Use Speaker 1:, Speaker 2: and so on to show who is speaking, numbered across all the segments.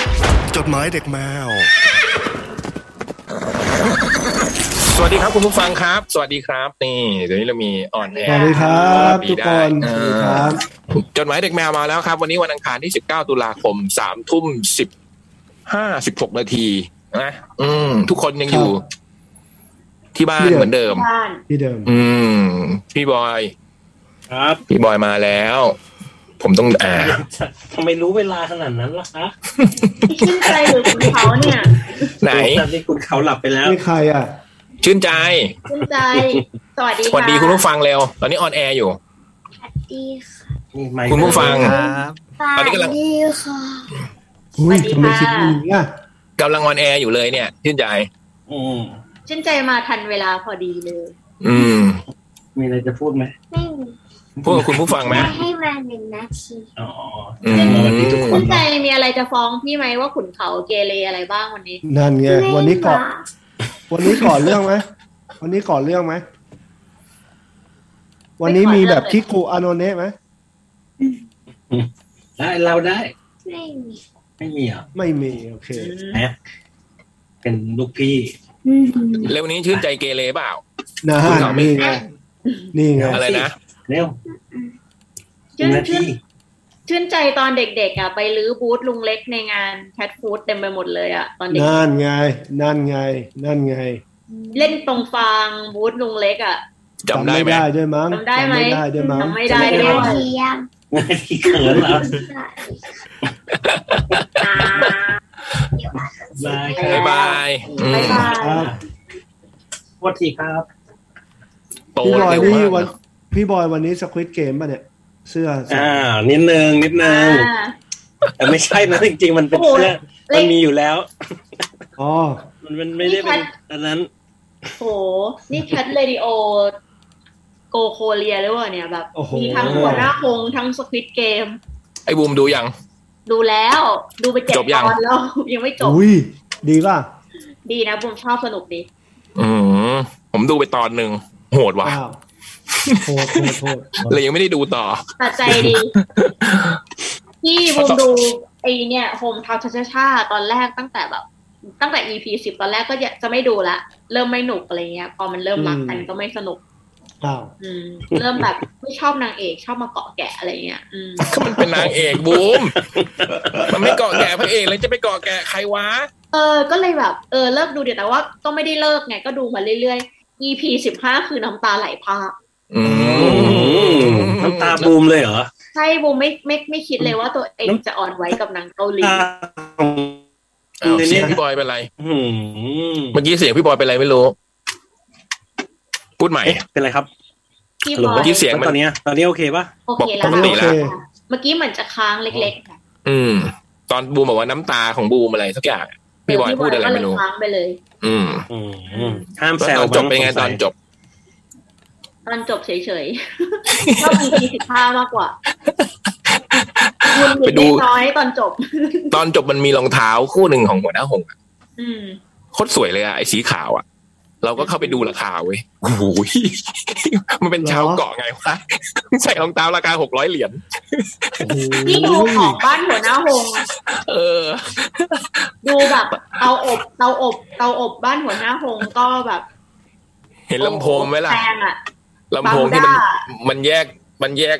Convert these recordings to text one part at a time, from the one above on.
Speaker 1: ายเด็กแมว
Speaker 2: สวัสดีครับคุณผู้ฟังครับ สวัสดีครับ นี่เดี๋ยวนี้เรามีออนแอ
Speaker 3: สวั
Speaker 2: ร์
Speaker 3: สดีครับทุกคนส
Speaker 2: ได้
Speaker 3: วัสดีครับ
Speaker 2: จดหมายเด็กแมวมาแล้วครับ วันนี้วันอังคารที่ 19 ตุลาคม3ทุ่ม10 56 นาทีนะอืม ทุกคนยังอยู่ ที่บ้านเหมือนเดิม
Speaker 4: บ้าน
Speaker 3: ที่เดิม
Speaker 2: อืม พี่บอย
Speaker 5: ครับ
Speaker 2: พี่บอยมาแล้ว ผมต้องอ่า
Speaker 5: ทำไมรู้เวลาขนาดนั้นล่ะคะ
Speaker 4: ที่ขึ้นใจหรือคุณเขาเนี่ย
Speaker 2: ไหน
Speaker 5: ตอนนี้คุณเขาหลับไปแล้ว
Speaker 3: นี่ใครอ่ะ
Speaker 2: ชื่นใจ
Speaker 4: ขึ้นใจ สวัสดี
Speaker 2: สวัสดี
Speaker 4: ะ
Speaker 2: คุณผู้ฟังเร็ว ตอนนี้ออนแอร์อยู่
Speaker 4: ดี
Speaker 5: นี่ไมค์
Speaker 2: คุณผู้ฟัง
Speaker 4: ค่ะ
Speaker 2: ตอนนี้กำลัง
Speaker 4: ดีค่ะ
Speaker 3: อุ้ย
Speaker 4: สวัสดี
Speaker 3: ทำไม
Speaker 4: ค่ะ
Speaker 3: คิดอย่างนี้อ่ะ
Speaker 2: กำลังออนแอร์อยู่เลยเนี่ย ชื่นใจ
Speaker 5: อืม
Speaker 4: ชื่นใจมาทันเวลาพอดีเลย
Speaker 2: อืม
Speaker 5: มีอะไรจะพูดไหม
Speaker 4: ไม่
Speaker 2: พูดกับคุณผู้ฟังไหม
Speaker 4: ให้มาหนึ่งนาที
Speaker 5: อ๋อ
Speaker 2: อืม
Speaker 5: สวัสดีทุกค
Speaker 4: ชื่นใจมีอะไรจะฟ้องพี่ไหมว่าขุนเขาเกเรอะไรบ้างวันนี้
Speaker 3: นั่นไงวันนี้ก่อน
Speaker 4: ไม่มา
Speaker 3: วันนี้ก่อนเรื่องไหมวันนี้ก่อนเรื่องไหมวันนี้มีแบบคิคุอาโนเนะไหม
Speaker 5: ได้เราได้
Speaker 4: ไม่มี
Speaker 5: ไม่มีเหรอ่ะ
Speaker 3: ไม่มีโอเค
Speaker 5: นะเป็นลูกพี่
Speaker 2: เร็วนี้ชื่นใจเกเรเปล่า
Speaker 3: นะ
Speaker 2: คุณเหรอ
Speaker 3: นี่ไงนี่ไง
Speaker 2: อะไรนะ
Speaker 5: เร็วห
Speaker 4: ชื่น
Speaker 5: นึ่ง นา
Speaker 4: ชื่
Speaker 5: ที
Speaker 4: นชื่นใจตอนเด็กๆอ่ะไปรื้อบูธลุงเล็กในงานแคทฟู้ดเต็มไปหมดเลยอ่ะตอนเด็ก
Speaker 3: นั่นไงนั่นไง นั่นไง
Speaker 4: เล่นตรงฟางบูธลุงเล็กอ่ะ
Speaker 2: จำได้ไหม
Speaker 3: ได้ด้วยมั้ง
Speaker 4: จำได้ไหม
Speaker 3: จำไม่ได้ด้วยมั้ง
Speaker 4: จำไม่ได้ด้วย
Speaker 5: หนึ่งนาทีเขินเหรอได้
Speaker 2: บ๊าย
Speaker 5: ครับบ
Speaker 2: ายอืม
Speaker 4: บ๊ายบาย
Speaker 3: ครับ
Speaker 5: โทษทีครับ
Speaker 2: โต
Speaker 3: พี่บอย
Speaker 2: เร็ว
Speaker 3: นี่วั
Speaker 2: มาน ก
Speaker 3: พี่บอยวันนี้สควิตเกมป่ะเนี่ย เสื้อ
Speaker 5: อ่า นิดนึงนิดนึง
Speaker 4: อ่า
Speaker 5: แต่ไม่ใช่นะจริงๆ มันเป็น
Speaker 4: โอ้โห
Speaker 5: เสื้อ
Speaker 4: เล็ก
Speaker 5: มันมีอยู่แล้ว
Speaker 3: อ๋อ
Speaker 5: มันมันไม่ได้เป็นอันนั้น
Speaker 4: โห นี่แคทเรดิโอโกโคเรียหรือเปล่าเนี่ยแบบ
Speaker 3: โอ้โห
Speaker 4: มีทั้งหัวหน้าคงทั้งสควิตเกม
Speaker 2: ไอ้บูมดูยัง
Speaker 4: ดูแล้วดูไปเจ็ด
Speaker 2: จบ
Speaker 4: ต
Speaker 2: ยัง
Speaker 4: อนแล้ว ยังไม่จบ
Speaker 3: อุ้ยดีป่ะ
Speaker 4: ดีนะผมชอบสนุกดี
Speaker 2: อืมผมดูไปตอนหนึ่งโหดว่ะ
Speaker 3: อ้าวโทษโทษโทษ
Speaker 2: เลยยังไม่ได้ดูต่อ
Speaker 4: ตัดใจดี พี่บูมดูไอเนี่ยโฮมทาวชาชาชาตอนแรกตั้งแต่แบบ ตั้งแต่ EP สิบตอนแรกก็จะจะไม่ดูละ เริ่มไม่หนุกอะไรเงี้ย พอมันเริ่มรักกันก็ไม่สนุก
Speaker 3: อ้าว
Speaker 4: อืม เริ่มแบบไม่ชอบนางเอกชอบมาเกาะแกะอะไรเงี้ย อืม
Speaker 2: ก็มันเป็นนางเอกบูม มันไม่เกาะแก่พระเอกเลยจะไปเกาะแก่ใครวะ
Speaker 4: เออ ก็เลยแบบ เออ เลิกดูเดี๋ยวแต่ว่าก็ไม่ได้เลิกไง ก็ดูมาเรื่อยๆ EP สิบห้าคือน้ำตาไหลพราก
Speaker 2: อื
Speaker 5: อื
Speaker 2: ม
Speaker 5: มน้ำตาบูมเลยเหรอ
Speaker 4: ใช่บูมไม่ไม่ไม่คิดเลยว่าตัวเองจะอ่อนไหวกับหนังเกาหลี
Speaker 5: อ้าว
Speaker 2: อ้าว
Speaker 5: ใน
Speaker 2: เสีย
Speaker 5: นี้
Speaker 2: งพี่บอยเป็นไร
Speaker 5: อืม
Speaker 2: เมื่อกี้เสียงพี่บอยเป็นไรไม่รู้ พูดใหม่
Speaker 5: เอ๊ะเป็นไรครับ
Speaker 4: ที่
Speaker 5: ฮัลโหล
Speaker 4: บอ
Speaker 2: เมื่
Speaker 4: ย
Speaker 2: อกี้เสียงมัน
Speaker 5: ตอนเนี้ยตอนนี้โอเคปะ
Speaker 4: โอเคแล้ว
Speaker 2: ปกติ
Speaker 3: โอ
Speaker 2: แล้
Speaker 3: เค
Speaker 2: ว
Speaker 4: เมื่อกี้เหมือนจะค้างเล็กๆค่ะ
Speaker 2: อืม ตอนบูมบอกว่าน้ำตาของบูมอะไรสักอย่างพี่บอยพูดอะไร
Speaker 4: ก็เล
Speaker 2: ไม่รู้
Speaker 4: ค้างไปเลย
Speaker 2: อืม
Speaker 5: อืมห้าม
Speaker 2: แล้ว
Speaker 5: แซว
Speaker 2: ตอนจบเป็นไงต
Speaker 5: มั
Speaker 2: อนจบ
Speaker 4: ตอนจบเฉยๆ ชอบ EP สิบห้ามากกว่าคุณ
Speaker 2: ไปดู
Speaker 4: เล็กน้อยตอนจบ
Speaker 2: ตอนจบมันมีรองเท้าคู่หนึ่งของหัวหน้าหงส์อะ
Speaker 4: อืม
Speaker 2: โคตรสวยเลยอะไอ้สีขาวอะเราก็เข้าไปดูราคาเว้ยโอ้โหมันเป็นชาวเกาะไงวะใส่รองเท้าราคาหกร้อยเหรียญ
Speaker 3: โอ้โห
Speaker 4: ที่ดูของบ้านหัวหน้าหง
Speaker 2: เออ
Speaker 4: ดูแบบเตาอบเตาอบเตาอบบ้านหัวหน้าหงก็แบบ
Speaker 2: เห็นลำโพงไหมล่ะ
Speaker 4: แพงอ่ะ
Speaker 2: ลำโพงที่มัน
Speaker 4: บางด้า
Speaker 2: มันแยกมันแยก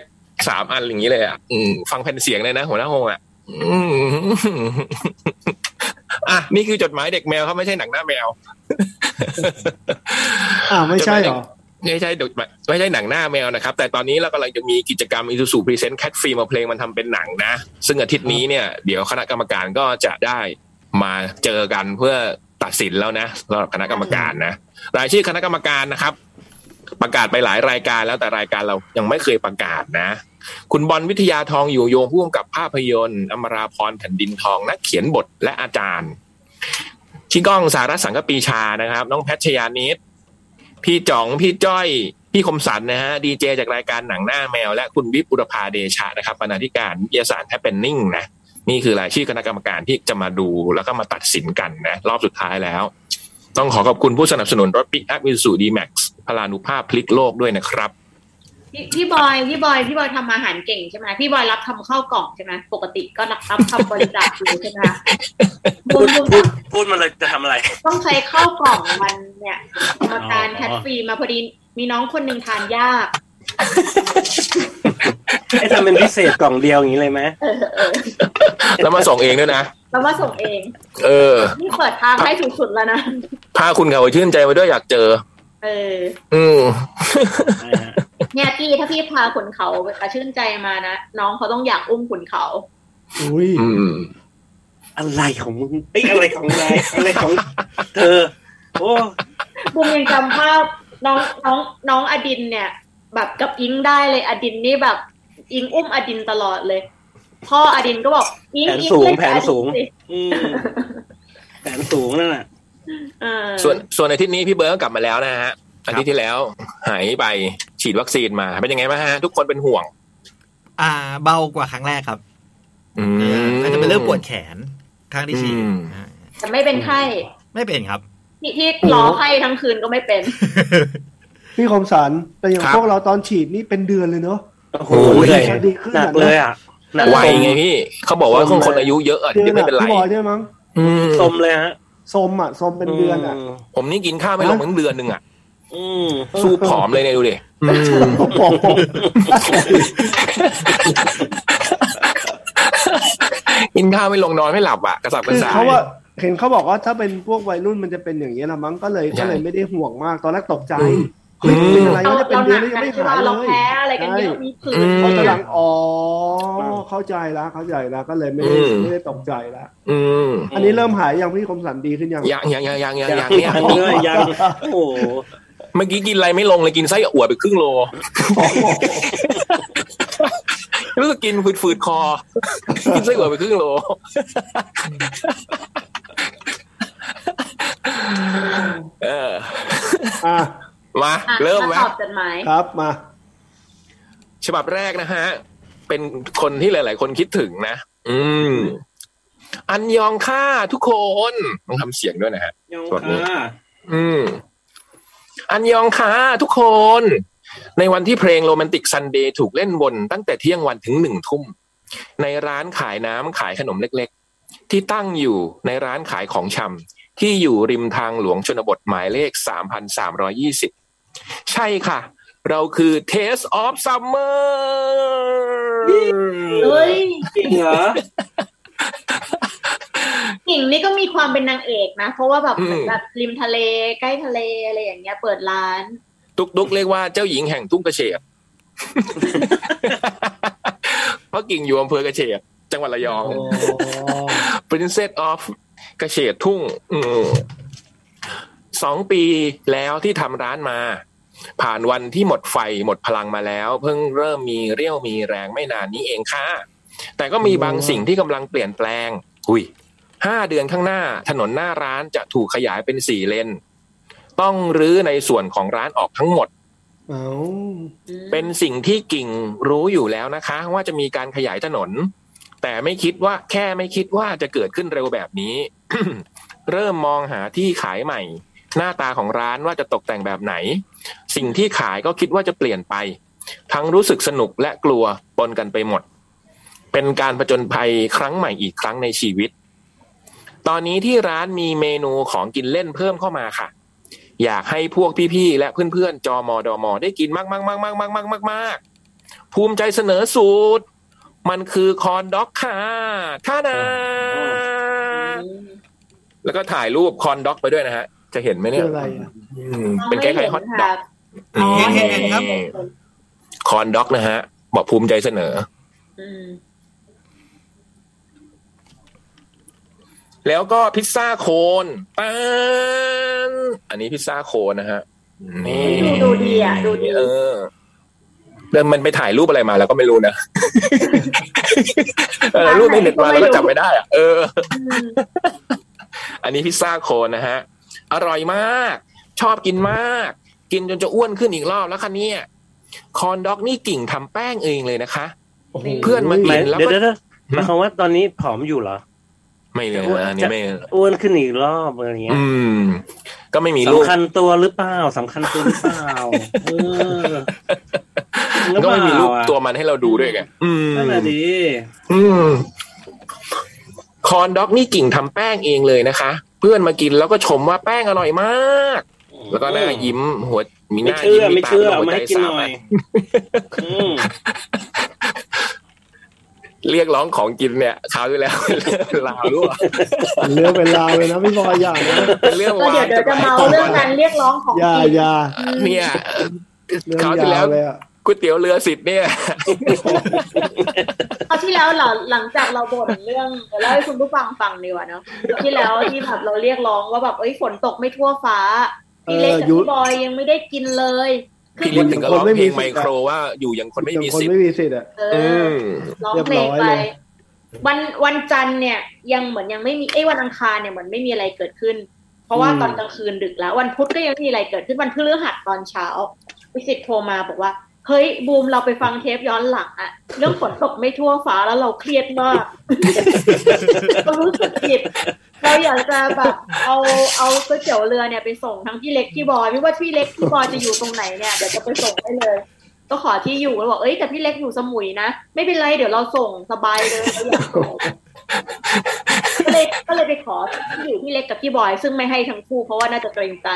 Speaker 2: สามอันอย่างนี้เลยอะอืมฟังแผ่นเสียงเลยนะ หัวหน้าหงส์อะอืม อ่ะนี่คือจดหมายเด็กแมวครับไม่ใช่หนังหน้าแมว
Speaker 3: อ้าวไม่ใช่เหรอ
Speaker 2: ไม่ใช่เดยวไม่ใช่หนังหน้าแมวนะครับ แต่ตอนนี้เรากำลังจะมีกิจกรรม i s u z u Present Cat Film เอาเพลงมันทำเป็นหนังนะ ซึ่งอาทิตย์นี้เนี่ยเดี๋ยวคณะกรรมการก็จะได้มาเจอกันเพื่อตัดสินแล้วนะสำหรับคณะกรรมการนะ รายชื่อคณะกรรมการนะครับ ประกาศไปหลายรายการแล้วแต่รายการเรายังไม่เคยประกาศนะ คุณบอลวิทยาทองอยู่โยงผู้กำกับภาพยนตร์ อมราพรแผ่นดินทองนักเขียนบทและอาจารย์ชิก้องสารัตน์สังกปีชานะครับ น้องแพทชยานิด พี่จ๋องพี่จ้อย พี่คมสันนะฮะดีเจจากรายการหนังหน้าแมว และคุณวิปุรพาเดชะนะครับบรรณาธิการวิทยาศาสตร์แทบเป็นนิ่งนะ นี่คือรายชื่อคณะกรรมการที่จะมาดูแล้วก็มาตัดสินกันนะ รอบสุดท้ายแล้ว ต้องขอขอบคุณผู้สนับสนุนรถปิกอัพวิสุดีแม็กซ์พลานุภาพพลิกโลกด้วยนะครับ
Speaker 4: พี่พี่บอยพี่บอยพี่บอยทำอาหารเก่งใช่ไหมพี่บอยรับทำข้าวกล่องใช่ไหมปกติก็รับรับทำบริจาคอยู่ใช่ไหมบุ
Speaker 5: พู
Speaker 4: ญ
Speaker 5: ด
Speaker 4: บุญ
Speaker 5: พูดพูดมาเลยจะทำอะไร
Speaker 4: ต้องใช้ข้าวกล่องมันเนี่ยกรรมการแคทฟรีมาพอดีมีน้องคนหนึ่งทานยาก
Speaker 5: ให้ทำเป็นพิเศษกล่องเดียวอย่างนี้เลยไหม
Speaker 4: เออเออ
Speaker 2: แล้วมาส่งเองด้วยนะ
Speaker 4: แล้วว่าส่งเอง
Speaker 2: เออ
Speaker 4: นี่เปิดทางให้สุดๆแล้วนะ
Speaker 2: พาคุณเขาชื่นใจไว้ด้วยอยากเจอ
Speaker 4: เออ
Speaker 2: อืม
Speaker 5: ใช่ฮะ
Speaker 4: เนี่ยพี่ถ้าพี่พาขุนเขาไปชื่นใจมานะ น้องเขาต้องอยากอุ้มขุนเขา
Speaker 3: อุ้ย
Speaker 2: อืม
Speaker 5: อะไรของมึงเอ้ยอะไรของนายอะไรของเธอโอ้
Speaker 4: บุมยังจำภาพน้องน้องน้องอดินเนี่ย แบบกับอิงได้เลยอดินนี่แบบ อิงอุ้มอดินตลอดเลย พ่ออดินก็บอกอิง
Speaker 5: แผน
Speaker 4: อิง
Speaker 5: สูง
Speaker 4: เล่น
Speaker 5: แผ
Speaker 4: กับ
Speaker 5: น
Speaker 4: อดิ
Speaker 5: สูง
Speaker 4: สิ
Speaker 5: อืมแผนสูงนั่นแหละ
Speaker 4: เออ
Speaker 2: ส่วนส่วนอาทิตย์นี้พี่เบิร์ดก็กลับมาแล้วนะฮะอาทิตย์ที่แล้ว หายไปฉีดวัคซีนมาเป็นยังไงบ้างฮะ ทุกคนเป็นห่วง
Speaker 1: อ่า เบากว่าครั้งแรกครับ
Speaker 2: อืม
Speaker 1: อาจจะเป็นเรื่องปวดแขนครั้งที่ฉีด
Speaker 2: อืม
Speaker 1: อ่า
Speaker 4: แต่ไม่เป็นไข้
Speaker 1: ไม่เป็นครับ
Speaker 4: ที่ที่รอไข้ทั้งคืนก็ไม่เป็น
Speaker 3: พี่คมสันแต่อย่าง
Speaker 2: ครับ
Speaker 3: พวกเราตอนฉีดนี่เป็นเดือนเลยเนาะ
Speaker 5: โอ้โห
Speaker 2: โอ้ย
Speaker 5: เลย
Speaker 3: ดีขึ้น
Speaker 5: ห
Speaker 3: อะ
Speaker 5: นักเลยอ่ะหนัก
Speaker 2: วัยไงพี่เขาบอกว่าคนคนอายุเยอะอะถึงจะไม่เป็นไร
Speaker 3: พี่บอยด้วยมั้ง
Speaker 2: อืม
Speaker 5: สมเลยฮะ
Speaker 3: สมอ่ะสมเป็นเดือนอ่ะ
Speaker 2: ผมนี่กินข้าวไม่ลงถึงเดือนหนึ่งอ่ะ
Speaker 5: อืม
Speaker 2: สู้ผอมเลยเนี่ยดูดิอืม
Speaker 3: โอ้โห
Speaker 2: กินข้าวไม่ลงนอนไม่หลับอ่ะ กระสับก
Speaker 3: คื
Speaker 2: ระ
Speaker 3: อ
Speaker 2: ส่าย
Speaker 3: เขาว่าเห็นเขาบอกว่าถ้าเป็นพวกวัยรุ่นมันจะเป็นอย่างนี้ยละมั้งก็เลยก็
Speaker 2: ใช่
Speaker 3: เลยไม่ได้ห่วงมาก ตอนแรกตกใจ
Speaker 2: อืม
Speaker 3: เฮ้ยเป็นอะไร
Speaker 4: เรา
Speaker 3: วะจะเป็น
Speaker 4: เรา
Speaker 3: เดื
Speaker 4: ห
Speaker 3: อนแล้วยั
Speaker 4: นัก
Speaker 3: งไม่
Speaker 4: กันที่
Speaker 3: หายเล
Speaker 4: ว่าเรา
Speaker 3: ย
Speaker 4: แพ้อะไรกันเยอะมีผื่น
Speaker 2: อืม
Speaker 3: เขากำลังอ๋อเข้าใจละเข้าใจละก็เลยไม่ได้
Speaker 2: อืม
Speaker 3: ไม่ได้ตกใจละ
Speaker 2: อืม
Speaker 3: อันนี้เริ่มหายยังพี่คมสันดีขึ้นยัง
Speaker 2: ยังยังยังยังยัง
Speaker 5: ยัง
Speaker 2: ยังเนี่ย
Speaker 5: ยังเลยยังโอ้โห
Speaker 2: เมื่อกี้กินอะไรไม่ลงเลยกินไส้อั่วไปครึ่งโล
Speaker 3: โอ้โห
Speaker 2: รู้สึกกินฝืดฝืดๆคอ กินไส้อั่วไปครึ่งโล เออ
Speaker 3: อ่ะ
Speaker 2: มา
Speaker 4: อ่ะ
Speaker 2: เริ่ม
Speaker 4: มา
Speaker 2: แล้
Speaker 4: ต
Speaker 2: ว
Speaker 4: อบจดหมาย
Speaker 3: ครับมา
Speaker 2: ฉบับแรกนะฮะ เป็นคนที่หลาย ๆ คนคิดถึงนะ อืม อันยองค่าทุกคนต้องทำเสียงด้วยนะฮะ
Speaker 5: ยัง
Speaker 2: สวัสดี
Speaker 5: ค่ะ
Speaker 2: อืม อันยองค่ะทุกคน ในวันที่เพลงโรแมนติกซันเดย์ถูกเล่นวนตั้งแต่เที่ยงวันถึงหนึ่งทุ่ม ในร้านขายน้ำขายขนมเล็กๆ ที่ตั้งอยู่ในร้านขายของชำที่อยู่ริมทางหลวงชนบทหมายเลข 3,320 ใช่ค่ะ เราคือ Taste of Summer
Speaker 4: เฮ้ย
Speaker 5: จริงเหรอ
Speaker 4: หญิงนี่ก็มีความเป็นนางเอกนะ เพราะว่าแบบ
Speaker 2: อืม
Speaker 4: เหมือนแบบริมทะเลใกล้ทะเลอะไรอย่างเงี้ย เปิดร้าน
Speaker 2: ตุกๆเรียกว่าเจ้าหญิงแห่งทุ่งกระเฉด เพราะกิ่งอยู่อำเภอกระเฉดจังหวัดระยอง
Speaker 3: โอ้
Speaker 2: Princess of กระเฉดทุ่งอืมสองปีแล้วที่ทำร้านมา ผ่านวันที่หมดไฟหมดพลังมาแล้ว เพิ่งเริ่มมีเรี่ยวมีแรงไม่นานนี้เองค่ะ แต่ก็มีบางสิ่งที่กำลังเปลี่ยนแปลง หุยห้าเดือนข้างหน้า ถนนหน้าร้านจะถูกขยายเป็นสี่เลน ต้องรื้อในส่วนของร้านออกทั้งหมด
Speaker 3: เอา
Speaker 2: เป็นสิ่งที่กิ่งรู้อยู่แล้วนะคะ ว่าจะมีการขยายถนน แต่ไม่คิดว่าแค่ไม่คิดว่าจะเกิดขึ้นเร็วแบบนี้ เริ่มมองหาที่ขายใหม่ หน้าตาของร้านว่าจะตกแต่งแบบไหน สิ่งที่ขายก็คิดว่าจะเปลี่ยนไป ทั้งรู้สึกสนุกและกลัวปนกันไปหมด เป็นการผจญภัยครั้งใหม่อีกครั้งในชีวิต ตอนนี้ที่ร้านมีเมนูของกินเล่นเพิ่มเข้ามาค่ะ อยากให้พวกพี่ๆ และเพื่อนๆ จอมอดอมอได้กินมากๆๆๆๆๆๆภูมิใจเสนอสูตร มันคือคอนด็อกค่ะท่านา แล้วก็ถ่ายรูปคอนด็อกไปด้วยนะฮะ จะเห็นไหม
Speaker 3: คื
Speaker 2: เนี่
Speaker 3: อย อะไรอ่ะ
Speaker 2: อืมเป็นคล้ายๆฮอตด็อก
Speaker 4: อ๋อ
Speaker 1: เห็นๆครับ
Speaker 2: คอนด็อกนะฮะ บอกภูมิใจเสนอ
Speaker 4: อืม
Speaker 2: แล้วก็พิซซ่าโคนปานอันนี้พิซซ่าโคนนะฮะนี่
Speaker 4: ดูดูดีอ่ะ ดูดี
Speaker 2: เออเดินมันไปถ่ายรูปอะไรมาแล้วก็ไม่ รู้นะ เออรูปในเน็ตมาแล้วก็จับไม่ได้อะเออ อันนี้พิซซ่าโคนนะฮะ อร่อยมาก ชอบกินมาก กินจนจะอ้วนขึ้นอีกรอบแล้วคะเนี่ยคอนด็อกนี่กิ่งทำแป้งเองเลยนะคะ
Speaker 3: โโห
Speaker 2: เพื่อนมากิ
Speaker 5: หมาย
Speaker 2: เห็นแล้วก็
Speaker 5: เดี๋ยวเดี๋ยวเดี๋ยวหมายความว่าตอนนี้ผอมอยู่เหรอ
Speaker 2: ไม่เลยนะอันนี้ไม่
Speaker 5: อ้วนขึ้นอีกรอบอะไรเงี้ย
Speaker 2: อืม ก็ไม่มีรูป
Speaker 5: สำคัญตัวหรือเปล่าสำคัญตัวหรือเปล่าเออ หรือ
Speaker 2: ก็
Speaker 5: เป
Speaker 2: ไม่มีรูป
Speaker 5: ล่าอ่ะ
Speaker 2: ตัวมันให้เราดูด้วยไงอืม
Speaker 5: นั่นแหละดิ
Speaker 2: อืมคอนด็อกนี่กิ่งทำแป้งเองเลยนะคะ เพื่อนมากินแล้วก็ชมว่าแป้งอร่อยมาก แล้วก็หน้ายิ้มหัวมีห
Speaker 5: ไม่
Speaker 2: น้า
Speaker 5: เชื่
Speaker 2: ยิ้
Speaker 5: อ
Speaker 2: ม
Speaker 5: ไม่เชื่อ
Speaker 2: ปก
Speaker 5: เอา
Speaker 2: หัว
Speaker 5: มา
Speaker 2: ใจ
Speaker 5: ให้กิน
Speaker 2: สา
Speaker 5: ห
Speaker 2: ม
Speaker 5: น่อยอืม
Speaker 2: เรียกร้องของกินเนี่ยคราวที่แล้ว ลาวรั่ว
Speaker 3: เป็นเรื่องเป็นราวเลยนะพี่บอยอย่านะ
Speaker 2: เป็นเรื่อง
Speaker 4: ก็
Speaker 2: วา
Speaker 4: เดี๋ยวนเดี๋ยวจะเมาเรื่องการเรียกร้องของ
Speaker 3: อย่า
Speaker 4: กิน
Speaker 3: อย่า
Speaker 2: เนี่ย
Speaker 3: เรื่อง
Speaker 2: คราวที่
Speaker 3: ยา
Speaker 2: แล้ว ว
Speaker 3: เลยอะ
Speaker 2: ก๋วยเตี๋ยวเรือสิทธิ์เนี่ย
Speaker 4: คราวที่แล้วเราหลังจากเราบ่นเรื่องเดี๋ยวเล่าให้คุณผู้ฟังฟังดีกว่าเนาะที่แล้วที่แบบเราเรียกร้องว่าแบบเอ้ยฝนตกไม่ทั่วฟ้าพี่เล็กกับพี่บอยยังไม่ได้กินเลยคือ
Speaker 2: พี่เล็กถึงก็ร้องเพลงไมโครว่าอยู่อย่างคนไม่มี
Speaker 3: คน
Speaker 2: สิท
Speaker 3: ไม่
Speaker 2: ธิ์
Speaker 3: มีสิทธิ์อ่ะ
Speaker 4: เอ
Speaker 2: อื
Speaker 4: อ
Speaker 2: ม
Speaker 4: ร้องเพลง
Speaker 3: เรียบร้อย
Speaker 4: ไป
Speaker 3: เลย
Speaker 4: วันวันจันทร์เนี่ย ยังเหมือนยังไม่มีเอ้ยวันอังคารเนี่ยเหมือนไม่มีอะไรเกิดขึ้น เพราะว่า
Speaker 2: อืม
Speaker 4: ตอนกลางคืนดึกแล้ว วันพุธก็ยังไม่มีอะไรเกิดขึ้นวันพฤหัสตอนเช้าวิสิตโทรมาบอกว่าเฮ้ยบูมเราไปฟังเทปย้อนหลังอะเรื่องฝนตกไม่ทั่วฟ้าแล้วเราเครียด มาก เรารู้สึกผิดเราอยากจะแบบเอาเอาก๋วยเตี๋ยวเรือเนี่ยไปส่งทั้งพี่เล็กพี่บอยไม่ว่าพี่เล็กพี่บอยจะอยู่ตรงไหนเนี่ยเดี๋ยวจะไปส่งให้เลย ก็ขอที่อยู่แล้วบอกเอ้ยแต่พี่เล็กอยู่สมุยนะไม่เป็นไรเดี๋ยวเราส่งสบายเลยเราอยากส่งก็เลยก็เลยไปขอที่อยู่พี่เล็กกับพี่บอย ซึ่งไม่ให้ทั้งคู่เพราะว่าน่าจะเกรงใจ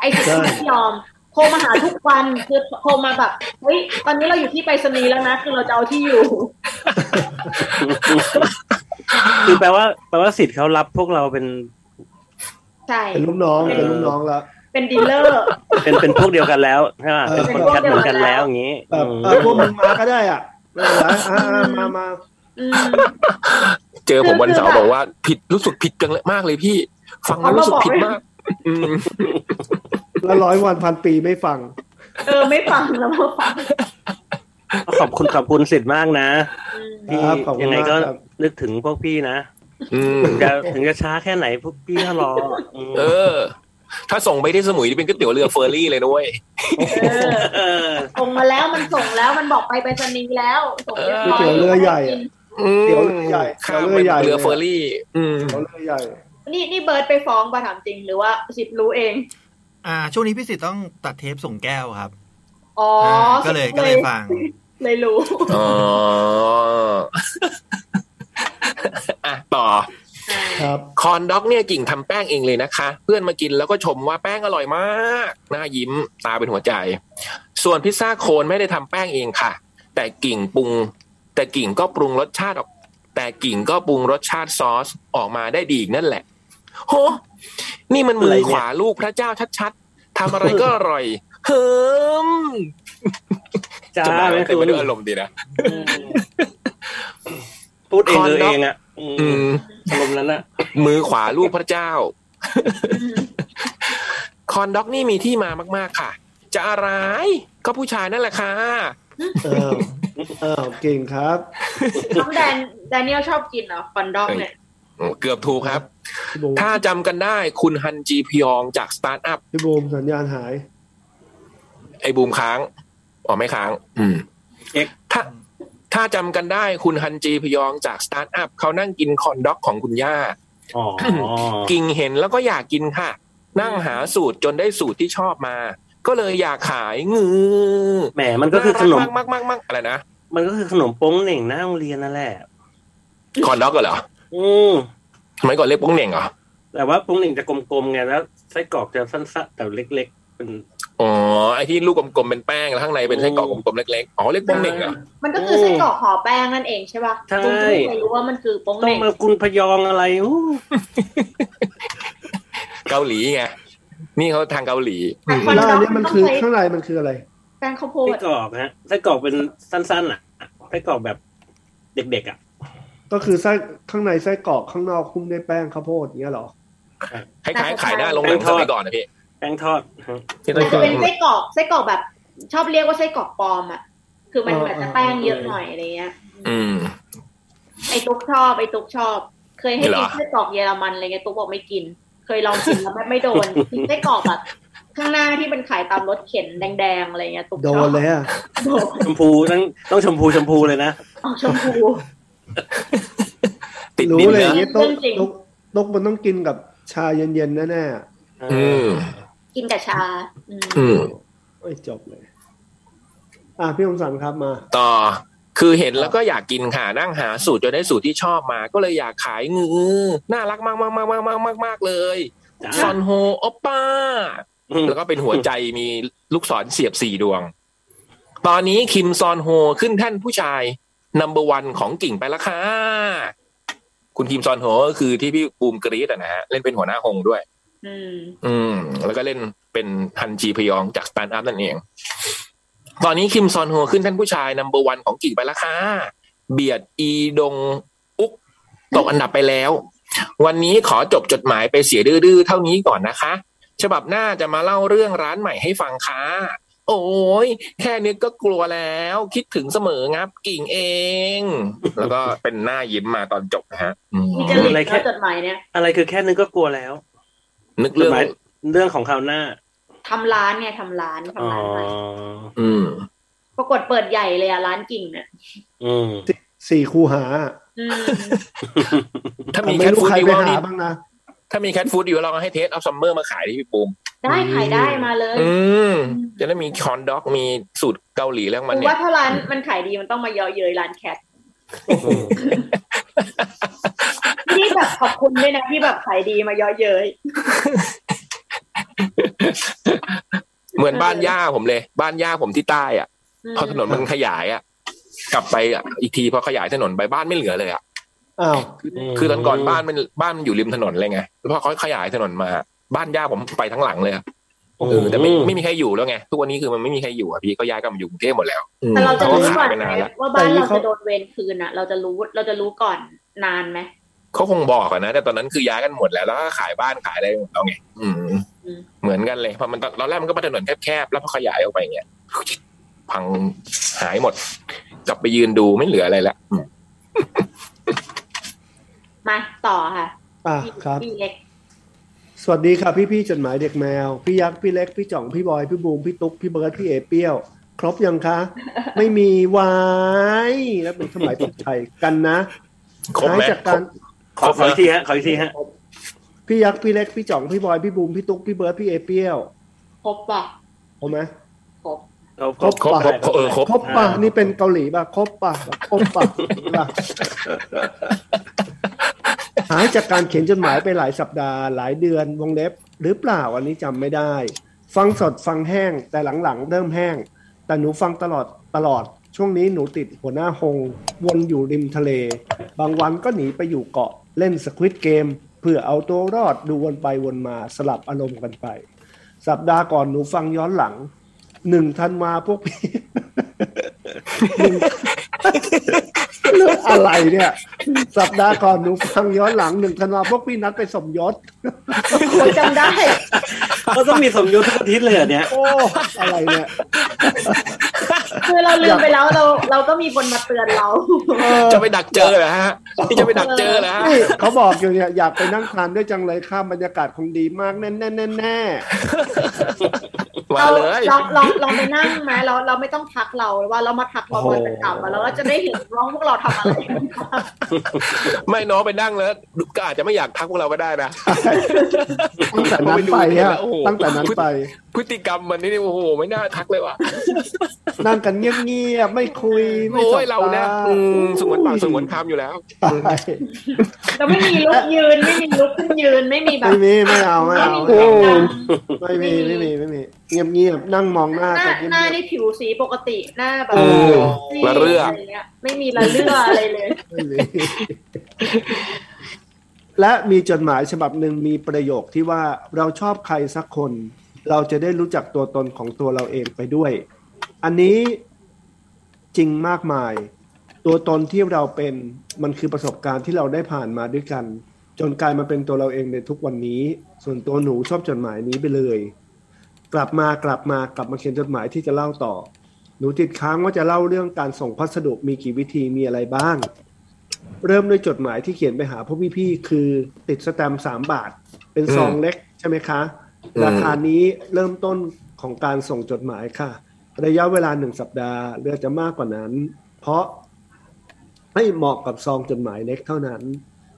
Speaker 4: ไอ้สิ่งที่ไม่ยอมโทรมาหาทุกวันคือโทรมาแบบเฮ้ยตอนนี้เราอยู่ที่ไปรษณีย์แล้วนะคือเราจะเอาที่อยู่
Speaker 5: คือแปลว่าแปลว่าสิทธิ์เขารับพวกเราเป็น
Speaker 4: ใช่
Speaker 3: เป็นลูกน้องเป็นลูกน้องละ
Speaker 4: เป็นดีลเลอร์
Speaker 5: เป็นเป็นพวกเดียวกันแล้วใช่ป่ะเป็นคนคัดเหมือนกันแล้วอย่างงี้
Speaker 3: แบบ
Speaker 5: อืม
Speaker 3: เออพวกมึงมาก็ได้อ่ะไม่เป็นไรอ่าๆมามา
Speaker 4: อืม
Speaker 2: เจอผมวันเสาร์
Speaker 4: คือแบ
Speaker 2: บ
Speaker 4: บ
Speaker 2: อกว่าผิดรู้สึกผิดจังเลยมากเลยพี่ ฟังแล้ว
Speaker 4: เขามา
Speaker 2: รู้สึกผิด
Speaker 4: บอก
Speaker 2: มาก อืม
Speaker 3: แล้วร้อยวันพันปีไม่ฟัง
Speaker 4: เออไม่ฟังแล้วมาฟัง
Speaker 5: ขอบคุณขอบคุณสิทธิ์มากนะ
Speaker 4: อืม
Speaker 5: ที่
Speaker 3: ครับขอบคุณ
Speaker 5: ยังไงก็
Speaker 3: มากครับ
Speaker 5: นึกถึงพวกพี่นะ
Speaker 2: อืม
Speaker 5: ถึงจะถึงจะช้าแค่ไหนพวกพี่ก็รออืม
Speaker 2: เออ ถ้าส่งไปที่สมุยนี่เป็นก๋วยเตี๋ยวเรือเฟอร์รี่เลยนะเว้ย
Speaker 4: เออ
Speaker 5: เออ
Speaker 4: ส่งมาแล้วมันส่งแล้วมันบอกไปไปรษณีย์แล้วส่งเรียบร้อย
Speaker 3: เออเดี๋ยวเรือใหญ่อะ
Speaker 2: อืม
Speaker 3: เตี๋ยวเรือใหญ่
Speaker 2: ข้าม
Speaker 3: เตี๋ยว
Speaker 2: ไป
Speaker 3: เรือใหญ่
Speaker 2: เรือเฟอร์รี่ อืม
Speaker 3: เขาเลยใหญ่
Speaker 4: นี่นี่เบิร์ดไปฟ้องป่ะถามจริงหรือว่าสิบรู้เอง
Speaker 1: อ่า ช่วงนี้พี่สิทธิ์ต้องตัดเทปส่งแก้วครับ
Speaker 4: อ๋ออา
Speaker 1: ก็เลยก็เลยฟัง
Speaker 4: เลยรู้
Speaker 2: อ๋อ อ่ะ ต่อ
Speaker 3: ครับ
Speaker 2: คอนด็อกเนี่ยกิ่งทำแป้งเองเลยนะคะ เพื่อนมากินแล้วก็ชมว่าแป้งอร่อยมาก หน้ายิ้มตาเป็นหัวใจ ส่วนพิซซ่าโคนไม่ได้ทำแป้งเองค่ะ แต่กิ่งปรุง แต่กิ่งก็ปรุงรสชาติออก แต่กิ่งก็ปรุงรสชาติซอสออกมาได้ดีอีกนั่นแหละ โห นี่มันมื
Speaker 5: อะไร
Speaker 2: อ
Speaker 5: เนี่ย
Speaker 2: ขวาลูกพระเจ้าชัดๆทำอะไรก็อร่อย เฮิม
Speaker 5: จ้า
Speaker 2: จำได้ไหม
Speaker 5: แม่
Speaker 2: เต็ม
Speaker 5: คุ
Speaker 2: ไป
Speaker 5: ณ
Speaker 2: ด้วยอารมณ์ดีนะ
Speaker 5: พูดเองเลยเองอ่ะอื
Speaker 2: อื
Speaker 5: ม
Speaker 2: ม
Speaker 5: อารมณ์นั้นอ่ะ
Speaker 2: มือขวาลูกพระเจ้า คอนด็อกนี่มีที่มามาก ๆ ค่ะ จะอะไร ก็ผู้ชายนั่นแหละค่ะ
Speaker 3: เออเออเก่งครับ
Speaker 4: น้องแดนแดเนียลชอบกินเหรอคอนดอมเนี่ย
Speaker 2: เกือบถูกครับ
Speaker 3: พี่บูม
Speaker 2: ถ้าจำกันได้คุณฮันจีพยองจากสตาร์ทอัพ
Speaker 3: พี่บูมสัญญาณหาย
Speaker 2: ไอ้บูมค้าง อ๋อ ไม่ค้าง อืม
Speaker 5: เอ๊ะ
Speaker 2: ถ้า ถ้าจำกันได้คุณฮันจีพยองจากสตาร์ทอัพเขานั่งกินคอนด็อกของคุณย่า
Speaker 5: อ๋อ
Speaker 2: กิงเห็นแล้วก็อยากกินค่ะ นั่งหาสูตรจนได้สูตรที่ชอบมา ก็เลยอยากขายงือ
Speaker 5: แหมมันก็คือขนม
Speaker 2: มากมากมากอะไรนะ
Speaker 5: มันก็คือขนมโป้งเหน่งหน้าโรงเรียนนั่นแหละ
Speaker 2: คอนด็อกเหรอ
Speaker 5: อืม
Speaker 2: สมัยก่อนเรียกโป้งเหน่งเหรอ
Speaker 5: แต่ว่าโป้งเหน่งจะกลมๆไงแล้วไส้กรอกจะสั้นๆแต่เล็ก ๆ เป็น
Speaker 2: อ๋อไอ้ที่ลูกกลมๆเป็นแป้งแล้วข้างในเป็นไส้กรอกกลมๆเล็กๆ อ๋อเรียกโป้งเหน่งเหรอ
Speaker 4: มันก็คือไส้กรอกห่อแป้งนั่นเองใช่ป่ะ
Speaker 5: ใช่
Speaker 4: คุณก็ไม่เคยรู้ว่ามันคือโป้งเห
Speaker 5: ต้อง
Speaker 4: น่ง
Speaker 5: มาคุณพยองอะไรอู้
Speaker 2: เกาหลีไงนี่เขาทางเกาหลี
Speaker 4: แต่ค
Speaker 3: ข้า
Speaker 4: อง น
Speaker 3: ห
Speaker 4: ด
Speaker 3: น้า
Speaker 4: อม
Speaker 3: เนี่ยมัน
Speaker 4: ต้อง
Speaker 3: คือ
Speaker 4: ใช้
Speaker 3: ข้างในมันคืออะไร
Speaker 4: แป้งข้าวโพ
Speaker 5: ไส้
Speaker 4: ด
Speaker 5: กรอกฮะไส้กรอกเป็นสั้นๆอ่ะไส้กรอกแบบเด็กๆอ่ะ
Speaker 3: ก็คือไส้ข้างในไส้กรอกข้างนอกคุ้มด้วยแป้งข้าวโพดอย่างเงี้ยเหรอ
Speaker 2: คล้ายๆขายหน้าลงหนังสมัยก่อนนะพี่
Speaker 5: แป้งทอดฮะ
Speaker 2: ที่
Speaker 4: มั
Speaker 2: ไส้
Speaker 4: น
Speaker 2: กรอก
Speaker 4: จะเป็นไส้กรอกไส้กรอกแบบ ชอบเรียกว่าไส้กรอกปลอมอ่ะ คือมัน
Speaker 3: เออ
Speaker 4: แบบจะแป้งเยอะหน่อยอะไรเงี้ย
Speaker 2: อืม
Speaker 4: ไอ้ตุ๊กชอบไอ้ตุ๊กชอบ เคยให้
Speaker 2: เหร
Speaker 4: กิ
Speaker 2: อ
Speaker 4: นไส้กรอกเยอรมันอะไรเงี้ยตุ๊กบอกไม่กิน เคยลองกินแล้วไม่ไม่โด นกินไส้กรอกแบบข้างหน้าที่มันขายตามรถเข็นแดงๆอะไรเงี้ยตุ๊กช
Speaker 3: โด
Speaker 4: อบ
Speaker 3: น เลยอะ
Speaker 4: โดน
Speaker 5: ชมพูต้องต้องชมพูชมพูเลยนะ
Speaker 4: ออกชมพู
Speaker 2: ติด
Speaker 3: รู้
Speaker 2: ดิน
Speaker 3: เลยอ
Speaker 2: นะ
Speaker 3: ย่างเงี้ยต้อง
Speaker 4: จริง
Speaker 3: ต้องต้องมันต้องกินกับชาเย็นๆแน่
Speaker 2: อืม
Speaker 4: กินกับชาอืม
Speaker 2: อืม
Speaker 3: ๆโอ้ยจบเลย อ่ะพี่คมสันครับมา
Speaker 2: ต่อคือเห็นแล้วก็อยากกินค่ะนั่งหาสูตรจนได้สูตรที่ชอบมา ก็เลยอยากขายงือน่ารักมากมากมากมากมากมากมากเลย
Speaker 5: จ้า
Speaker 2: ซอนโฮโอปป้า
Speaker 5: อืม
Speaker 2: แล้วก็เป็นหัวใจมีลูกศรเสียบสี่ดวง ตอนนี้คิมซอนโฮขึ้นแท่นผู้ชายนัมเบอร์วันของกิ่งไปแล้วค่ะ คุณคิมซอนโฮก็คือที่พี่ปูมกรีดอะนะฮะ เล่นเป็นหัวหน้าฮงด้วย
Speaker 4: อืม
Speaker 2: อืม แล้วก็เล่นเป็นฮันจีพยองจากสตาร์ทอัพนั่นเอง ตอนนี้คิมซอนโฮขึ้นแท่านผู้ชายนัมเบอร์วันของกิ่งไปแล้วค่ะ เบียดอีดงอุกตกอันดับไปแล้ว วันนี้ขอจบจดหมายไปเสียดื้อๆเท่านี้ก่อนนะคะ ฉบับหน้าจะมาเล่าเรื่องร้านใหม่ให้ฟังค่ะ โอ้ยแค่นึกก็กลัวแล้ว คิดถึงเสมองับกิ่งเอง แล้วก็เป็นหน้ายิ้มมาตอนจบนะฮะอืม
Speaker 4: มีจะหลีกแล้วจดหมายเนี่ย
Speaker 5: อะไรคือแค่นึงก็กลัวแล้ว
Speaker 2: นึกเรื่อ
Speaker 5: จดหมาย
Speaker 2: ง
Speaker 5: เรื่องของคราวหน้า
Speaker 4: ทำร้านไงทำร้าน
Speaker 5: อ๋
Speaker 4: ทำ
Speaker 5: อ
Speaker 4: ร้านใหม่
Speaker 2: อืม
Speaker 4: ปรากฏเปิดใหญ่เลยอะร้านกิ่งเนี่ย
Speaker 5: อืม
Speaker 3: สี่คูหา
Speaker 4: อืม
Speaker 2: ถ้ามี
Speaker 3: ไม่
Speaker 2: แคท
Speaker 3: รู้
Speaker 2: ฟูด
Speaker 3: ใคร
Speaker 2: ดี
Speaker 3: ไป
Speaker 2: วอล
Speaker 3: หา
Speaker 2: นี่
Speaker 3: บ้างนะ
Speaker 2: ถ้ามีแคทฟู้ดอยู่เราก็ให้เทสเอาซัมเมอร์มาขายที่พี่ปูม
Speaker 4: ได้ขายได้มาเลย
Speaker 2: อืม จะได้มีคอนด็อกมีสูตรเกาหลีแล้วมัน
Speaker 4: กู
Speaker 2: เนี่
Speaker 4: ว่าย ถ้าร้านมันขายดีมันต้องมาเยาะเย้ยร้านแคทนี่แบบขอบคุณด้วยนะที่แบบขายดีมาเยาะเย้ย
Speaker 2: เหมือนบ้านย่าผมเลย บ้านย่าผมที่ใต้อ่ะ พอถนนมันขยายอ่ะ กลับไปอะอีกทีพอขยายถนนไปบ้านไม่เหลือเลยอ่ะ
Speaker 3: อ้าว
Speaker 2: คือตอนก่อนบ้านมันบ้านมันอยู่ริมถนนเลยไง แล้วพอเขาขยายถนนมา บ้านย่าผมไปทั้งหลังเลยอะเออแต่ไม่ไม่มีใครอยู่แล้วไง ทุกวันนี้คือมันไม่มีใครอยู่อ่ะพี่ก็ย้ายกลับมาอยู่กรุงเทพหมดแล้วอืม
Speaker 4: แต่เราจะ
Speaker 2: ขก็
Speaker 4: รู้
Speaker 2: ข
Speaker 4: ก่อย น
Speaker 2: ไป
Speaker 4: ไหม
Speaker 2: นานแล้ว
Speaker 4: ว่าบ้าน
Speaker 3: แต่นี่
Speaker 4: เรา
Speaker 3: เขา
Speaker 4: จะโดนเวรคืนอ่ะ เราจะรู้เราจะรู้ก่อนนานไหม
Speaker 2: เขาคงบอกอะนะแต่ตอนนั้นคือย้ายกันหมดแล้วแล้วก็ขายบ้านขายอะไรหมดแล้วไงอืม เหมือนกันเลยเพราะมันตอนตอนแรกมันก็เป็นถนนแคบๆแล้วพอขยายออกไปเนี่ยพังหายหมด กลับไปยืนดูไม่เหลืออะไรละอืม
Speaker 4: มาต่อค่ะ
Speaker 3: อ่ะ
Speaker 4: พี่
Speaker 3: ครับ
Speaker 4: พี่เล็ก
Speaker 3: สวัสดีค่ะพี่พี่ๆจดหมายเด็กแมว พี่ยักษ์พี่เล็กพี่จ่องพี่บอยพี่บูมพี่ตุ๊กพี่เบิร์ดพี่เอเปี้ยว ครบยังคะ ไม่มีวายแล้วเป็นสมัยตกใจกันนะ
Speaker 2: ครบไหม
Speaker 3: ท้ายจากการ
Speaker 5: ขอขออีกทีฮะขออีกทีฮะ
Speaker 3: พี่ยักษ์พี่เล็กพี่จ่องพี่บอยพี่บูมพี่ตุ๊กพี่เบิร์ดพี่เอเปี้ยว
Speaker 4: ครบป่ะ
Speaker 3: เอรไหม
Speaker 4: ครบ
Speaker 3: ครบ
Speaker 2: ครบครบครบเออครบ
Speaker 3: ครบป่ะนี่เป็นเกาหลีป่ะครบป่ะครบป่ะ ล่ะหายจากการเขียนจดหมายไปหลายสัปดาห์หลายเดือนวงเล็บ หรือเปล่าอันนี้จำไม่ได้ ฟังสดฟังแห้ง แต่หลังๆ เริ่มแห้ง แต่หนูฟังตลอดตลอด ช่วงนี้หนูติดหัวหน้าหงวนอยู่ริมทะเล บางวันก็หนีไปอยู่เกาะเล่นสควิตเกมเพื่อเอาตัวรอดดูวนไปวนมาสลับอารมณ์กันไป สัปดาห์ก่อนหนูฟังย้อนหลังหนึ่งธันวาพวกพี่ เรื่องอะไรเนี่ย สัปดาห์ก่อนหนูฟังย้อนหลังหนึ่งธันวาพวกพี่นัดไปสมยศ
Speaker 4: ควรจำได้
Speaker 5: ก็ต้องมีสมยศทุกอาทิตย์เลยเหรอเนี่ย
Speaker 3: โอ้ อะไรเนี่ย
Speaker 4: คือเราลืมไปแล้วเราเราก็มีคนมาเตือน เรา
Speaker 3: เออ
Speaker 2: จะไปดักเจอเหรอฮะนี่จะไปดักเจอเหรอฮะ
Speaker 3: นี่เขาบอกอยู่เนี่ยอยากไปนั่งทานด้วยจังเลยข้ามบรรยากาศคงดีมากแน่แน่แน่แน่
Speaker 2: มาเลย
Speaker 4: เราเราเราไปนั่งไหมเราเราไม่ต้องทักเราว่าเรามาทักเราตอนจะกลับอะเราก็จะได้เห็นว่าพวกเราทำอะไร กัน
Speaker 2: ไม่น้องไปนั่งแล้วก็อาจจะไม่อยากทักพวกเราก็ได้นะ
Speaker 3: ตั้งแต่นั้นไปฮะตั้งแต่นั้นไป
Speaker 2: พฤติกรรมมันนี่โอ้โหไม่น่าทักเลยว่ะ
Speaker 3: นั่งกันเงียบๆไม่คุยไม่สบ
Speaker 2: โอ้ย
Speaker 3: ตา
Speaker 2: เราเนี่ยอืมสงวนปากสงวนคำอยู่แล้ว
Speaker 3: ตาย
Speaker 4: เราไม่มีลุกยืนไม่มีลุกขึ้นยืนไม่มีแบบ
Speaker 3: ไม่มีไม่เอาไม่เอา
Speaker 4: ไม่มีแบบ
Speaker 3: ไม่มีไม่มีไม่มีเงียบๆนั่งมองหน้า
Speaker 4: หน้า
Speaker 3: กันเงียบ
Speaker 4: หน้า
Speaker 3: ๆ
Speaker 4: นี่ผิวสีปกติหน้าแบบ
Speaker 3: เออ
Speaker 4: ซีด
Speaker 2: ละเรื่อ
Speaker 4: ไรงี้ยไม่มีละเลืออะไรเลย
Speaker 3: ไม่มี และมีจดหมายฉบับหนึ่งมีประโยคที่ว่าเราชอบใครสักคน เราจะได้รู้จักตัวตนของตัวเราเองไปด้วย อันนี้จริงมากมาย ตัวตนที่เราเป็นมันคือประสบการณ์ที่เราได้ผ่านมาด้วยกัน จนกลายมาเป็นตัวเราเองในทุกวันนี้ ส่วนตัวหนูชอบจดหมายนี้ไปเลย กลับมากลับมากลับมาเขียนจดหมายที่จะเล่าต่อ หนูติดค้างว่าจะเล่าเรื่องการส่งพัสดุมีกี่วิธีมีอะไรบ้าง เริ่มด้วยจดหมายที่เขียนไปหาพวกพี่ๆคือติดสแตมป์สามบาท เป็นซองเล็กใช่ไหมคะ
Speaker 2: อืม
Speaker 3: ราคานี้เริ่มต้นของการส่งจดหมายค่ะ ระยะเวลาหนึ่งสัปดาห์เรืออาจจะมากกว่านั้น เพราะไม่เหมาะกับซองจดหมายเล็กเท่านั้น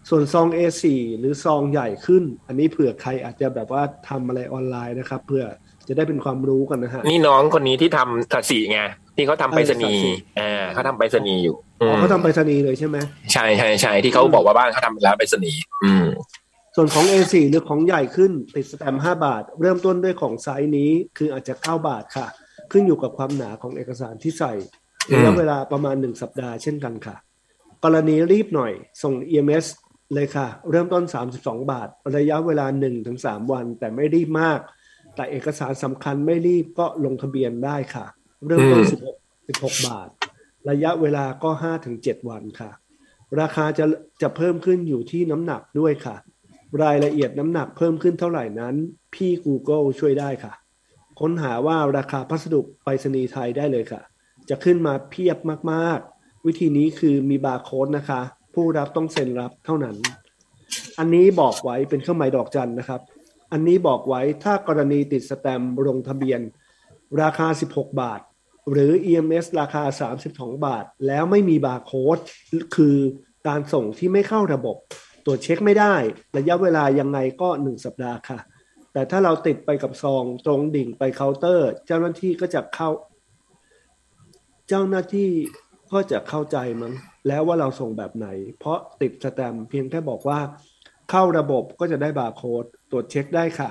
Speaker 3: ส่วนซอง A4 หรือซองใหญ่ขึ้น อันนี้เผื่อใครอาจจะแบบว่าทำอะไรออนไลน์นะครับเพื่อจะได้เป็นความรู้กันนะฮะ
Speaker 2: นี่น้องคนนี้ที่ทำทาสีไง ที่เขาทำไปรษณีย์อ่าเขาทำไปรษณีย์อยู่อื
Speaker 3: อ๋อ
Speaker 2: ม
Speaker 3: เขาทำไปรษณีย์เลยใช่ไหม
Speaker 2: ใช่ใช่ใช่ที่เขาบอกว่าบ้านเขาทำไปแล้วไปรษณีย์อืม
Speaker 3: ส่วนของ A4 หรือของใหญ่ขึ้นติดสแตมป์5บาท เริ่มต้นด้วยของไซส์นี้คืออาจจะ9บาทค่ะ ขึ้นอยู่กับความหนาของเอกสารที่ใส่
Speaker 2: อืม
Speaker 3: ระยะเวลาประมาณ 1 สัปดาห์เช่นกันค่ะ กรณีรีบหน่อยส่ง EMS เลยค่ะ เริ่มต้น 32 บาท ระยะเวลา 1-3 วัน แต่ไม่รีบมาก แต่เอกสารสำคัญไม่รีบก็ลงทะเบียนได้ค่ะ เริ่มต้น 16 16 บาท ระยะเวลาก็ 5-7 วันค่ะ ราคาจะจะเพิ่มขึ้นอยู่ที่น้ำหนักด้วยค่ะ รายละเอียดน้ำหนักเพิ่มขึ้นเท่าไหร่นั้น พี่ Google ช่วยได้ค่ะ ค้นหาว่าราคาพัสดุไปรษณีย์ไทยได้เลยค่ะ จะขึ้นมาเพียบมากๆ วิธีนี้คือมีบาร์โค้ดนะคะ ผู้รับต้องเซ็นรับเท่านั้น อันนี้บอกไว้เป็นเครื่องหมายดอกจันนะครับ อันนี้บอกไว้ถ้ากรณีติดสแตมป์ลงทะเบียน ราคา 16 บาท หรือ EMS ราคา 32 บาท แล้วไม่มีบาร์โค้ดคือการส่งที่ไม่เข้าระบบ ตรวจเช็คไม่ได้ ระยะเวลายังไงก็ 1 สัปดาห์ค่ะ แต่ถ้าเราติดไปกับซองตรงดิ่งไปเคาน์เตอร์ เจ้าหน้าที่ก็จะเข้า เจ้าหน้าที่ก็จะเข้าใจมั้งแล้วว่าเราส่งแบบไหน เพราะติดสแตมป์เพียงแค่บอกว่า เข้าระบบก็จะได้บาร์โค้ดตรวจเช็คได้ค่ะ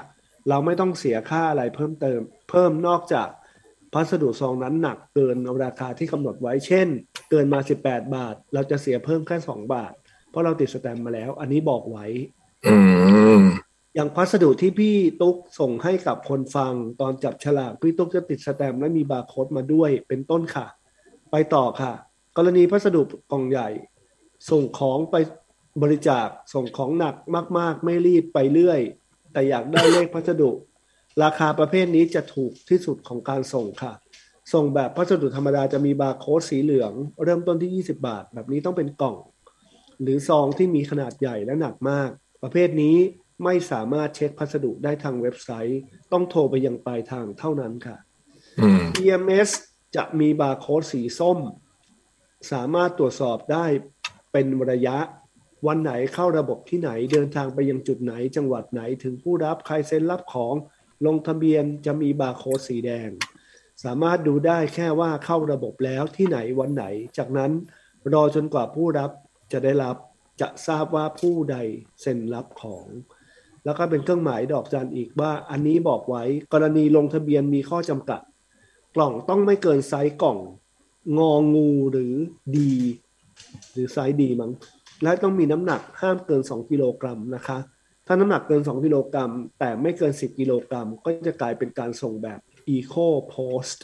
Speaker 3: เราไม่ต้องเสียค่าอะไรเพิ่มเติม เพิ่มนอกจากพัสดุซองนั้นหนักเกินราคาที่กำหนดไว้เช่น เกินมา 18 บาท เราจะเสียเพิ่มแค่2บาท เพราะเราติดสแตมป์มาแล้ว อันนี้บอกไว้
Speaker 2: อืม
Speaker 3: อย่างพัสดุที่พี่ตุ๊กส่งให้กับคนฟังตอนจับฉลาก พี่ตุ๊กจะติดสแตมป์และมีบาร์โค้ดมาด้วยเป็นต้นค่ะ ไปต่อค่ะ กรณีพัสดุกล่องใหญ่ ส่งของไปบริจาคส่งของหนักมาก ๆ ไม่รีบไปเรื่อย แต่อยากได้เลขพัสดุ ราคาประเภทนี้จะถูกที่สุดของการส่งค่ะ ส่งแบบพัสดุธรรมดาจะมีบาร์โค้ดสีเหลือง เริ่มต้นที่ 20 บาท แบบนี้ต้องเป็นกล่อง หรือซองที่มีขนาดใหญ่และหนักมาก ประเภทนี้ไม่สามารถเช็คพัสดุได้ทางเว็บไซต์ ต้องโทรไปยังปลายทางเท่านั้นค่ะ
Speaker 2: อืม
Speaker 3: EMS จะมีบาร์โค้ดสีส้ม สามารถตรวจสอบได้เป็นระยะ วันไหนเข้าระบบที่ไหนเดินทางไปยังจุดไหน จังหวัดไหนถึงผู้รับใครเซ็นรับของลงทะเบียนจะมีบาร์โค้ดสีแดง สามารถดูได้แค่ว่าเข้าระบบแล้วที่ไหนวันไหน จากนั้นรอจนกว่าผู้รับจะได้รับจะทราบว่าผู้ใดเซ็นรับของ แล้วก็เป็นเครื่องหมายดอกจันอีกว่า อันนี้บอกไว้กรณีลงทะเบียนมีข้อจำกัด กล่องต้องไม่เกินไซส์กล่อง งองูหรือดี หรือไซส์ดีมั้งและต้องมีน้ำหนักห้ามเกิน 2 กิโลกรัมนะคะ ถ้าน้ำหนักเกิน 2 กิโลกรัม แต่ไม่เกิน 10 กิโลกรัม ก็จะกลายเป็นการส่งแบบ Eco Post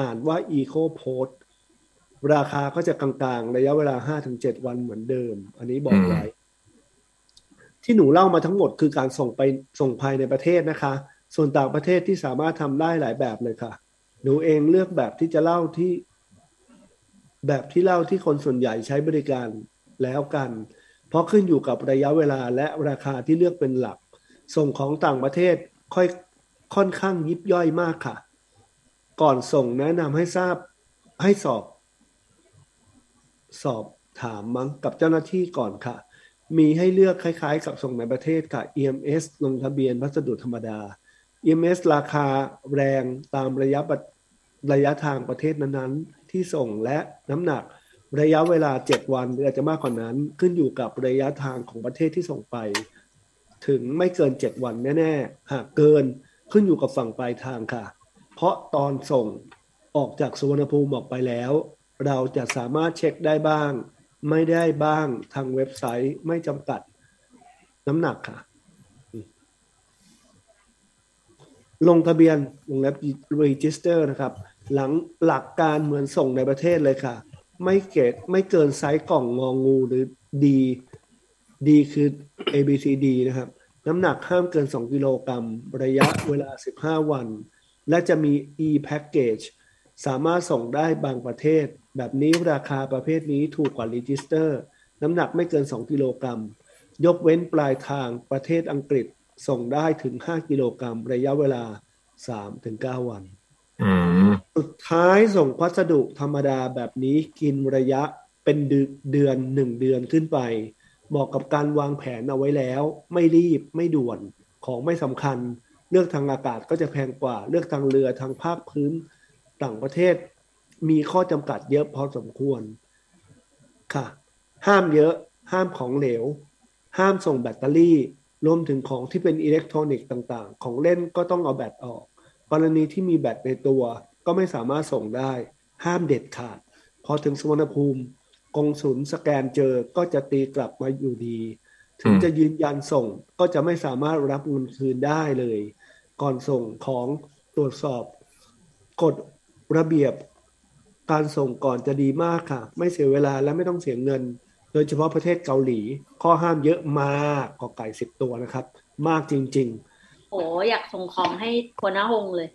Speaker 3: อ่านว่า Eco Post ราคาก็จะกลางๆ ระยะเวลา 5-7 วันเหมือนเดิม อันนี้บอกไว้ ที่หนูเล่ามาทั้งหมดคือการส่งไปส่งภายในประเทศนะคะ ส่วนต่างประเทศที่สามารถทำได้หลายแบบเลยค่ะ หนูเองเลือกแบบที่จะเล่าที่ แบบที่เล่าที่คนส่วนใหญ่ใช้บริการแล้วกัน เพราะขึ้นอยู่กับระยะเวลาและราคาที่เลือกเป็นหลัก ส่งของต่างประเทศค่อยค่อนข้างยิบย่อยมากค่ะ ก่อนส่งแนะนำให้ทราบให้สอบ สอบถามมั้งกับเจ้าหน้าที่ก่อนค่ะ มีให้เลือกคล้ายๆ กับส่งในประเทศค่ะ EMS ลงทะเบียนพัสดุธรรมดา EMS ราคาแรงตามระยะประระยะทางประเทศนั้นๆ ที่ส่งและน้ำหนักระยะเวลา 7 วันหรืออาจจะมากกว่านั้น ขึ้นอยู่กับระยะทางของประเทศที่ส่งไป ถึงไม่เกิน 7 วันแน่ๆ หากเกินขึ้นอยู่กับฝั่งปลายทางค่ะ เพราะตอนส่งออกจากสุวรรณภูมิออกไปแล้ว เราจะสามารถเช็คได้บ้าง ไม่ได้บ้างทางเว็บไซต์ไม่จำกัดน้ำหนักค่ะ ลงทะเบียนวงเล็บ register นะครับ หลังหลักการเหมือนส่งในประเทศเลยค่ะ ไม่เกตไม่เกินไซส์กล่องงองูหรือดีดีคือ A B C D นะครับ น้ำหนักห้ามเกิน 2 กิโลกรัมระยะเวลา 15 วัน และจะมี e package สามารถส่งได้บางประเทศ แบบนี้ราคาประเภทนี้ถูกกว่า register น้ำหนักไม่เกิน 2 กิโลกรัม ยกเว้นปลายทางประเทศอังกฤษส่งได้ถึง 5 กิโลกรัม ระยะเวลา 3-9 วัน
Speaker 2: อืม
Speaker 3: สุดท้ายส่งพัสดุธรรมดาแบบนี้กินระยะเป็นเดือนเดือนหนึ่งเดือนขึ้นไปเหมาะกับการวางแผนเอาไว้แล้ว ไม่รีบไม่ด่วนของไม่สำคัญ เลือกทางอากาศก็จะแพงกว่า เลือกทางเรือทางภาคพื้น ต่างประเทศ มีข้อจำกัดเยอะพอสมควร ค่ะ ห้ามเยอะ ห้ามของเหลว ห้ามส่งแบตเตอรี่ รวมถึงของที่เป็นอิเล็กทรอนิกส์ต่างๆ ของเล่นก็ต้องเอาแบตออก กรณีที่มีแบตในตัวก็ไม่สามารถส่งได้ ห้ามเด็ดขาด พอถึงสุวรรณภูมิ กงศูนย์สแกนเจอก็จะตีกลับมาอยู่ดี ถึงจะยืนยันส่งก็จะไม่สามารถรับเงินคืนได้เลย ก่อนส่งของตรวจสอบกฎระเบียบการส่งก่อนจะดีมากค่ะ ไม่เสียเวลาและไม่ต้องเสียเงิน โดยเฉพาะประเทศเกาหลี ข้อห้ามเยอะมากกอไก่สิบตัวนะครับ มากจริง
Speaker 4: โอ้อยากส่งของให้คนหน้าหงเลย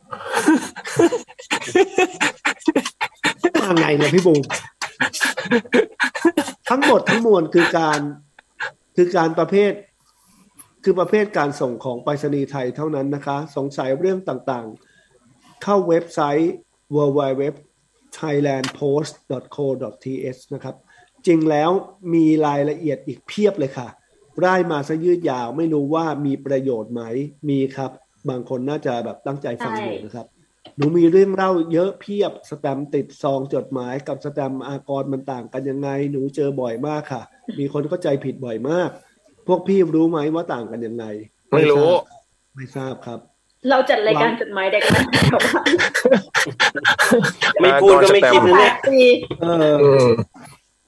Speaker 3: ๆ มาไงเนี่ยพี่บูมทั้งหมดทั้งมวลคือการคือการประเภท คือประเภทการส่งของไปรษณีย์ไทยเท่านั้นนะคะ สงสัยเรื่องต่างๆ เข้าเว็บไซต์ www thailandpost.co.th นะครับ จริงแล้วมีรายละเอียดอีกเพียบเลยค่ะไล่มาซะยืดยาวไม่รู้ว่ามีประโยชน์ไหม มีครับ บางคนน่าจะแบบตั้งใจฟัง
Speaker 4: ใช่
Speaker 3: อยู่นะครับ หนูมีเรื่องเล่าเยอะเพียบ สแตมป์ติดซองจดหมายกับสแตมป์อากรมันต่างกันยังไง หนูเจอบ่อยมากค่ะ มีคนเข้าใจผิดบ่อยมาก พวกพี่รู้ไหมว่าต่างกันยังไง
Speaker 2: ไม่รู้
Speaker 3: ไม่ทราบครับ
Speaker 4: เราจัดรายการจดหมายเด็ก นะแต่ว่า
Speaker 5: ไม่พูดก็ไม่คิดนะเนี่ย
Speaker 4: ปี
Speaker 3: เออ
Speaker 2: อืม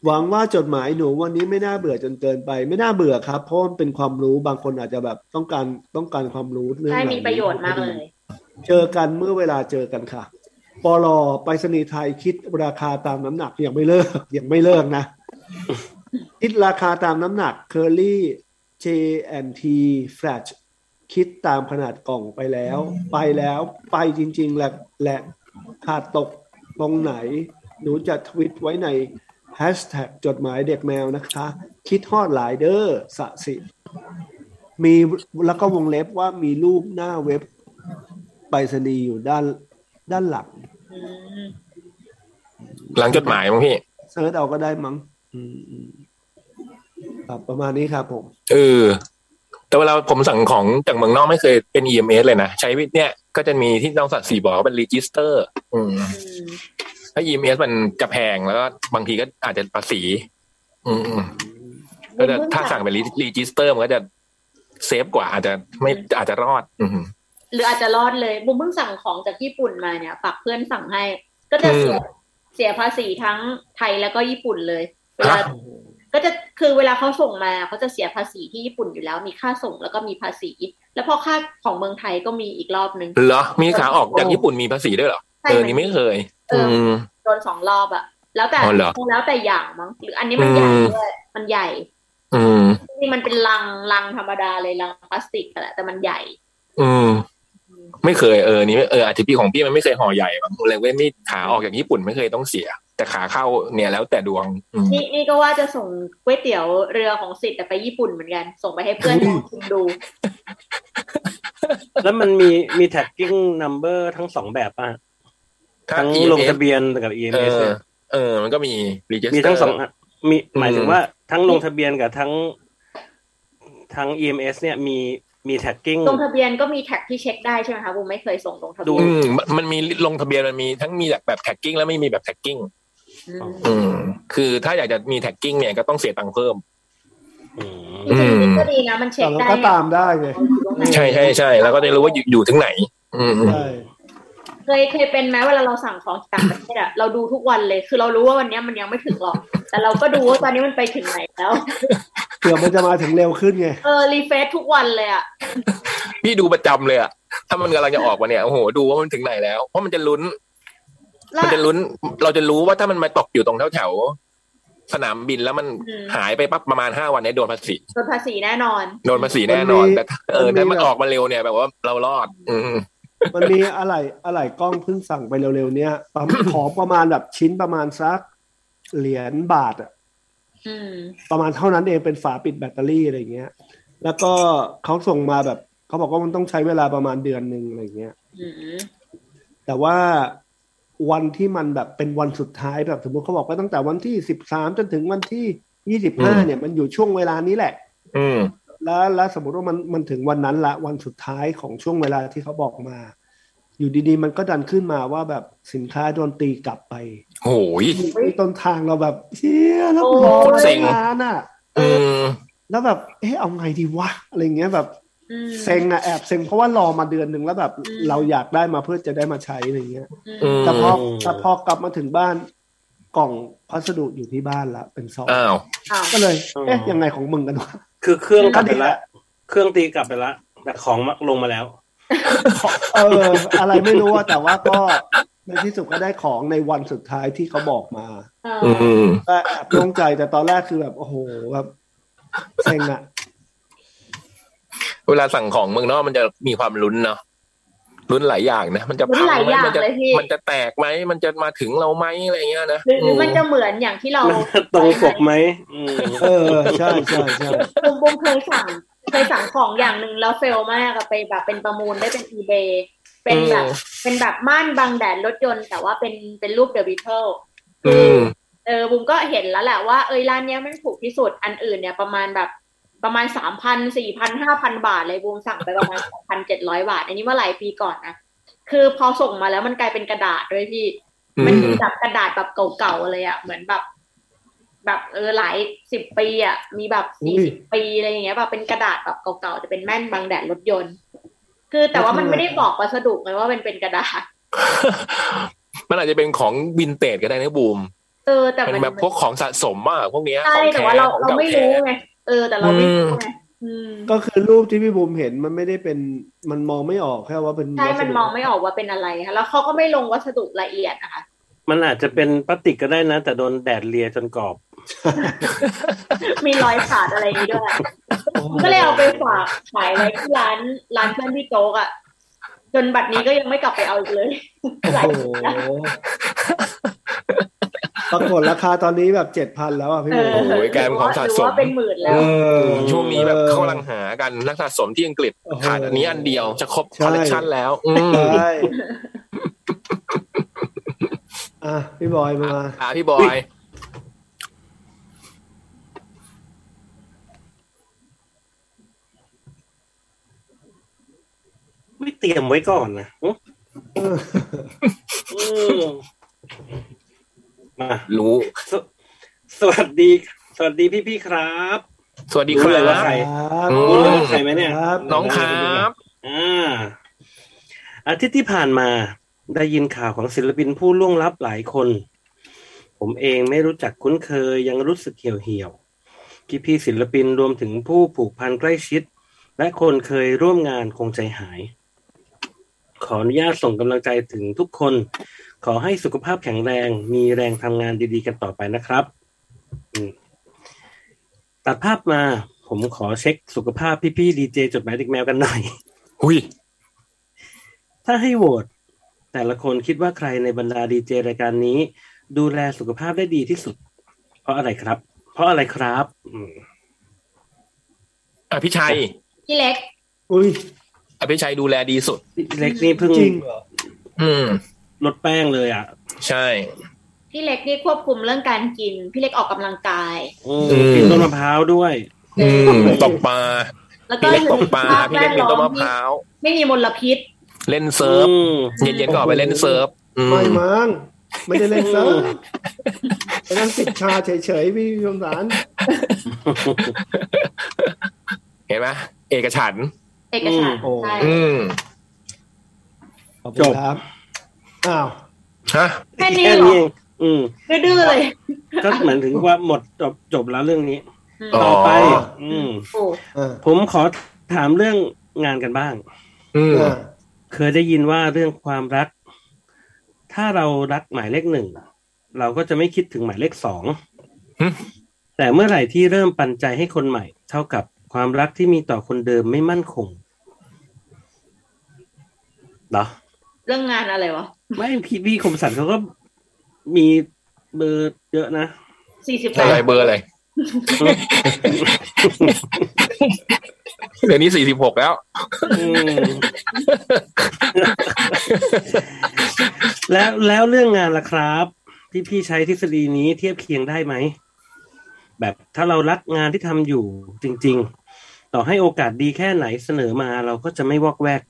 Speaker 3: หวังว่าจดหมายหนูวันนี้ไม่น่าเบื่อจนเกินไป ไม่น่าเบื่อครับ เพราะมันเป็นความรู้บางคนอาจจะแบบต้องการต้องการความรู้เรื่อง
Speaker 4: ใช่
Speaker 3: เหล่า
Speaker 4: มี
Speaker 3: นี้
Speaker 4: ประโยชน์มากเลย
Speaker 3: เจอกันเมื่อเวลาเจอกันค่ะปลอไปรษณีย์ไทยคิดราคาตามน้ำหนักยังไม่เลิก ยังไม่เลิกนะ คิดราคาตามน้ำหนัก Curly J&T Flash คิดตามขนาดกล่องไปแล้ว ไปแล้วไปจริง ๆ แหละแหละขาดตกตรงไหน หนูจะทวิตไว้ใน Hashtag จดหมายเด็กแมวนะคะ คิดฮอดหลายเด้อสะสิ มีแล้วก็วงเล็บว่ามีรูปหน้าเว็บไปรษณีย์อยู่ด้านด้านหลัง
Speaker 4: อืม
Speaker 2: หลังจดหมายมั้งพี่
Speaker 3: เซิร์ชเอาก็ได้มั้งอืมอืมครับประมาณนี้ครับผม
Speaker 2: เออแต่เวลาผมสั่งของจากเมืองนอกไม่เคยเป็น EMS เลยนะ ใช้วิธีเนี่ยก็จะมีที่น้องสัตว์สีบอกว่าเป็นรีจิสเตอร์อืม
Speaker 4: อืม
Speaker 2: ถ้า EMS มันจะแพงแล้วก็บางทีก็อาจจะภาษี อืมอืมก็จะถ้าสั่งเป็นรีจิสเตอร์มันก็จะเซฟกว่าอาจจะไม่อาจจะรอด อืม
Speaker 4: หรืออาจจะรอดเลยบุมเพิ่งสั่งของจากญี่ปุ่นมาเนี่ยฝากเพื่อนสั่งให้ ก็จะเสีย
Speaker 2: อืม
Speaker 4: เสียภาษีทั้งไทยแล้วก็ญี่ปุ่นเลยเวลา ก็จะคือเวลาเขาส่งมาเขาจะเสียภาษีที่ญี่ปุ่นอยู่แล้ว มีค่าส่งแล้วก็มีภาษี แล้วพอค่าของเมืองไทยก็มีอีกรอบนึง
Speaker 2: เหรอมีขาออกจากญี่ปุ่นมีภาษีด้วยเหรอ
Speaker 4: ใช่
Speaker 2: เออนี่ไม่เคย
Speaker 4: เอ
Speaker 2: อื
Speaker 4: ออื
Speaker 2: ม
Speaker 4: โดนสองรอบอะแล้วแต่
Speaker 2: อ๋อเหรอ
Speaker 4: คงแล้วแต่อย่างมั้งหรืออันนี้มันให
Speaker 2: อืม
Speaker 4: ญ่ด้วยมันใหญ่
Speaker 2: อืม
Speaker 4: นี่มันเป็นลังลังธรรมดาเลยลังพลาสติกอะแหละแต่มันใหญ่
Speaker 2: อืม
Speaker 4: อืม
Speaker 2: ไม่เคยเออนี่ไม่เอออาจจะพี่ของพี่มันไม่เคยห่อใหญ่บางเลยเว้ยไม่ขาออกจากญี่ปุ่นไม่เคยต้องเสีย แต่ขาเข้าเนี่ยแล้วแต่ดวงอืม
Speaker 4: นี่นี่ก็ว่าจะส่งก๋วยเตี๋ยวเรือของสิทธิ์แต่ไปญี่ปุ่นเหมือนกัน ส่งไปให้เพื่อน ลองชิมดู
Speaker 5: แล้วมันมีมี tagging number ทั้งสองแบบอ่ะ
Speaker 2: ถ้า
Speaker 5: ทั้ง
Speaker 2: EMS
Speaker 5: ลงทะเบียนกับ
Speaker 2: เอ
Speaker 5: EMS
Speaker 2: อ
Speaker 5: เนี่ย
Speaker 2: เออ มันก็มีรีจิส
Speaker 5: มี
Speaker 2: เตอ
Speaker 5: ทั้ง
Speaker 2: ร์
Speaker 5: สองอ่ะมีหมายถึง
Speaker 2: อืม
Speaker 5: ว่าทั้งลงทะเบียนกับทั้งทั้ง EMS เนี่ยมีมี tagging
Speaker 4: ลงทะเบียนก็มีแท็กที่เช็คได้ใช่ไหมคะบูมไม่เคยส่งลงทะเบียน
Speaker 2: อืมมันมันมีลงทะเบียนมันมีทั้งมีแบบแบบแท็กกิ้งแล้วไม่มีแบบแท็กกิ้ง
Speaker 4: อืม
Speaker 2: อืม คือถ้าอยากจะมีแท็กกิ้งเนี่ยก็ต้องเสียตังค์เพิ่ม
Speaker 5: อืม
Speaker 4: จริงๆนี่ก็ดีนะมันเช็
Speaker 3: แต่
Speaker 4: ค
Speaker 3: เรา
Speaker 4: ได้
Speaker 3: ก็ตามได้ไง
Speaker 4: อยู่ตรงไหน
Speaker 2: ใช่ใช่ใช่แล้วก็ได้รู้ว่าอยู่อยู่ถึงไหน อืม
Speaker 3: ใช่
Speaker 4: เคยเคยเป็นไหมเวลาเราสั่งของจากต่างประเทศอะเราดูทุกวันเลยคือเรารู้ว่าวันเนี้ยมันยังไม่ถึงหรอก แต่เราก็ดูว่าตอนนี้มันไปถึงไหนแล้ว
Speaker 3: เผื่อมันจะมาถึงเร็วขึ้นไง
Speaker 4: เออรีเฟซทุกวันเลยอะ
Speaker 2: พี่ดูประจำเลยอะถ้ามันกำลังจะออกมาเนี่ย โอ้โห ดูว่ามันถึงไหนแล้ว เพราะมันจะลุ้น
Speaker 4: แล้ว
Speaker 2: มันจะลุ้น เราจะรู้ว่าถ้ามันมาตกอยู่ตรงแถวแถวๆสนามบินแล้วมัน
Speaker 4: อืม
Speaker 2: หายไปปั๊บประมาณห้าวันเนี่ยโดนภาษี
Speaker 4: โดนภาษีแน่นอน
Speaker 2: โดนภาษีแน่นอน
Speaker 3: มันมี
Speaker 2: แต่ถ้าเออ
Speaker 3: มันมี
Speaker 2: ถ้ามัน
Speaker 3: แบบ
Speaker 2: ออกมาเร็วเนี่ยแบบว่าเรารอด อืม
Speaker 3: มันมีอะไรอะไรกล้องเพิ่งสั่งไปเร็วๆเนี้ยประมาณ ขอประมาณแบบชิ้นประมาณสักเหรียญบาทอะ
Speaker 4: อืม
Speaker 3: ประมาณเท่านั้นเองเป็นฝาปิดแบตเตอรี่อะไรอย่างเงี้ย แล้วก็เขาส่งมาแบบเขาบอกว่ามันต้องใช้เวลาประมาณเดือนหนึ่งอะไรอย่างเงี้ย
Speaker 4: อืม
Speaker 3: แต่ว่าวันที่มันแบบเป็นวันสุดท้ายแบบสมมติเขาบอกว่าตั้งแต่วันที่สิบสามจนถึงวันที่ยี่สิบห้า
Speaker 2: อืม
Speaker 3: เนี่ยมันอยู่ช่วงเวลานี้แหละ
Speaker 2: อืม
Speaker 3: แล้วแล้วสมมติว่ามันมันถึงวันนั้นละวันสุดท้ายของช่วงเวลาที่เขาบอกมา อยู่ดีๆ มันก็ดันขึ้นมาว่าแบบสินค้าโดนตีกลับไป
Speaker 2: โอ้ย
Speaker 3: ไอ้ต้นทางเราแบบเชี่ยแล้ว
Speaker 4: โอ้
Speaker 3: รอ
Speaker 2: เซ็
Speaker 3: ได้
Speaker 2: ง
Speaker 3: นานอ่ะเอ
Speaker 2: อื
Speaker 3: อ
Speaker 2: ม
Speaker 3: แล้วแบบเอ๊ะเอาไงดีวะอะไรเงี้ยแบบ
Speaker 4: อืม
Speaker 3: เซ็งอะแอบเซ็งเพราะว่ารอมาเดือนหนึ่งแล้วแบบ
Speaker 4: อืม
Speaker 3: เราอยากได้มาเพื่อจะได้มาใช้อะไรเงี้ย
Speaker 4: อืม
Speaker 2: อืม
Speaker 3: แต่พอแต่พอกลับมาถึงบ้านกล่องพัสดุอยู่ที่บ้านละเป็นซอง
Speaker 2: อ้าว
Speaker 4: อ้าว
Speaker 3: ก็เลย
Speaker 5: อืม
Speaker 3: เอ๊ะยังไงของมึงกันวะ
Speaker 5: คือเครื่องกลับไป
Speaker 3: แห
Speaker 5: ละเครื่องตีกลับไปละแต่ของมาลงมาแล้ว
Speaker 3: เออ อะไรไม่รู้อะแต่ว่าก็ในที่สุดก็ได้ของในวันสุดท้ายที่เขาบอกมา
Speaker 4: เออ
Speaker 2: อืม
Speaker 3: ก็แอบโล่งใจแต่ตอนแรกคือแบบ โอ้โหแบบเซ็งอะ
Speaker 2: เวลาสั่งของเมืองนอกมันจะมีความลุ้นเนาะลุ้นหลายอย่างนะ มันจะ
Speaker 4: ลุ้นหลาย
Speaker 2: ไหม
Speaker 4: อย่าง
Speaker 2: มัจะ
Speaker 4: เลยพี่
Speaker 2: มันจะแตกไหมมันจะมาถึงเราไหมอะไรเงี้ยนะ
Speaker 4: หรือหรือมัน
Speaker 5: อืม
Speaker 4: จะเหมือนอย่างที่เรา
Speaker 5: มันตรงปกไหมอืม
Speaker 3: เออใช่ใช่ใช่
Speaker 4: บุมบุมเคยสั่งเคยสั่งของอย่างหนึ่งแล้วเฟลมากอะไปแบบเป็นประมูลได้เป็นอีเบเป็นแบบเป็นแบบม่านบังแดดรถยนต์ แต่ว่าเป็นเป็นรูปเดอะบิทเทิล
Speaker 2: อืม
Speaker 4: เออบุมก็เห็นแล้วแหละว่าเอยร้านเนี้ยมันถูกที่สุดอันอื่นเนี่ยประมาณแบบประมาณสามพันสี่พันห้าพันบาทเลยบูมสั่งไปประมาณ สองพันเจ็ดร้อยบาท อันนี้เมื่อหลายปีก่อนนะคือพอส่งมาแล้วมันกลายเป็นกระดาษด้วยพี่
Speaker 2: อื
Speaker 4: มัน
Speaker 2: ม
Speaker 4: เป็นแบบกระดาษแบบเก่าๆเลยอะเหมือนแบบ แบบเออหลายสิบปีอะมีแบบสี่สิบปีอะไรอย่างเงี้ยแบบเป็นกระดาษแบบเก่าๆจะเป็นแม่นบังแดดรถยนต์ คือแต่ว่ามันไม่ได้บอกวัสดุเลยว่าเป็นเป็นกระดาษ
Speaker 2: มันอาจจะเป็นของวินเตจก็ได้นะบูม
Speaker 4: เออ แต่
Speaker 2: เป็
Speaker 4: มัน
Speaker 2: นแบบพวกของสะสมอะพวกเนี้ย
Speaker 4: ใช่
Speaker 2: ของ
Speaker 4: แต่
Speaker 2: แท้
Speaker 4: ว่าเรา
Speaker 2: ของ
Speaker 4: เรา
Speaker 2: เก่า
Speaker 4: ไม่
Speaker 2: แท้
Speaker 4: รู้ไงเออ แต่เราไม่รู้ไงอืม
Speaker 3: ก็คือรูปที่พี่บุ๋มเห็นมันไม่ได้เป็นมันมองไม่ออกแค่ว่าเป็น
Speaker 4: ใช่
Speaker 3: วัสดุ
Speaker 4: มันมองไม่ออกว่าเป็นอะไรค่ะ แล้วเขาก็ไม่ลงวัสดุละเอียดนะคะ
Speaker 5: มันอาจจะเป็นพลาสติกก็ได้นะ แต่โดนแดดเลียจนกรอบ
Speaker 4: มีรอยขาดอะไรอย่างนี้ด้วย ก็เลยเอาไปฝากขายไว้ที่ร้านร้านเพื่อนพี่โจ๊กอ่ะ จนบัดนี้ก็ยังไม่กลับไปเอาอีกเลย
Speaker 3: โอ้
Speaker 4: หลาย
Speaker 3: โหปรากฏราคาตอนนี้แบบเจ็ดพันแล้วอ่ะพี่
Speaker 4: เอ
Speaker 3: บุ๋
Speaker 4: อ
Speaker 3: ม
Speaker 2: โโหกลายเป็นของสะสม
Speaker 4: หรือว่าเป็นหมื่นแล้ว
Speaker 3: อ
Speaker 2: ช่วงนี้แบบเขากำลังหากันนักสะสมที่อังกฤษ
Speaker 3: โอ้โห
Speaker 2: ขาดอันนี้อันเดียวจะครบ
Speaker 3: ใช่
Speaker 2: คอลเลกชันแล้ว อืม
Speaker 3: ใช่อ่ะพี่บอยมา
Speaker 2: อ่ะพี่บอย
Speaker 5: ไม่เตรียมไว้ก่อนนะอืม มา
Speaker 2: รู้
Speaker 5: สวสวัสดี สวัสดีพี่พี่ๆครับ
Speaker 2: สวัสดีครั
Speaker 5: เลยว่า
Speaker 2: บ
Speaker 5: ใคร
Speaker 3: ครับ
Speaker 2: อื
Speaker 5: รู้เลยว่าใครไหมเนี่ย
Speaker 3: ครับ
Speaker 2: น้องครับ
Speaker 5: อ่าอาทิตย์ที่ผ่านมา ได้ยินข่าวของศิลปินผู้ล่วงลับหลายคน ผมเองไม่รู้จักคุ้นเคยยังรู้สึกเหี่ยวเหี่ยวพี่พี่ๆศิลปินรวมถึงผู้ผูกพันใกล้ชิด และคนเคยร่วมงานคงใจหาย ขออนุญาตส่งกำลังใจถึงทุกคน ขอให้สุขภาพแข็งแรง มีแรงทำงานดีๆกันต่อไปนะครับอืมตัดภาพมาผมขอเช็คสุขภาพพี่ๆดีเจจดหมายเด็กแมวกันหน่อย
Speaker 2: หุย
Speaker 5: ถ้าให้โหวตแต่ละคนคิดว่าใครในบรรดาดีเจรายการนี้ ดูแลสุขภาพได้ดีที่สุด เพราะอะไรครับ เพราะอะไรครับอืม
Speaker 2: อภิชัย
Speaker 4: พี่เล็ก
Speaker 3: อุ้ย
Speaker 2: อภิชัยดูแลดีสุด
Speaker 5: พี่เล็กนี่เพิ่ง
Speaker 3: จริงเหรอ
Speaker 2: อืม
Speaker 5: ลดแป้งเลยอ่ะ
Speaker 2: ใช่
Speaker 4: พี่เล็กนี่ควบคุมเรื่องการกิน พี่เล็กออกกำลังกาย
Speaker 5: อืม
Speaker 2: อืม
Speaker 5: กินต้นมะพร้าวด้วย
Speaker 2: อืมตกปลา
Speaker 4: แล้วก็
Speaker 2: พี่เล็กตกปลา
Speaker 4: ภพ
Speaker 2: พี่เล็ก
Speaker 4: แว
Speaker 2: มี
Speaker 4: ด
Speaker 2: ต้น
Speaker 4: ล้
Speaker 2: มะ
Speaker 4: อ
Speaker 2: พร้าว
Speaker 4: ไม่มีมลพิษ
Speaker 2: เล่นเซิร์ฟ
Speaker 5: อืม
Speaker 2: เย็นๆก็ออกไปเล่นเซิร์ฟอืม
Speaker 3: ไม่มั้งไม่ได้เล่ นเซิร์ฟ
Speaker 5: อืม
Speaker 3: ไปนั่งติดชาเฉยๆพี่ชมสาร
Speaker 2: เห็นไหมเอกฉันท์
Speaker 4: เอกฉันท์
Speaker 3: โอ้
Speaker 4: ใช่
Speaker 2: อืม
Speaker 3: ขอบคุณครับ อ้าว
Speaker 2: ฮะ
Speaker 4: แค่นี้
Speaker 5: แค่
Speaker 4: เหร
Speaker 5: นี้
Speaker 4: อ
Speaker 5: เองอืม
Speaker 4: ดื้อๆเลย
Speaker 5: ก็เหมือนถึงว่าหมดจบจบแล้วเรื่องนี้
Speaker 4: อืม
Speaker 2: อ๋อ
Speaker 5: ต่อไป อืม
Speaker 4: โอ้
Speaker 3: เออ
Speaker 5: ผมขอถามเรื่องงานกันบ้าง
Speaker 2: อืม
Speaker 3: อ่ะ
Speaker 5: เคยได้ยินว่าเรื่องความรัก ถ้าเรารักหมายเลขหนึ่งเราก็จะไม่คิดถึงหมายเลขสอง
Speaker 2: หึ
Speaker 5: แต่เมื่อไหร่ที่เริ่มปันใจให้คนใหม่ เท่ากับความรักที่มีต่อคนเดิมไม่มั่นคงเหรอ
Speaker 4: เรื่องงานอะไรวะ
Speaker 5: ไม่พี่พี่คมสันเขาก็มีเบอร์เยอะนะ
Speaker 4: สี่สิบแป
Speaker 2: อะไร
Speaker 4: ด
Speaker 2: เบอร์อะไร เดี๋ยวนี้สี่สิบหกแล้ว
Speaker 5: อืม แล้วแล้วเรื่องงานล่ะครับ พี่พี่ใช้ทฤษฎีนี้เทียบเคียงได้ไหม แบบถ้าเรารักงานที่ทำอยู่จริง ๆ ต่อให้โอกาสดีแค่ไหนเสนอมาเราก็จะไม่วอกแวก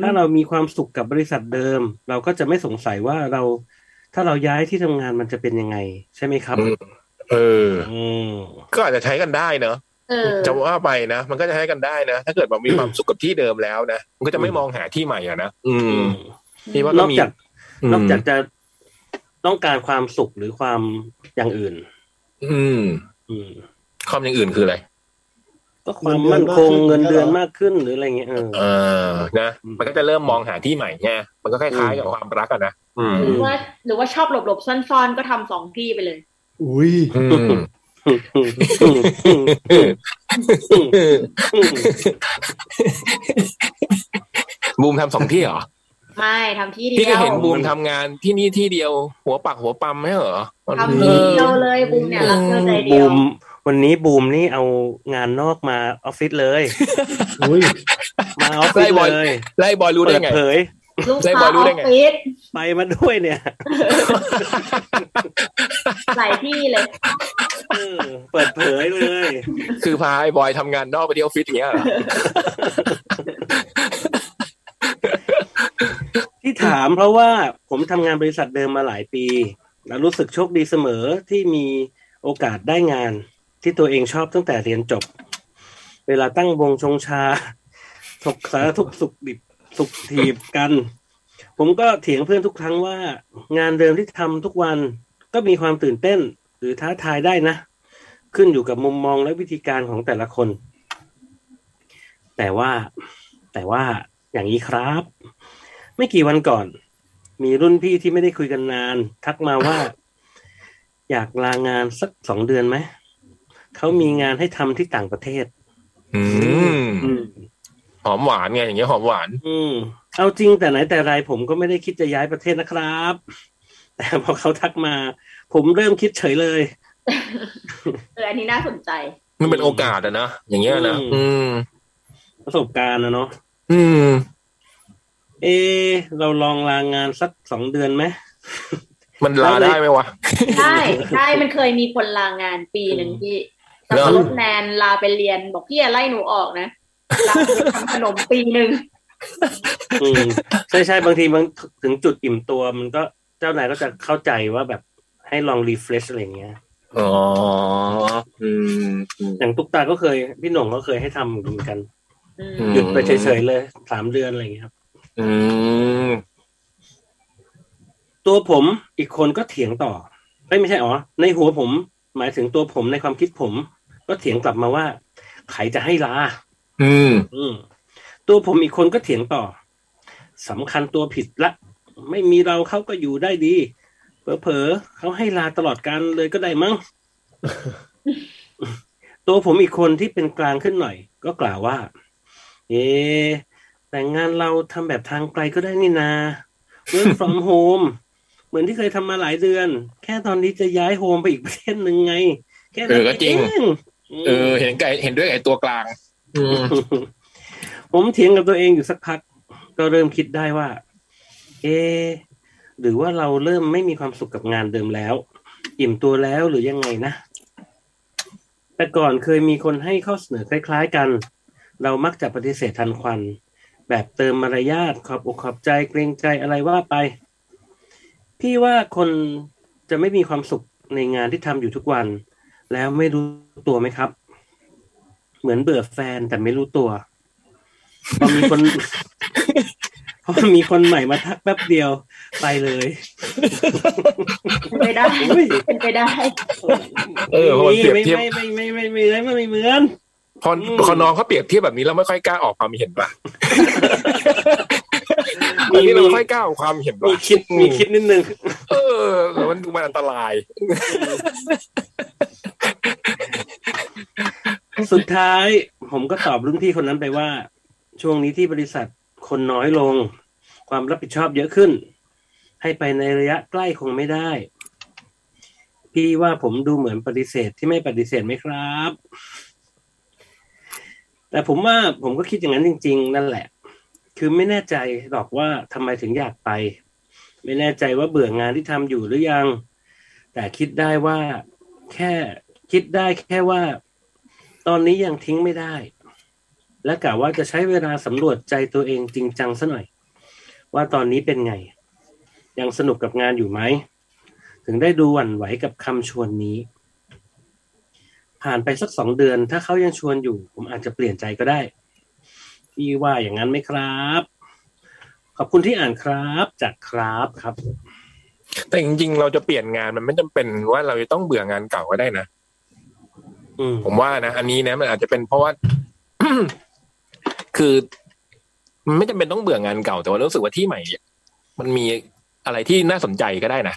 Speaker 5: ถ้าเรามีความสุขกับบริษัทเดิม เราก็จะไม่สงสัยว่าเรา ถ้าเราย้ายที่ทำงานมันจะเป็นยังไง ใช่ไหมครับ
Speaker 2: อืม เออ
Speaker 5: อืม
Speaker 2: ก็อาจจะใช้กันได้เนอะ
Speaker 4: เออ
Speaker 2: จะว่าไปนะ มันก็จะใช้กันได้นะ ถ้าเกิดแบบมีความสุขกับที่เดิมแล้วนะ มันก็จะไม่มองหาที่ใหม่อะนะ อืม พี่ว่าก็
Speaker 5: นอก
Speaker 2: มี
Speaker 5: จาก
Speaker 2: ม
Speaker 5: นอกจากจะต้องการความสุขหรือความอย่างอื่น
Speaker 2: อืม
Speaker 5: อืม
Speaker 2: ความอย่างอื่นคืออะไร
Speaker 5: ก็ความมั่นคงเงินเดือนมากขึ้นหรืออะไรเงี้ยเออ
Speaker 2: เออ นะ
Speaker 5: อืม
Speaker 2: มันก็จะเริ่มมองหาที่ใหม่ไงมันก็คล้ายๆกับความรักอะนะ อืม
Speaker 4: หรือว่าหรือว่าชอบหลบหลบๆซ่อนๆ ก็ทำสองที่ไปเลย
Speaker 3: อุ้ย
Speaker 2: อืม บูมทำสองที่เหรอ
Speaker 4: ไม่ทำที่เดียว
Speaker 2: พี่ก็เห็นบูมทำงานที่นี่ที่เดียว หัวปักหัวปั๊มไม่เหรอ
Speaker 4: ทำที่เดียวเลยบูมเนี่ยรักเธอใจเดี
Speaker 5: บู
Speaker 4: ยว
Speaker 5: มวันนี้บูมนี่เอางานนอกมาออฟฟิศเลย
Speaker 3: อุ้ย
Speaker 5: มาออฟฟิศเลย
Speaker 2: ไล่บอยรู้ได้
Speaker 5: เปิด
Speaker 2: ไง
Speaker 5: เผย
Speaker 4: ลูก
Speaker 2: ได้บ
Speaker 4: ค้าอ
Speaker 2: อยรู้
Speaker 4: อ
Speaker 2: ได้
Speaker 4: ฟ
Speaker 2: ไง
Speaker 4: ฟิศ
Speaker 5: ไปมาด้วยเนี่ย
Speaker 4: หลายที่เลย
Speaker 5: เออเปิดเผยเลย
Speaker 2: คือพาไอ้บอยทำงานนอกไปที่ออฟฟิศอย่างเงี้ยเหรอ
Speaker 5: ที่ถามเพราะว่าผมทำงานบริษัทเดิมมาหลายปี และรู้สึกโชคดีเสมอที่มีโอกาสได้งาน ที่ตัวเองชอบตั้งแต่เรียนจบ เวลาตั้งวงชงชา ถกสารทุกข์สุขดิบสุขถีบกัน ผมก็เถียงเพื่อนทุกครั้งว่า งานเดิมที่ทำทุกวันก็มีความตื่นเต้นหรือท้าทายได้นะ ขึ้นอยู่กับมุมมองและวิธีการของแต่ละคน แต่ว่าแต่ว่าอย่างนี้ครับ ไม่กี่วันก่อน มีรุ่นพี่ที่ไม่ได้คุยกันนาน ทักมาว่า อยากลางานสักสองเดือนไหมเขามีงานให้ทำที่ต่างประเทศ
Speaker 2: อืม
Speaker 5: อืม
Speaker 2: หอมหวานไงอย่างเงี้ยหอมหวาน
Speaker 5: อืม เอาจริงแต่ไหนแต่ไรผมก็ไม่ได้คิดจะย้ายประเทศนะครับ แต่พอเขาทักมา ผมเริ่มคิดเฉยเลย
Speaker 4: เอออันนี้น่าสนใจ
Speaker 2: มันเป็นโอกาสอะนะอย่างเงี้ยนะอืม
Speaker 5: ประสบการณ์นะเนาะ
Speaker 2: อืม
Speaker 5: เอ เราลองลางานสักสองเดือนไหม
Speaker 2: มันลาได้ไหมวะ
Speaker 4: ได้ได้มันเคยมีคนลางานปีหนึ่งพี่
Speaker 2: เหรอ
Speaker 4: สำรวจแนนลาไปเรียนบอกพี่อย่าไล่หนูออกนะลาไปทำขนมปีหนึ่ง
Speaker 5: อื มใช่ใช่บางทีมันถึงจุดอิ่มตัว มันก็เจ้านายก็จะเข้าใจว่าแบบให้ลองรีเฟรชอะไรอย่างเงี้ย
Speaker 2: อ๋ออืมอืม
Speaker 5: อย่างตุ๊กตาก็เคย พี่หน่งก็เคยให้ทำเหมือนกัน
Speaker 4: อืม
Speaker 2: อืม
Speaker 5: หยุดไปเฉยๆเลยสามเดือนอะไรอย่างเงี้ยครับ
Speaker 2: อืม
Speaker 5: ตัวผมอีกคนก็เถียงต่อเอ้ยไม่ใช่อ๋อในหัวผม หมายถึงตัวผมในความคิดผม ก็เถียงกลับมาว่าใครจะให้ลา
Speaker 2: อืม
Speaker 5: อืม ตัวผมอีกคนก็เถียงต่อสำคัญตัวผิดละ ไม่มีเราเขาก็อยู่ได้ดีเผลอๆเขาให้ลาตลอดการเลยก็ได้มั้ง ตัวผมอีกคนที่เป็นกลางขึ้นหน่อย ก็กล่าวว่า เอ๊ะแต่งานเราทำแบบทางไกลก็ได้นี่นา work from home เหมือนที่เคยทำมาหลายเดือน แค่ตอนนี้จะย้ายโฮมไปอีกประเทศหนึ่งไง แค่นั้นเอง
Speaker 2: เออ เห็นไกเห็นด้วยไอ้ตัวกลาง อืม
Speaker 5: ผมเถียงกับตัวเองอยู่สักพัก ก็เริ่มคิดได้ว่า เอะหรือว่าเราเริ่มไม่มีความสุขกับงานเดิมแล้ว อิ่มตัวแล้วหรือยังไงนะ แต่ก่อนเคยมีคนให้ข้อเสนอคล้ายๆกัน เรามักจะปฏิเสธทันควัน แบบเติมมารยาทขอบอกขอบใจเกรงใจอะไรว่าไป พี่ว่าคนจะไม่มีความสุขในงานที่ทำอยู่ทุกวัน แล้วไม่รู้ตัวไหมครับ เหมือนเบื่อแฟนแต่ไม่รู้ตัว พอมีคน พอมีคนใหม่มาทักแป๊บเดียวไปเลย
Speaker 4: เป็นไปได้
Speaker 5: อุ้ย
Speaker 4: เป็นไปได้
Speaker 2: เออพอมันเปรียบ
Speaker 5: ไม่
Speaker 2: เทียบ
Speaker 5: ไม่ไม่ไม่ไม่ไม่ไม่ไม่ไม่เหมือน
Speaker 2: พอ
Speaker 5: อืม
Speaker 2: พอน้องเขาเปรียบเทียบแบบนี้เราไม่ค่อยกล้าออกความเห็นป่ะ
Speaker 5: มี
Speaker 2: อันนี้เรา
Speaker 5: มี
Speaker 2: ไม่ค่อยกล้าออกความเห็น
Speaker 5: มี
Speaker 2: ป่ะ
Speaker 5: คิดมีคิดนิดนึง
Speaker 2: เออมันมันอันตราย
Speaker 5: สุดท้ายผมก็ตอบรุ่นพี่คนนั้นไปว่า ช่วงนี้ที่บริษัทคนน้อยลง ความรับผิดชอบเยอะขึ้น ให้ไปในระยะใกล้คงไม่ได้ พี่ว่าผมดูเหมือนปฏิเสธที่ไม่ปฏิเสธไหมครับ แต่ผมว่าผมก็คิดอย่างนั้นจริง ๆ นั่นแหละ คือไม่แน่ใจหรอกว่าทำไมถึงอยากไป ไม่แน่ใจว่าเบื่องานที่ทำอยู่หรือยัง แต่คิดได้ว่า แค่คิดได้แค่ว่า ตอนนี้ยังทิ้งไม่ได้ และกะว่าจะใช้เวลาสำรวจใจตัวเองจริงจังซะหน่อย ว่าตอนนี้เป็นไง ยังสนุกกับงานอยู่ไหม ถึงได้ดูหวั่นไหวกับคำชวนนี้ ผ่านไปสักสองเดือน ถ้าเขายังชวนอยู่ ผมอาจจะเปลี่ยนใจก็ได้ พี่ว่าอย่างนั้นไหมครับ ขอบคุณที่อ่านครับจากครับครับ
Speaker 2: แต่จริงๆ เราจะเปลี่ยนงานมันไม่จำเป็นว่าเราจะต้องเบื่องานเก่าก็ได้นะ
Speaker 5: อืม
Speaker 2: ผมว่านะอันนี้นะมันอาจจะเป็นเพราะว่า คือมันไม่จำเป็นต้องเบื่องานเก่า แต่ว่ารู้สึกว่าที่ใหม่ มันมีอะไรที่น่าสนใจก็ได้นะ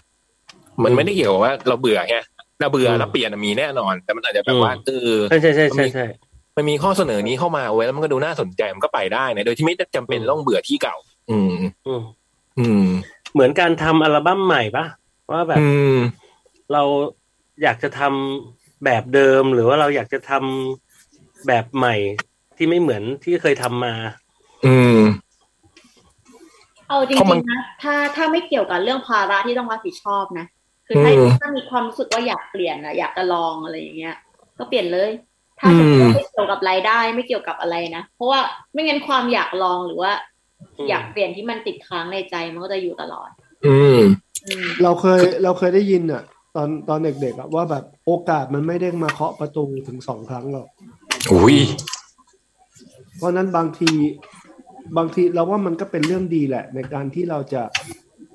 Speaker 2: มันไม่ได้เกี่ยวกับว่า เราเบื่อไงเราเบื่อเราเปลี่ยนอะมีแน่นอน แต่มันอาจจะแบบว่าเออ
Speaker 5: ใช่ใช่ใช่ใช่ใช่
Speaker 2: มันมีข้อเสนอนี้เข้ามาไว้ยแล้วมันก็ดูน่าสนใจมันก็ไปได้นะโดยที่ไม่จำเป็นต้องเบื่อที่เก่า อืม
Speaker 5: อืม
Speaker 2: อืม
Speaker 5: เหมือนการทำอัลบั้มใหม่ปะว่าแบบ
Speaker 2: อืม
Speaker 5: เราอยากจะทำแบบเดิมหรือว่าเราอยากจะทำแบบใหม่ที่ไม่เหมือนที่เคยทำมา
Speaker 2: อืม
Speaker 4: เอาจริ
Speaker 2: เพราะมัน
Speaker 4: งๆนะถ้าถ้าไม่เกี่ยวกับเรื่องภาระที่ต้องรับผิดชอบนะ คือถ้า
Speaker 2: อืม
Speaker 4: ถ้ามีความรู้สึกว่าอยากเปลี่ยนอะอยากจะลองอะไรอย่างเงี้ย ก็เปลี่ยนเลย ถ้า
Speaker 2: อืม
Speaker 4: ไม่เกี่ยวกับรายได้ไม่เกี่ยวกับอะไรนะ เพราะว่าไม่งั้นความอยากลองหรือว่า
Speaker 5: อืม
Speaker 4: อยากเปลี่ยนที่มันติดค้างในใจมันก็จะอยู่ตลอด
Speaker 2: อืม
Speaker 4: อืม
Speaker 3: เราเคยเราเคยได้ยินอ่ะ ตอนตอนเด็กๆอะว่าแบบโอกาสมันไม่ได้มาเคาะประตูถึงสองครั้งหรอก
Speaker 2: อุ้ย
Speaker 3: เพราะฉะนั้นบางทีบางทีเราว่ามันก็เป็นเรื่องดีแหละ ในการที่เราจะ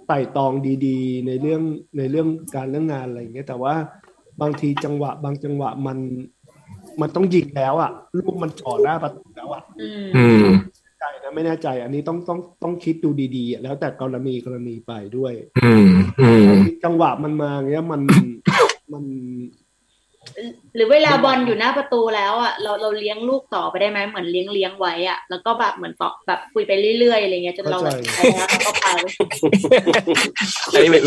Speaker 3: ไต่ตองดีๆ ในเรื่องในเรื่องการเรื่องงานอะไรอย่างเงี้ยแต่ว่าบางทีจังหวะ บางจังหวะมัน มันต้องยิงแล้วอะ่ะลูกมันจ่อหน้าประตูแล้วอะ่ะ
Speaker 4: อืม
Speaker 2: อืม
Speaker 3: ใจนะไม่แน่ใจ อันนี้ต้องต้องต้องคิดดูดีๆอะแล้วแต่กรณีกรณีไปด้วย
Speaker 2: อืม อืม
Speaker 3: จังหวะมันมาอย่างเงี้ยมันมัน
Speaker 4: หรือเวลาบอลอยู่หน้าประตูแล้วอ่ะเราเราเลี้ยงลูกต่อไปได้ไหมเหมือนเลี้ยงเลี้ยงไว้อ่ะแล้วก็แบบเหมือนต่อแบบคุยไปเรื่อยๆอะไรเงี้ยจนเราแบบ
Speaker 3: เข้าใจ
Speaker 4: ไปแล้วเราก็ไป
Speaker 2: อันนี้หมาย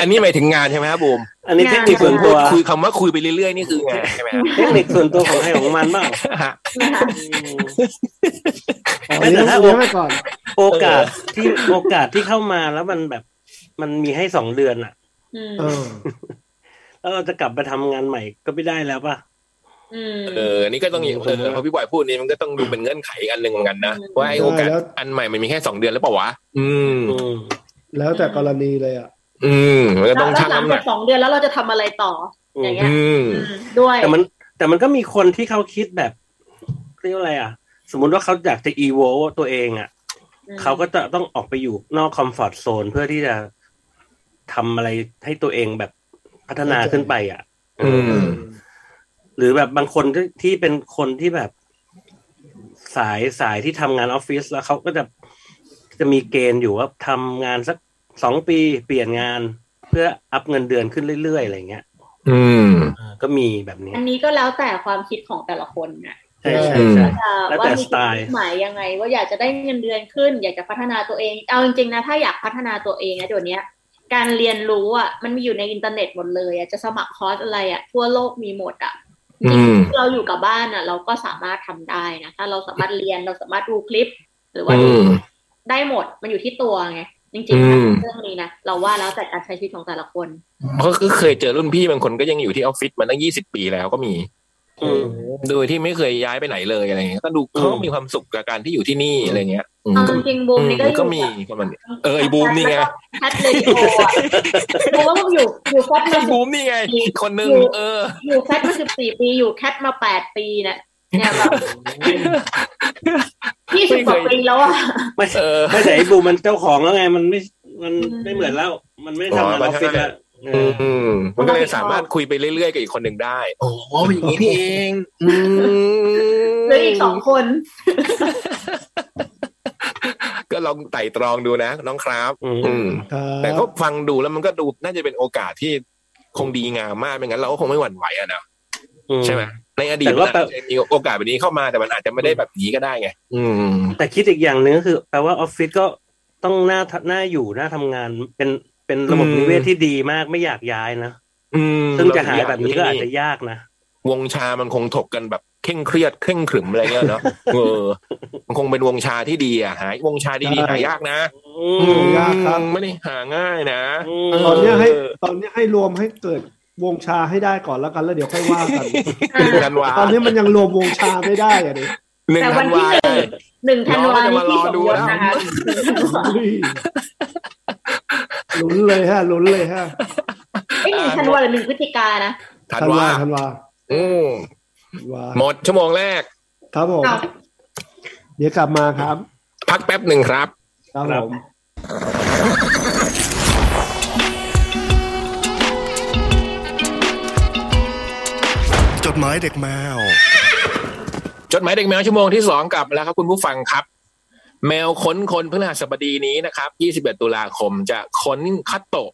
Speaker 2: อันนี้หมายถึงงานใช่ไหมครับบูม
Speaker 5: อันนี้
Speaker 4: งาน
Speaker 5: เทคนิคส่วนตัว
Speaker 2: คุยคำว่าคุยไปเรื่อยๆนี่คืองานใช่ไหมครับ
Speaker 5: เทคนิคส่วนตัวของใครของมัน บ้าง
Speaker 2: ฮะ
Speaker 4: นะคะ
Speaker 3: อ๋ออันนี้ต้องเลี้ยงไว้ก่อน
Speaker 5: โอกาสที่โอกาสที่เข้ามาแล้วมันแบบมันมีให้สองเดือนอ่ะ
Speaker 4: อืม
Speaker 3: เออ
Speaker 5: แล้วเราจะกลับไปทำงานใหม่ก็ไม่ได้แล้วป่ะ
Speaker 4: อืม
Speaker 2: เอออันนี่ก็ต้องอย่างเออพอพี่บอยพูดนี่มันก็ต้องดูเป็นเงื่อนไขอันหนึ่งเหมือนกันนะว่าไอ้โอกาส
Speaker 3: ใช่แล้ว
Speaker 2: อันใหม่มันมีแค่สองเดือนแล้วเปล่าวะ อืม
Speaker 5: อืม
Speaker 3: แล้วแต่กรณีเลยอ่ะ
Speaker 2: อืม มันก็ต้อง
Speaker 4: แล้ว
Speaker 2: ชั่ง
Speaker 4: หลัง
Speaker 2: น้ำหนั
Speaker 4: จาก
Speaker 2: ก
Speaker 4: สองเดือนแล้วเราจะทำอะไรต่อ อย่างเงี้ย
Speaker 2: อืม
Speaker 4: อืมด้วย
Speaker 5: แต่มันแต่มันก็มีคนที่เขาคิดแบบเรียกว่าอะไรอ่ะ สมมุติว่าเขาอยากจะอีโวตัวเองอ่ะ
Speaker 4: อืม
Speaker 5: เขาก็จะต้องออกไปอยู่นอกคอมฟอร์ทโซนเพื่อที่จะทำอะไรให้ตัวเองแบบพัฒนาขึ้นไปอ่ะ
Speaker 2: อืม
Speaker 5: หรือแบบบางคนที่ที่เป็นคนที่แบบสายสายที่ทำงานออฟฟิศแล้วเขาก็จะจะมีเกณฑ์อยู่ว่าทำงานสักสองปีเปลี่ยนงานเพื่ออัพเงินเดือนขึ้นเรื่อยๆอะไรเงี้ย
Speaker 2: อืม
Speaker 5: เออก็มีแบบเนี้ย
Speaker 4: อันนี้ก็แล้วแต่ความคิดของแต่ละคนนะ
Speaker 5: ใช่ใช่ใช่
Speaker 4: แต่
Speaker 5: แล้วแต่
Speaker 4: ว่ามี
Speaker 5: สไตล์
Speaker 4: จุดหมายยังไง ว่าอยากจะได้เงินเดือนขึ้น อยากจะพัฒนาตัวเอง เอาจริงๆนะ ถ้าอยากพัฒนาตัวเองนะเดี๋ยวนี้การเรียนรู้อ่ะมันมีอยู่ในอินเทอร์เน็ตหมดเลยอ่ะจะสมัครคอร์สอะไรอ่ะทั่วโลกมีหมดอ่ะจ
Speaker 2: อื
Speaker 4: ริง
Speaker 2: ม
Speaker 4: ๆเราอยู่กับบ้านอ่ะ เราก็สามารถทำได้นะถ้าเราสามารถเรียนเราสามารถดูคลิป หรือว่า
Speaker 2: อื
Speaker 4: ดู
Speaker 2: ม
Speaker 4: ได้หมดมันอยู่ที่ตัวไง จริง
Speaker 2: อื
Speaker 4: ๆนะ
Speaker 2: ม
Speaker 4: เรื่องนี้นะเราว่าแล้วแต่การใช้ชีวิตของแต่ละคน
Speaker 2: เพราะก็เคยเจอรุ่นพี่บางคนก็ยังอยู่ที่ออฟฟิศมาตั้งยี่สิบปีแล้วก็มี
Speaker 5: อืม
Speaker 2: โดยที่ไม่เคยย้ายไปไหนเลยอะไรเงี้ยก็ดูเขาก็มีความสุขกับการที่อยู่ที่นี่อะไรเงี้ยอืม
Speaker 4: เอาจริงๆบูมนี่ก็
Speaker 2: อื
Speaker 4: อยู่
Speaker 2: ก็มีก็มัน เออไอ้บูมนี่ไง
Speaker 4: แคทเลยโอ อะบูมว่ามึงอยู่อยู่แคทมา
Speaker 2: บูมนี่ไงคนหนึ่งเออ
Speaker 4: อยู่แคทมาสิบสี่ปีอยู่แคทมาแปดปีเนี่ยเนี่ยแบบยี่สิบกว่าปีแล้วอ่ะ
Speaker 5: ไม่
Speaker 2: เออ
Speaker 5: ไม่แต่ไอ้บูมมันเจ้าของแล้วไง มันไม่มัน
Speaker 4: อืม
Speaker 5: ไม่เหมือนแล้ว มันไม่ทำงานออฟฟิศแล้วเออ
Speaker 2: อืมมันก็เลยสามารถคุยไปเรื่อยๆกับอีกคนหนึ่งได้ โอ้โหอย่างนี้นี่เองอืม
Speaker 4: เหลืออีกสองคน
Speaker 2: ก็ลองไต่ตรองดูนะ น้องครับ
Speaker 5: อืม
Speaker 2: อืม
Speaker 3: ครับ
Speaker 2: แต่ก็ฟังดูแล้วมันก็ดูน่าจะเป็นโอกาสที่คงดีงามมากไม่งั้นเราก็คงไม่หวั่นไหวอะนะ
Speaker 5: อืม
Speaker 2: ใช่ไหมในอดีต
Speaker 5: แต่ว่า
Speaker 2: มันอา
Speaker 5: แปล
Speaker 2: จจะมีโอกาสแบบนี้เข้ามาแต่มันอาจจะไม่ได้แบบนี้ก็ได้ไง อืม
Speaker 5: แต่คิดอีกอย่างหนึ่งก็คือแปลว่าออฟฟิศก็ต้องหน้าทหน้าอยู่หน้าทำงานเป็นเป็นระบบ
Speaker 2: อืม
Speaker 5: นิเวศที่ดีมากไม่อยากย้ายนะ
Speaker 2: อืม
Speaker 5: ซึ่งจะหาแบบนี้ก็อาจจะยากนะ
Speaker 2: วงชามันคงถกกันแบบเคร่งเครียดเคร่งขรึมอะไรเงี้ยเนาะเออ มันคงเป็นวงชาที่ดีอ่ะหาวงชาดีๆหายากนะ
Speaker 5: อืม
Speaker 3: ยากครับ
Speaker 2: ไม่ได้หาง่ายนะ
Speaker 5: อืม
Speaker 2: เ
Speaker 3: ตอนเนี้ยให้ตอนเนี้ยให้รวมให้เกิดวงชาให้ได้ก่อนแล้วกันแล้วเดี๋ยวค่อยว่ากัน
Speaker 2: เดือนธันวา
Speaker 3: ตอนนี้มันยังรวมวงชาไม่ได้อะดิ
Speaker 2: หนึ่ง
Speaker 4: แต่
Speaker 2: ธั
Speaker 4: วัน
Speaker 2: น
Speaker 4: ที่
Speaker 2: วา
Speaker 4: หนึ่ง
Speaker 2: ได้
Speaker 4: หนึ่งธันวา
Speaker 2: น้องก็จะมาร
Speaker 4: ที่
Speaker 2: อ
Speaker 4: สม
Speaker 2: ดู
Speaker 4: ยศ
Speaker 2: นะ
Speaker 4: นะคะ
Speaker 3: ลุ้นเลยฮะลุ้นเลยฮะ
Speaker 4: ไอ้ยหนึ่งธันวาหรือหนึ่งพฤศจิกานะ
Speaker 2: ธันวา
Speaker 3: ธันวา
Speaker 2: อืม
Speaker 3: ธันวา
Speaker 2: หมดชั่วโมงแรก
Speaker 3: ครับผม
Speaker 4: เอา
Speaker 3: เดี๋ยวกลับมาครับ
Speaker 2: พักแป๊บหนึ่งครับ
Speaker 3: ครับผม
Speaker 6: จดหมายเด็กแมว
Speaker 2: จดหมายเด็กแมวชั่วโมงที่สองกลับมาแล้วครับคุณผู้ฟังครับ แมวค้นคนพฤหัสบดีนี้นะครับ 21 ตุลาคมจะค้นคัตโตะ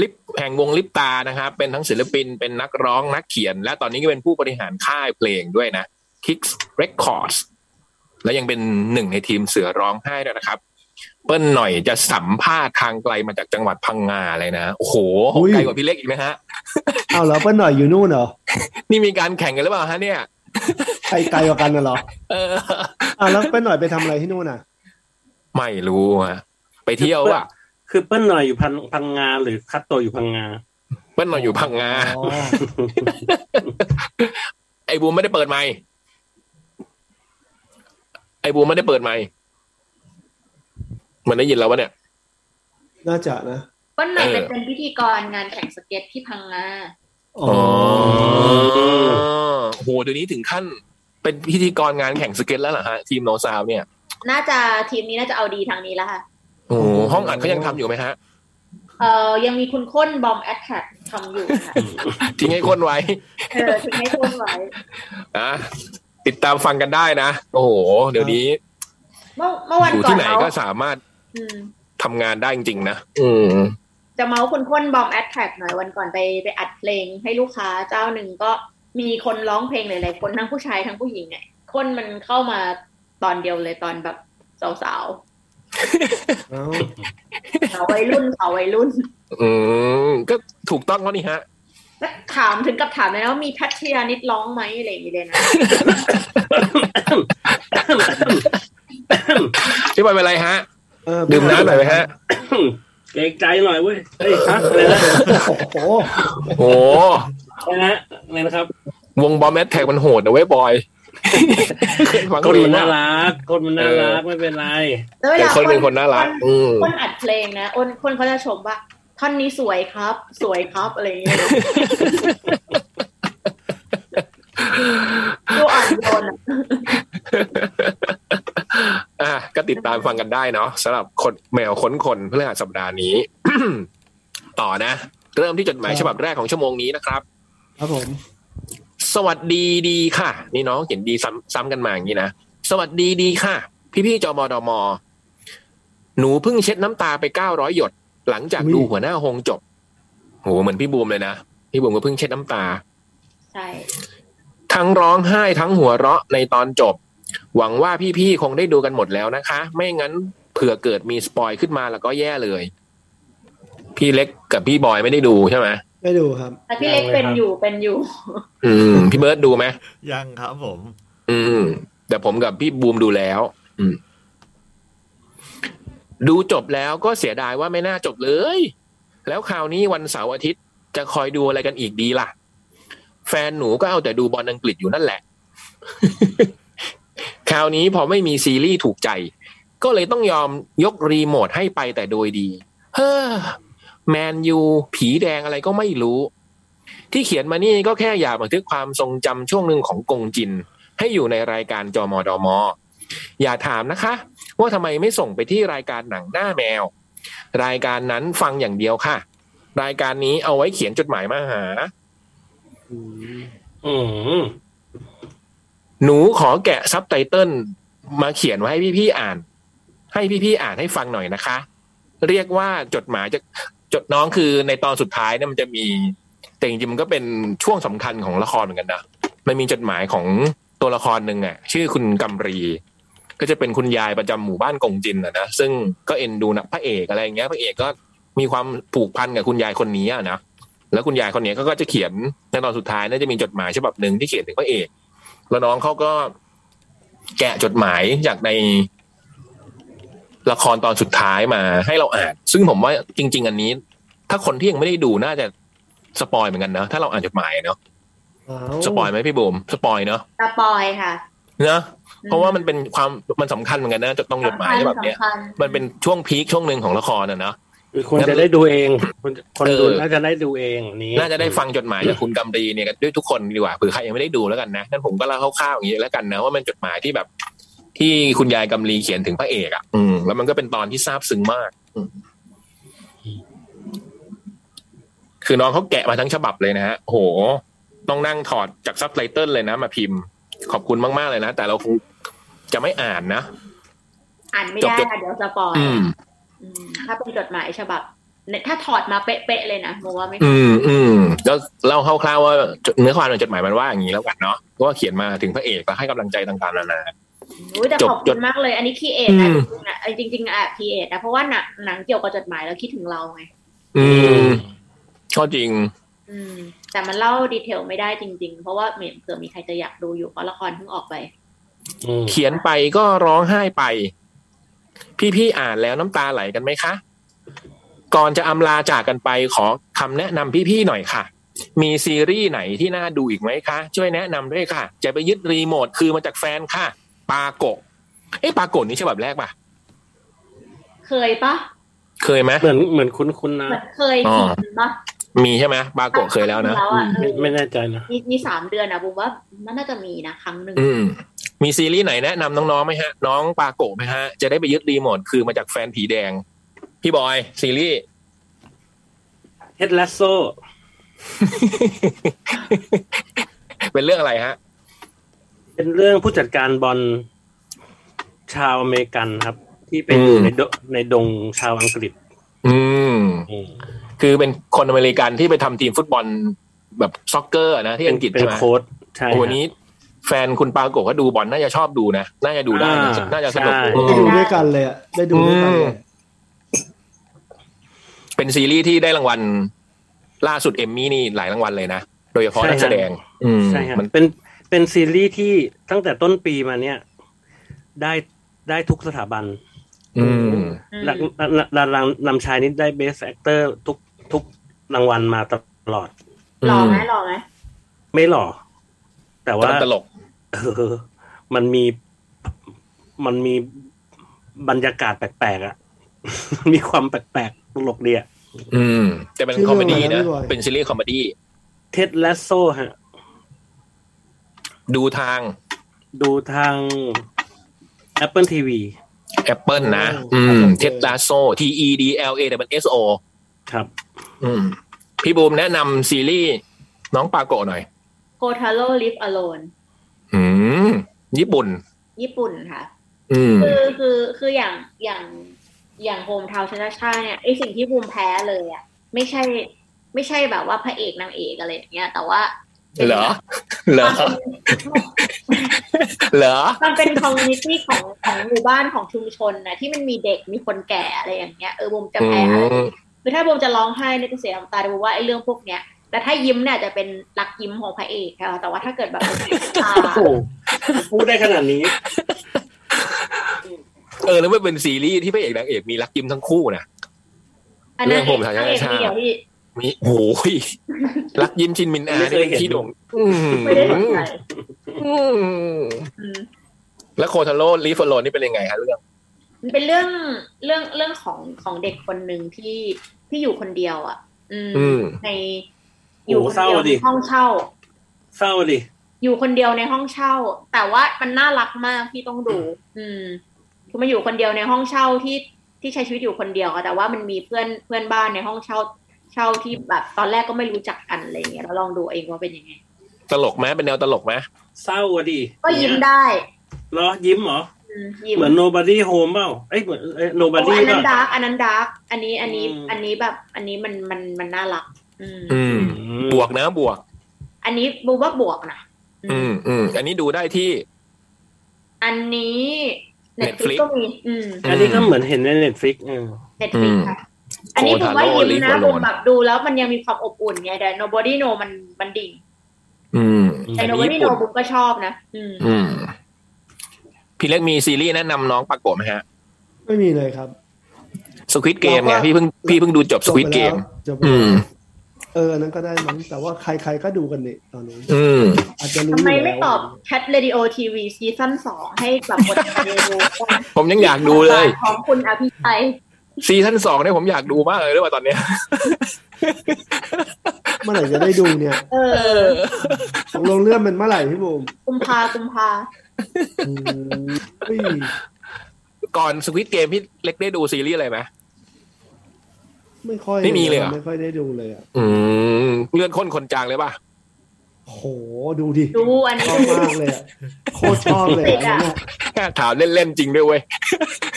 Speaker 2: ลิปแห่งวงลิปตานะครับ เป็นทั้งศิลปินเป็นนักร้องนักเขียน และตอนนี้ก็เป็นผู้บริหารค่ายเพลงด้วยนะ Kicks Records และยังเป็นหนึ่งในทีมเสือร้องไห้ด้วยนะครับ เปิ้ลหน่อยจะสัมภาษณ์ทางไกลมาจากจังหวัดพังงาเลยนะโอ้โหไกลกว่าพี่เล็กอีกนะฮะ
Speaker 3: เอาแล้วป้าหน่อยอยู่นู่นเหรอ
Speaker 2: นี่มีการแข่งกันหรือเปล่าฮะเนี่ย
Speaker 3: ไกลไกลกว่ากันน่ะเหรอ
Speaker 2: เออ
Speaker 3: อ่าแล้วป้าหน่อยไปทำอะไรที่นู่นน่ะ
Speaker 2: ไม่รู้ฮะไปเที่ยวอะ
Speaker 5: คือเปิ้ลหน่อยอยู่พันพังงาหรือคัตโตอยู่พังงา
Speaker 2: เปิ้ลหน่อยอยู่พังงา
Speaker 3: อ๋อ
Speaker 2: ไอ้บูมไม่ได้เปิดไมค์ไอ้บูมไม่ได้เปิดไมค์มันได้ยินแล้ววะเนี่ย
Speaker 3: น่าจะนะ
Speaker 4: วันไหน
Speaker 2: เออ
Speaker 4: ไปเป็นพิธีกรงานแข่งสเก็ตที่พังงา
Speaker 3: อ๋อ
Speaker 2: โอ้โหเดี๋ยวนี้ถึงขั้น เป็นพิธีกรงานแข่งสเก็ตแล้วเหรอฮะ ทีมโนซาวเนี่ย
Speaker 4: น่าจะทีมนี้น่าจะเอาดีทางนี้แล้วค่ะ
Speaker 2: โอ้โหห้องอัดเขายังทำอยู่ไหมฮะ
Speaker 4: เอ่อยังมีคุณค้นบอมแอดแท็กทำอยู่ ค่ะ
Speaker 2: ทิ้งให้คนไว้
Speaker 4: เออทิ้งให้ค้นไว้
Speaker 2: นะติดตามฟังกันได้นะ โอ้โห เดี๋ยวนี้
Speaker 4: เมื่อเมื่อวัน
Speaker 2: อยู่
Speaker 4: ก่อ
Speaker 2: ที่
Speaker 4: น
Speaker 2: ไหน
Speaker 4: เมา
Speaker 2: ก็สามารถ
Speaker 4: อืม
Speaker 2: ทำงานได้จริงๆนะ อืม
Speaker 4: จะเมาส์คุณค้นบอมแอดแท็กหน่อยวันก่อนไปไปอัดเพลงให้ลูกค้าเจ้าหนึ่งก็มีคนร้องเพลงหลายๆคนทั้งผู้ชายทั้งผู้หญิงไงค้นมันเข้ามาตอนเดียวเลยตอนแบบสาว
Speaker 3: เอ้า
Speaker 4: ๆ สาววัยรุ่น สาววัยรุ่น
Speaker 2: อืม ก็ถูกต้องแล้วนี่ฮะ
Speaker 4: แล้วถามถึงกับถามเลยนะว่ามีพัชยานิดร้องไหมอะไรอย่างนี้เลยนะ
Speaker 2: พี่บอยเป็นไรฮะ
Speaker 3: เออ
Speaker 2: ดื่มน้ำหน่อยไหมฮะ
Speaker 5: เกรงใจหน่อยเว้ยเฮ้ยฮะอะไรนะ
Speaker 3: โอ้โห
Speaker 2: โอ้โห
Speaker 5: อะไรนะอะไรนะครับ
Speaker 2: วงบอมแมทแท็กมันโหดนะเว้ยบอยเคยฟัง
Speaker 5: คน
Speaker 2: เพลงว่า
Speaker 5: มันน่ารักคนมันน่ารักไม่เป็นไร
Speaker 4: แล้วเว
Speaker 2: เออ
Speaker 4: ลา
Speaker 2: คนเป็นคนน่ารัก อืม
Speaker 4: คนอัดเพลงนะอ้นคนเขาจะชมว่า ท่อนนี้สวยครับ สวยครับอะไรอย่างเงี้ ย ดูอ่อนโยนอะ
Speaker 2: อ่ะก็ติดตามฟังกันได้เนาะสำหรับคนแมวค้นคนเพื่อสัปดาห์นี้ ต่อนะ เริ่มที่จดหมายฉบับแรกของชั่วโมงนี้นะครับ
Speaker 3: ครับผม
Speaker 2: สวัสดีดีค่ะ นี่น้องเขียนดีซ้ำซ้ำกันมาอย่างนี้นะ สวัสดีดีค่ะ พี่พี่ๆจมดม หนูเพิ่งเช็ดน้ำตาไปเก้าร้อยหยด หลังจากดูหัวหน้าโฮงจบโหเหมือนพี่บูมเลยนะ พี่บูมก็เพิ่งเช็ดน้ำตา
Speaker 4: ใช่
Speaker 2: ทั้งร้องไห้ทั้งหัวเราะในตอนจบ หวังว่าพี่ๆคงได้ดูกันหมดแล้วนะคะ ไม่งั้นเผื่อเกิดมีสปอยขึ้นมาแล้วก็แย่เลย พี่เล็กกับพี่บอยไม่ได้ดูใช่ไหม
Speaker 3: ได้ดูครับ
Speaker 4: แต่พี่เล็กเป็นอยู่เป็นอยู่
Speaker 2: อืม พี่เบิร์ดดูไหม
Speaker 1: ยังครับผม
Speaker 2: อืม แต่ผมกับพี่บูมดูแล้ว อืม ดูจบแล้วก็เสียดายว่าไม่น่าจบเลย แล้วคราวนี้วันเสาร์อาทิตย์จะคอยดูอะไรกันอีกดีล่ะ แฟนหนูก็เอาแต่ดูบอลอังกฤษอยู่นั่นแหละ คราวนี้พอไม่มีซีรีส์ถูกใจ ก็เลยต้องยอมยกรีโมทให้ไปแต่โดยดี เฮ้อแมนยูผีแดงอะไรก็ไม่รู้ ที่เขียนมานี่ก็แค่อยากบันทึกความทรงจำช่วงหนึ่งของกงจิน ให้อยู่ในรายการจอมอดอมอ อย่าถามนะคะ ว่าทำไมไม่ส่งไปที่รายการหนังหน้าแมว รายการนั้นฟังอย่างเดียวค่ะ รายการนี้เอาไว้เขียนจดหมายมาหา
Speaker 5: อืม
Speaker 2: หนูขอแกะซับไตเติลมาเขียนไว้ให้พี่ๆอ่าน ให้พี่ๆอ่านให้ฟังหน่อยนะคะ เรียกว่าจดหมายจะจดน้องคือในตอนสุดท้ายเนี่ยมันจะมี แต่จริงๆมันก็เป็นช่วงสำคัญของละครเหมือนกันนะมันมีจดหมายของตัวละครหนึ่งอ่ะ ชื่อคุณกำรี ก็จะเป็นคุณยายประจำหมู่บ้านกงจินอ่ะนะซึ่งก็เอ็นดูนะพระเอกอะไรอย่างเงี้ยพระเอกก็มีความผูกพันกับคุณยายคนนี้อ่ะนะแล้วคุณยายคนนี้ก็จะเขียนในตอนสุดท้ายน่าจะมีจดหมายฉบับหนึ่งที่เขียนถึงพระเอก แล้วน้องเขาก็แกะจดหมายจากในละครตอนสุดท้ายมาให้เราอ่าน ซึ่งผมว่าจริง ๆ อันนี้ ถ้าคนที่ยังไม่ได้ดูน่าจะสปอยเหมือนกันนะถ้าเราอ่านจดหมายเนาะ
Speaker 3: เา
Speaker 2: สปอยไหมพี่บุ๋มสปอยเนาะ
Speaker 4: ตาปอยค่ะ
Speaker 2: เนอะเพราะว่ามันเป็นความมันสำคัญเหมือนกันนะจดต้องจดหมายฉบับเนี้ย
Speaker 4: สำคัญ
Speaker 2: มันเป็นช่วงพีคช่วงหนึ่งของละครน่ะเนาะ
Speaker 5: คนจะได้ดูเองคนคนดู
Speaker 2: เออ
Speaker 5: น่าจะได้ดูเองนี้
Speaker 2: น่าจะได้ฟังจดหมายจากคุณกำดีเนี่ยด้วยทุกคนดีกว่าเผื่อใครยังไม่ได้ดูแล้วกันนะนั่นผมก็เล่าคร่าวๆอย่างนี้แล้วกันนะว่ามันจดหมายที่แบบ ที่คุณยายกำลีเขียนถึงพระเอกอ่ะอืมแล้วมันก็เป็นตอนที่ซาบซึ้งมาก อืมคือน้องเขาแกะมาทั้งฉบับเลยนะฮะโหต้องนั่งถอดจากซับไตเติลเลยนะ มาพิมพ์ ขอบคุณมากๆเลยนะ แต่เราคงจะไม่อ่านนะ
Speaker 4: อ่านไม่ได้
Speaker 2: จบ
Speaker 4: ค่ะเดี๋ยวสปอย
Speaker 2: อืม
Speaker 4: อืมถ้าเป็นจดหมายฉบับเนี่ยถ้าถอดมาเป๊ะๆเลยนะโมว่าไม่
Speaker 2: อืมอืมแล้วเล่าคร่าวๆว่าเนื้อความในจดหมายมันว่าอย่างนี้แล้วกันเนาะก็ว่าเขียนมาถึงพระเอกแล้วให้กำลังใจต่างๆนานา
Speaker 4: อุ๊ยแต่
Speaker 2: จบ
Speaker 4: ขอบ
Speaker 2: จ
Speaker 4: คุ
Speaker 2: ด
Speaker 4: ณมากเลย อันนี้คีเอทนะ
Speaker 2: อืม
Speaker 4: จริงๆนะเอ้ยจริงๆอ่ะคีเอทนะเพราะว่าหนังหนังเกี่ยวกับจดหมายแล้วคิดถึงเราไง
Speaker 2: อืมก็จริง
Speaker 4: อืม แต่มันเล่าดีเทลไม่ได้จริง ๆ เพราะว่าเหมือนเผื่อมีใครจะอยากดูอยู่เพราะละครเพิ่งออกไป
Speaker 5: อืม
Speaker 2: เขียนไปก็ร้องไห้ไป พี่ๆอ่านแล้วน้ำตาไหลกันไหมคะ ก่อนจะอำลาจากกันไปขอคำแนะนำพี่ๆหน่อยค่ะ มีซีรีส์ไหนที่น่าดูอีกไหมคะ ช่วยแนะนำด้วยค่ะ จะไปยึดรีโมทคือมาจากแฟนค่ะ ปาโกะเอ้ปาโกะนี่ฉบับแรกป่ะ
Speaker 4: เคยปะ
Speaker 2: เคยไหม
Speaker 5: เหมือนเหมือนคุ้นๆนะ
Speaker 4: เหมือนเคยกินปะ
Speaker 2: มีใช่ไหมปาโกะเคยแล้วนะ
Speaker 4: แล้วอ่ะเอ
Speaker 5: ไม่
Speaker 4: อ
Speaker 5: ไม่แน่ใจนะ
Speaker 4: มีมีสามเดือนอ่ะบุมว่ามันน่าจะมีนะครั้งหนึ่ง
Speaker 2: อืม มีซีรีส์ไหนแนะนำน้องๆไหมฮะ น้องปาโกะไหมฮะ จะได้ไปยึดรีโมทคือมาจากแฟนผีแดง พี่บอย ซีรีส์
Speaker 5: เฮดแลสโซ
Speaker 2: เป็นเรื่องอะไรฮะ
Speaker 5: เป็นเรื่องผู้จัดการบอลชาวอเมริกันครับ ที่เป็น
Speaker 2: อืม
Speaker 5: ในดงในดงชาวอังกฤษ
Speaker 2: อืม
Speaker 5: อืม
Speaker 2: คือเป็นคนอเมริกันที่ไปทำทีมฟุตบอลแบบซ็อกเกอร์นะที่อังกฤษ
Speaker 5: เป็
Speaker 2: ใช่
Speaker 5: น
Speaker 2: ไหม
Speaker 5: โค้ดใช่
Speaker 2: โอ้โห
Speaker 5: ครับ
Speaker 2: นี้ แฟนคุณปาโกะก็ดูบอลน่าจะชอบดูนะ น่าจะดูได้นะ
Speaker 5: อ่า
Speaker 2: น่าจะสนุก
Speaker 5: ใช่
Speaker 2: อื
Speaker 3: ได้
Speaker 2: ม
Speaker 3: ดูด้วยกันเลยอะได้ดูด้วยกันเลย
Speaker 2: เป็นซีรีส์ที่ได้รางวัล ล่าสุดเอมมี่นี่หลายรางวัลเลยนะ โดยเฉพาะนักแสดง อืม
Speaker 5: ใช่ครับ
Speaker 2: มัน
Speaker 5: เป็นเป็นซีรีส์ที่ตั้งแต่ต้นปีมาเนี่ย ได้ได้ทุกสถาบัน
Speaker 2: อืม
Speaker 5: ดารานำชายนี่ได้เบสแอคเตอร์ทุกทุกรางวัลมาตลอด
Speaker 4: หล่อไหมหล่อไหม
Speaker 5: ไม่หล่อ แต่ว่า
Speaker 2: ตลก
Speaker 5: เออ มันมี มันมีบรรยากาศแปลกๆอะ มีความแปลกๆตลกดีอะ
Speaker 2: อืม แต่เป็น
Speaker 3: ชื่อ
Speaker 2: คอมเมดี้
Speaker 3: เรื่อง
Speaker 2: นะ
Speaker 3: อะไรนะพี่บอย
Speaker 2: เป็นซีรีส์คอมเมดี้
Speaker 5: เท็ดและโซฮะ
Speaker 2: ดูทาง
Speaker 5: ดูทาง Apple TV
Speaker 2: แอปเปิลนะ
Speaker 3: อื
Speaker 2: อื
Speaker 3: ม
Speaker 2: ม เท็ดลาโซ T E D L A W S O
Speaker 5: ครับ
Speaker 2: อืม พี่บูมแนะนำซีรีส์น้องปาโกะหน่อย
Speaker 4: โกทาโร่ลิฟอโลน
Speaker 2: อืม ญี่ปุ่น
Speaker 4: ญี่ปุ่นค่ะ
Speaker 2: อืม
Speaker 4: คือคือคืออย่างอย่างอย่างโฮมทาวชนะชาเนี่ยไอสิ่งที่บูมแพ้เลยอ่ะไม่ใช่ ไม่ใช่แบบว่าพระเอกนางเอกอะไรอย่างเงี้ยแต่ว่า
Speaker 2: เหรอ เหรอ เหรอ
Speaker 4: มันเป็นคอมมูนิตี้ของของหมู่บ้านของชุมชนนะที่มันมีเด็กมีคนแก่อะไรอย่างเงี้ยเออบูมจะ
Speaker 2: อื
Speaker 4: แพ้
Speaker 2: ม
Speaker 4: คือถ้าโบมจะร้องไห้เนี่ยจะเสียน้ำตาโบมว่าไอ้เรื่องพวกเนี้ย แต่ถ้ายิ้มเนี่ยจะเป็นรักยิ้มของพระเอกค่ะแต่ว่าถ้าเกิ ดแบบ อ่า
Speaker 5: โอ้โหพูดได้ขนาดนี้
Speaker 2: เออ แล้วมันเป็นซีรีส์ที่พระเอกนางเอกมีรักยิ้มทั้งคู่นะ
Speaker 4: อันนั้น
Speaker 2: เรื่องผมถ่าย
Speaker 4: พระเอก
Speaker 2: ใช่
Speaker 4: เดียวที่
Speaker 2: มีโอ้ยรักยิ้มชินมินอา
Speaker 5: ไม่
Speaker 2: นี่
Speaker 5: เคย
Speaker 2: เป็น
Speaker 5: เห็น
Speaker 2: ที่โด่งอืม
Speaker 4: ไม่ได้สนใจ
Speaker 2: อืม
Speaker 4: อืม
Speaker 2: แล้วโคทาโร่ลีฟอโลนี่เป็นยังไงฮะเรื่อง
Speaker 4: มันเป็นเรื่องเรื่องเรื่องของของเด็กคนหนึ่งที่ที่อยู่คนเดียว อ่ะ อืม
Speaker 2: อืม
Speaker 4: ในอยู่คน
Speaker 5: โอ้เศร้า
Speaker 4: เดียว
Speaker 5: ดิ
Speaker 4: ในห้องเช่า
Speaker 5: เศร้าดิ
Speaker 4: อยู่คนเดียวในห้องเช่า แต่ว่ามันน่ารักมากที่ต้องดู อืมคือมาอยู่คนเดียวในห้องเช่าที่ที่ใช้ชีวิตอยู่คนเดียวอะแต่ว่ามันมีเพื่อนเพื่อนบ้านในห้องเช่า เช่าที่แบบตอนแรกก็ไม่รู้จักกันอะไรอย่างเงี้ยแล้วลองดูเองว่าเป็นยังไง
Speaker 2: ตลกไหมเป็นแนวตลกไหม
Speaker 5: เศร้าอะดิ
Speaker 4: ก็ยิ้มได้
Speaker 5: เหรอ ยิ้มเหรอ
Speaker 4: อืมยิ้ม
Speaker 5: เหมือน nobody home เปล่าเอ้ยเหมือนเอ้ย
Speaker 4: โอ้
Speaker 5: nobody
Speaker 4: อันนั้
Speaker 5: ป่ะ
Speaker 4: นดาร์กอันนั้นดาร์กอันนี้อันนี้
Speaker 5: อืม
Speaker 4: อันนี้แบบ อันนี้มันมันมันน่ารัก อืม
Speaker 2: อืม บวกนะบวก
Speaker 4: อันนี้บูว่าบวกนะอื
Speaker 2: อื
Speaker 4: ม
Speaker 2: มอืมอันนี้ดูได้ที่
Speaker 4: อันนี้เน็ตฟลิ
Speaker 2: Netflix
Speaker 4: ก็มีอืม
Speaker 5: อันนี้ก็เหมือนเห็นใน Netflix เออ
Speaker 4: เน็ตฟลิก
Speaker 2: อืม
Speaker 4: ค่ะ อันนี้ผมว่า
Speaker 2: Taro
Speaker 4: ยิ้ม
Speaker 2: Leave
Speaker 4: นะ
Speaker 2: Alone
Speaker 4: ผมแบบดูแล้วมันยังมีความอบอุ่นไงแต่ nobody know มันมันดิ่ง
Speaker 2: อืม
Speaker 4: แต่
Speaker 2: อันนี้
Speaker 4: nobody
Speaker 2: ญี่ปุ่
Speaker 4: know
Speaker 2: น
Speaker 4: ผมก็ชอบนะ อืม
Speaker 2: อืม พี่เล็กมีซีรีส์แนะนำน้องปรากฏไหมฮะ
Speaker 3: ไม่มีเลยครับ
Speaker 2: สควิตเกมเนี่ยพี่เพิ่งพี่เพิ่งดูจบสควิต
Speaker 3: ไป
Speaker 2: เก
Speaker 3: แล้
Speaker 2: ม
Speaker 3: จบไป
Speaker 2: อื
Speaker 3: แล้ว
Speaker 2: ม
Speaker 3: เอออันนั้นก็ได้มั้งแต่ว่าใครๆก็ดูกันนี่ตอนนี้
Speaker 2: อืม
Speaker 3: อาจจะรู้
Speaker 4: ทำไม
Speaker 3: ยู่แล้ว
Speaker 4: ไม่ตอบแคทเรดิโอทีวีซีซั่นสองให้กลับมาดู
Speaker 2: ผมยัง อยากดูเลย
Speaker 4: ของคุณอภิชัย
Speaker 2: ซีซั่นสองเนี่ยผมอยากดูมากเลยด้วยว่าตอนเนี้ย
Speaker 3: เมื่อไหร่จะได้ดูเนี่ย
Speaker 4: เอ
Speaker 2: เอ
Speaker 4: อ
Speaker 2: อ
Speaker 3: ตกลงเลื่อนมันเมื่อไหร่พี่บูม
Speaker 4: กุมภากุมภา
Speaker 3: อืมเฮ้ย
Speaker 2: ก่อนสควิตเกมพี่เล็กได้ดูซีรีส์อะไรไหม
Speaker 3: ไม่ค่อย
Speaker 2: ไม่มีเลยเหรอ
Speaker 3: ไม่ค่อยได้ดูเลยอ่ะ
Speaker 2: อืมเลื่อนค้นคนจางเลยป่ะ
Speaker 3: โหดูดิ
Speaker 4: ดูอันนี้
Speaker 3: ชอบมากเลยอะโคตรชอบเลยอะอันนั้นอะ
Speaker 2: ถามเล่นๆจริงด้วยเว้ย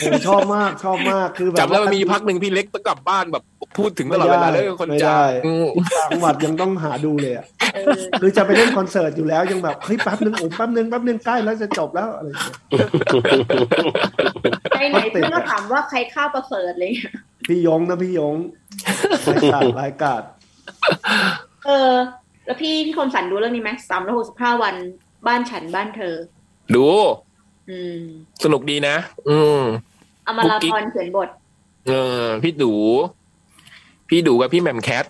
Speaker 3: ผมชอบมากชอบมากคือแบบ
Speaker 2: จำได้ว่ามีพักหนึ่งพี่เล็กต้องกลับบ้านแบบพูดถึงตลอดเวลา
Speaker 3: ไม่ได้
Speaker 2: เรื่องคน
Speaker 3: ไม่
Speaker 2: จาง
Speaker 3: ได้
Speaker 2: อืม
Speaker 3: ต่างจังหวัดยังต้องหาดูเลยอ่ะ
Speaker 4: เออ
Speaker 3: คือจะไปเล่นคอนเสิร์ตอยู่แล้วยังแบบเฮ้ยแป๊บนึงโอ้แป๊บนึงแป๊บนึงใกล้แล้วจะจบแล้วอะไรอย่างเงี้ย
Speaker 4: ใครไหนเพื่อนก็ถามว่าใครฆ่าประเสริฐอะไรเลย
Speaker 3: พี่ยงนะพี่ยงรายการรายการ
Speaker 4: เออ แล้วพี่พี่คมสันดูเรื่องนี้ไหมสามร้อยหกสิบห้าวันบ้านฉันบ้านเธอ
Speaker 2: ดู
Speaker 4: อืม
Speaker 2: สนุกดีนะ อืม
Speaker 4: อมาราพรเขียนบท
Speaker 2: เออ พี่ดู พี่ดูกับพี่แหม่มแคท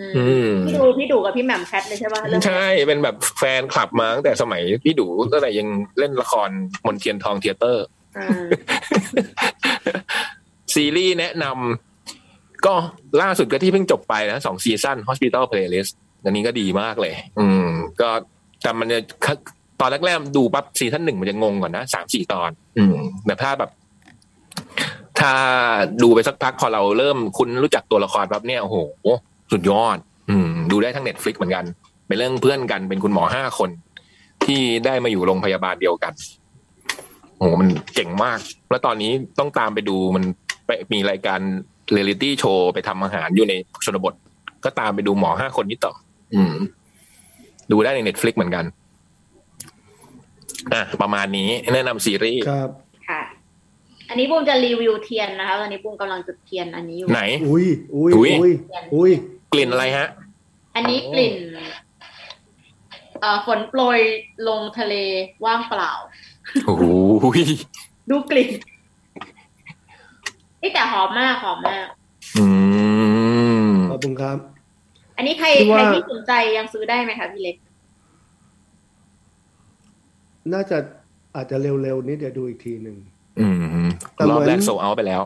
Speaker 4: อืม
Speaker 2: อืม
Speaker 4: พี่ดูพี่ดูกับพี่แหม่มแคทเลยใช่ป่ะเรื่อง
Speaker 2: ใช่ เป็นแบบแฟนคลับมาตั้งแต่สมัยพี่ดูตั้งแต่ยังเล่นละครมนเทียนทองเทเตอร์
Speaker 4: เออ
Speaker 2: ซีรีส์แนะนำก็ล่าสุดก็ที่เพิ่งจบไปนะสองซีซั่น Hospital Playlist อันนี้ก็ดีมากเลย อืม ก็แต่มันจะตอนแรกๆดูปั๊บซีซั่นหนึ่งมันจะงงก่อนนะสามสี่ตอน อืมแต่ถ้าแบบ ถ้าดูไปสักพักพอเราเริ่มคุ้นรู้จักตัวละครปั๊บเนี่ยโอ้โห สุดยอด อืม ดูได้ทั้งเน็ตฟลิกเหมือนกัน เป็นเรื่องเพื่อนกันเป็นคุณหมอห้าคน ที่ได้มาอยู่โรงพยาบาลเดียวกันโอ้โหมันเจ๋งมาก แล้วตอนนี้ต้องตามไปดูมัน ไปมีรายการเรียลิตี้โชว์ไปทำอาหารอยู่ในชนบท ก็ตามไปดูหมอห้าคนนี้ต่อ อืม ดูได้ในเน็ตฟลิกเหมือนกัน อ่ะ ประมาณนี้แนะนำซีรีส์
Speaker 3: ครับ
Speaker 4: ค่ะ อันนี้บูมจะรีวิวเทียนนะคะตอนนี้บูมกำลังจุดเทียนอันนี้อยู่
Speaker 2: ไหน
Speaker 3: อุ้ยอุ้ย
Speaker 2: อุ๊
Speaker 3: อุ้
Speaker 2: ย
Speaker 3: ยอุ้ย
Speaker 2: กลิ่นอะไรฮะ
Speaker 4: อันนี้กลิ่นเอ่อฝนโปรยลงทะเลว่างเปล่า
Speaker 2: โอ้โห
Speaker 4: ดูกลิ่นนี่แต่หอมมากหอมมาก
Speaker 2: อืม
Speaker 3: ขอบคุณครับ
Speaker 4: อันนี้ใคร
Speaker 3: คิด
Speaker 4: ใค
Speaker 3: ว่า
Speaker 4: รที่สนใจยังซื้อได้ไหมคะพี่เล็ก
Speaker 3: น่าจะอาจจะเร็วๆนี้เดี๋ยวดูอีกทีหนึ่ง
Speaker 2: อืม
Speaker 3: แต่เหมือน
Speaker 2: รอบแรกโซเอาไปแล้ว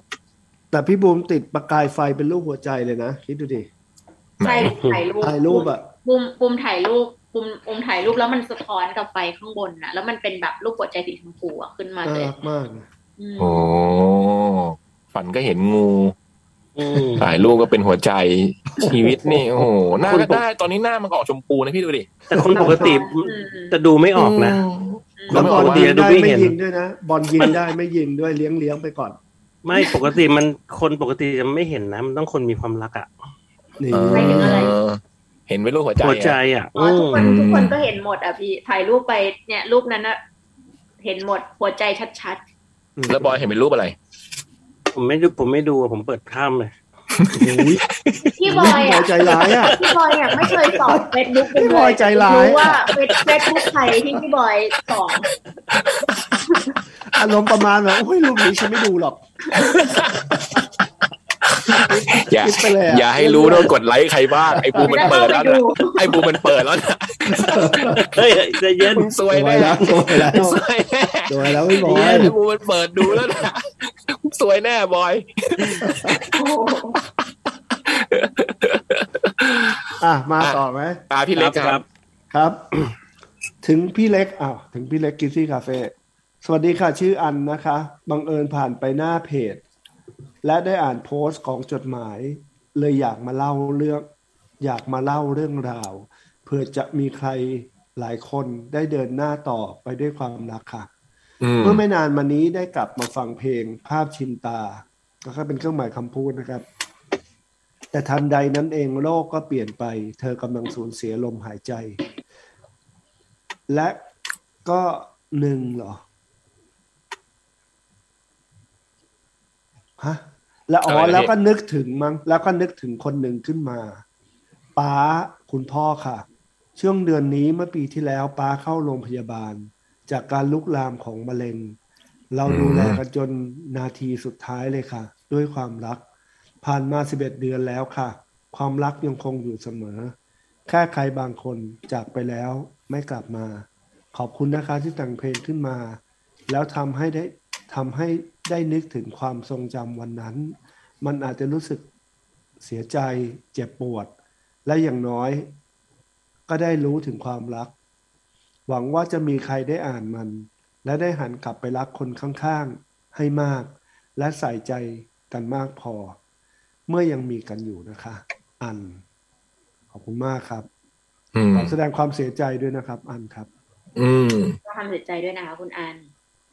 Speaker 3: แต่พี่บูมติดประกายไฟเป็นรูปหัวใจเลยนะ คิดดูดิ
Speaker 2: ไหน
Speaker 4: ใช่ถ่ายรูป
Speaker 3: ถ่ายรูปอ่ะ
Speaker 4: บูมบูมถ่ายรูปบูมบูมถ่ายรูปแล้วมันสะท้อนกับไฟข้างบนนะแล้วมันเป็นแบบรูปหัวใจสีชมพูอะขึ้นมา
Speaker 3: น่า
Speaker 4: เลย
Speaker 3: รักมากนะ
Speaker 4: อืม
Speaker 2: โอ้ฝันก็เห็นงู
Speaker 5: อืม
Speaker 2: ถ่ายรูปก็เป็นหัวใจชีวิตนี่ โอ้โหหน้าก็ได้ ตอนนี้หน้ามันก็ออกชมพูนะพี่ดูดิ
Speaker 5: แต่คนปกติ
Speaker 4: อืมอืม
Speaker 5: จะดูไม่ออกนะ
Speaker 2: แล้
Speaker 3: แล้ว
Speaker 2: ว
Speaker 3: บอล
Speaker 2: บอก
Speaker 3: ยิ
Speaker 2: ว่า
Speaker 3: งได้
Speaker 5: เดี๋ยวดูไม่
Speaker 3: ไม่
Speaker 5: เห็น
Speaker 3: ยิงด้วยนะ บอลยิงได้ไม่ยิงด้วยเลี้ยงเลี้ยงไปก่อน
Speaker 5: ไม่ปกติมันคนปกติจะไม่เห็นนะมันต้องคนมีความรักอ่ะ
Speaker 3: นี่
Speaker 2: เออเห็นเป็นรูปหัวใจ
Speaker 5: หัวใจ
Speaker 2: อะ
Speaker 5: อ่ะ
Speaker 4: อ๋อ
Speaker 2: อืม
Speaker 4: ทุกคนทุกคนก็เห็นหมดอ่ะพี่ถ่ายรูปไปเนี่ยรูปนั้นอะเห็นหมดหัวใจชัด
Speaker 2: แล้วบอยเห็นเป็นรูปอะไร
Speaker 5: ผมไม่ดูผมไม่ดูผมเปิดข้ามเลย
Speaker 3: อุ้ย
Speaker 4: ๆพี่บอย
Speaker 3: หั
Speaker 4: อ่ะ
Speaker 3: วใจร้ายอ่ะ
Speaker 4: พี่บอยอ่ะไม่เคยสอนเฟซบุ๊ก
Speaker 3: พี่บอยใจร้าย
Speaker 4: รู้ว่าเฟซบุ๊กใครที่พี่บอยสอน
Speaker 3: อารมณ์ประมาณแบบอุ้ยรูปนี้ฉันไม่ดูหรอก
Speaker 2: อย่า
Speaker 3: คิดไปเลยอะ
Speaker 2: อย่าให้รู้นะว่ากดไลค์ใครบ้าง ไอ้บูมันเปิดแล้วนะไอ้บูมันเปิดแล้วนะ
Speaker 5: เฮ้ยใจเย็น
Speaker 2: มึงซวย
Speaker 3: โด
Speaker 2: แน่
Speaker 3: ยแล้วโดยแล้ว
Speaker 2: ซวยแน่
Speaker 3: โดยแล้วพี่บอ
Speaker 2: เหี้ย
Speaker 3: ย
Speaker 2: ไอ้บูมันเปิดดูแล้วนะมึงซวยแน่บอย
Speaker 4: โอ้โห
Speaker 3: อ่ะมาต่อไหม
Speaker 2: ตาพี่เล็กครับ
Speaker 3: ครับ ถึงพี่เล็กอ้าวถึงพี่เล็กกิซี่คาเฟ่สวัสดีค่ะ ชื่ออันนะคะ บังเอิญผ่านไปหน้าเพจ และได้อ่านโพสต์ของจดหมาย เลยอยากมาเล่าเรื่อง อยากมาเล่าเรื่องราวเพื่อจะมีใครหลายคนได้เดินหน้าต่อไปด้วยความรักค่ะ
Speaker 2: อืม
Speaker 3: เมื่อไม่นานมานี้ได้กลับมาฟังเพลงภาพชินตา ก็คือเป็นเครื่องหมายคำพูดนะครับ แต่ทันใดนั้นเองโลกก็เปลี่ยนไป เธอกำลังสูญเสียลมหายใจ และก็หนึ่งเหรอ ฮะ แล้วอ๋อแล้วก็นึกถึงมั้งแล้วก็นึกถึงคนหนึ่งขึ้นมา ป้าคุณพ่อค่ะ ช่วงเดือนนี้เมื่อปีที่แล้วป้าเข้าโรงพยาบาล จากการลุกลามของมะเร็ง เราดูแลกันจนนาทีสุดท้ายเลยค่ะ ด้วยความรัก ผ่านมา 11 เดือนแล้วค่ะ ความรักยังคงอยู่เสมอ แค่ใครบางคนจากไปแล้วไม่กลับมา ขอบคุณนะคะที่แต่งเพลงขึ้นมา แล้วทำให้ได้ทำให้ได้นึกถึงความทรงจำวันนั้น มันอาจจะรู้สึกเสียใจเจ็บปวด และอย่างน้อย ก็ได้รู้ถึงความรัก หวังว่าจะมีใครได้อ่านมัน และได้หันกลับไปรักคนข้างๆ ให้มาก และใส่ใจกันมากพอ เมื่อยังมีกันอยู่นะคะ อัน ขอบคุณมากครับ
Speaker 2: อืม
Speaker 3: ขอแสดงความเสียใจด้วยนะครับ อันครับ
Speaker 2: อืม
Speaker 4: ก็ทำเสียใจด้วยนะคะคุณอัน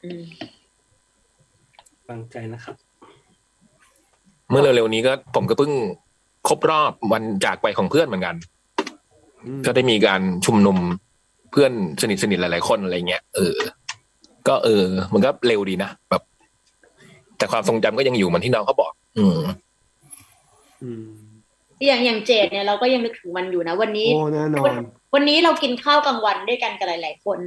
Speaker 4: อืม
Speaker 5: ฟังใจนะครับ
Speaker 2: เมื่อเร็วๆนี้ก็ผมก็เพิ่งครบรอบวันจากไปของเพื่อนเหมือนกัน
Speaker 3: อืม
Speaker 2: ก็ได้มีการชุมนุมเพื่อนสนิทสนิทๆหลายๆคนอะไรเงี้ยเออ ก็เออ มันก็เร็วดีนะแบบ แต่ความทรงจำก็ยังอยู่เหมือนที่น้องเขาบอก อืม
Speaker 3: อืม
Speaker 4: อย่างอย่างเจดเนี่ยเราก็ยังนึกถึงมันอยู่นะ วันนี้
Speaker 3: โอ้แน่นอน
Speaker 4: วันนี้เรากินข้าวกลางวันด้วยกันกับหลาย ๆ คน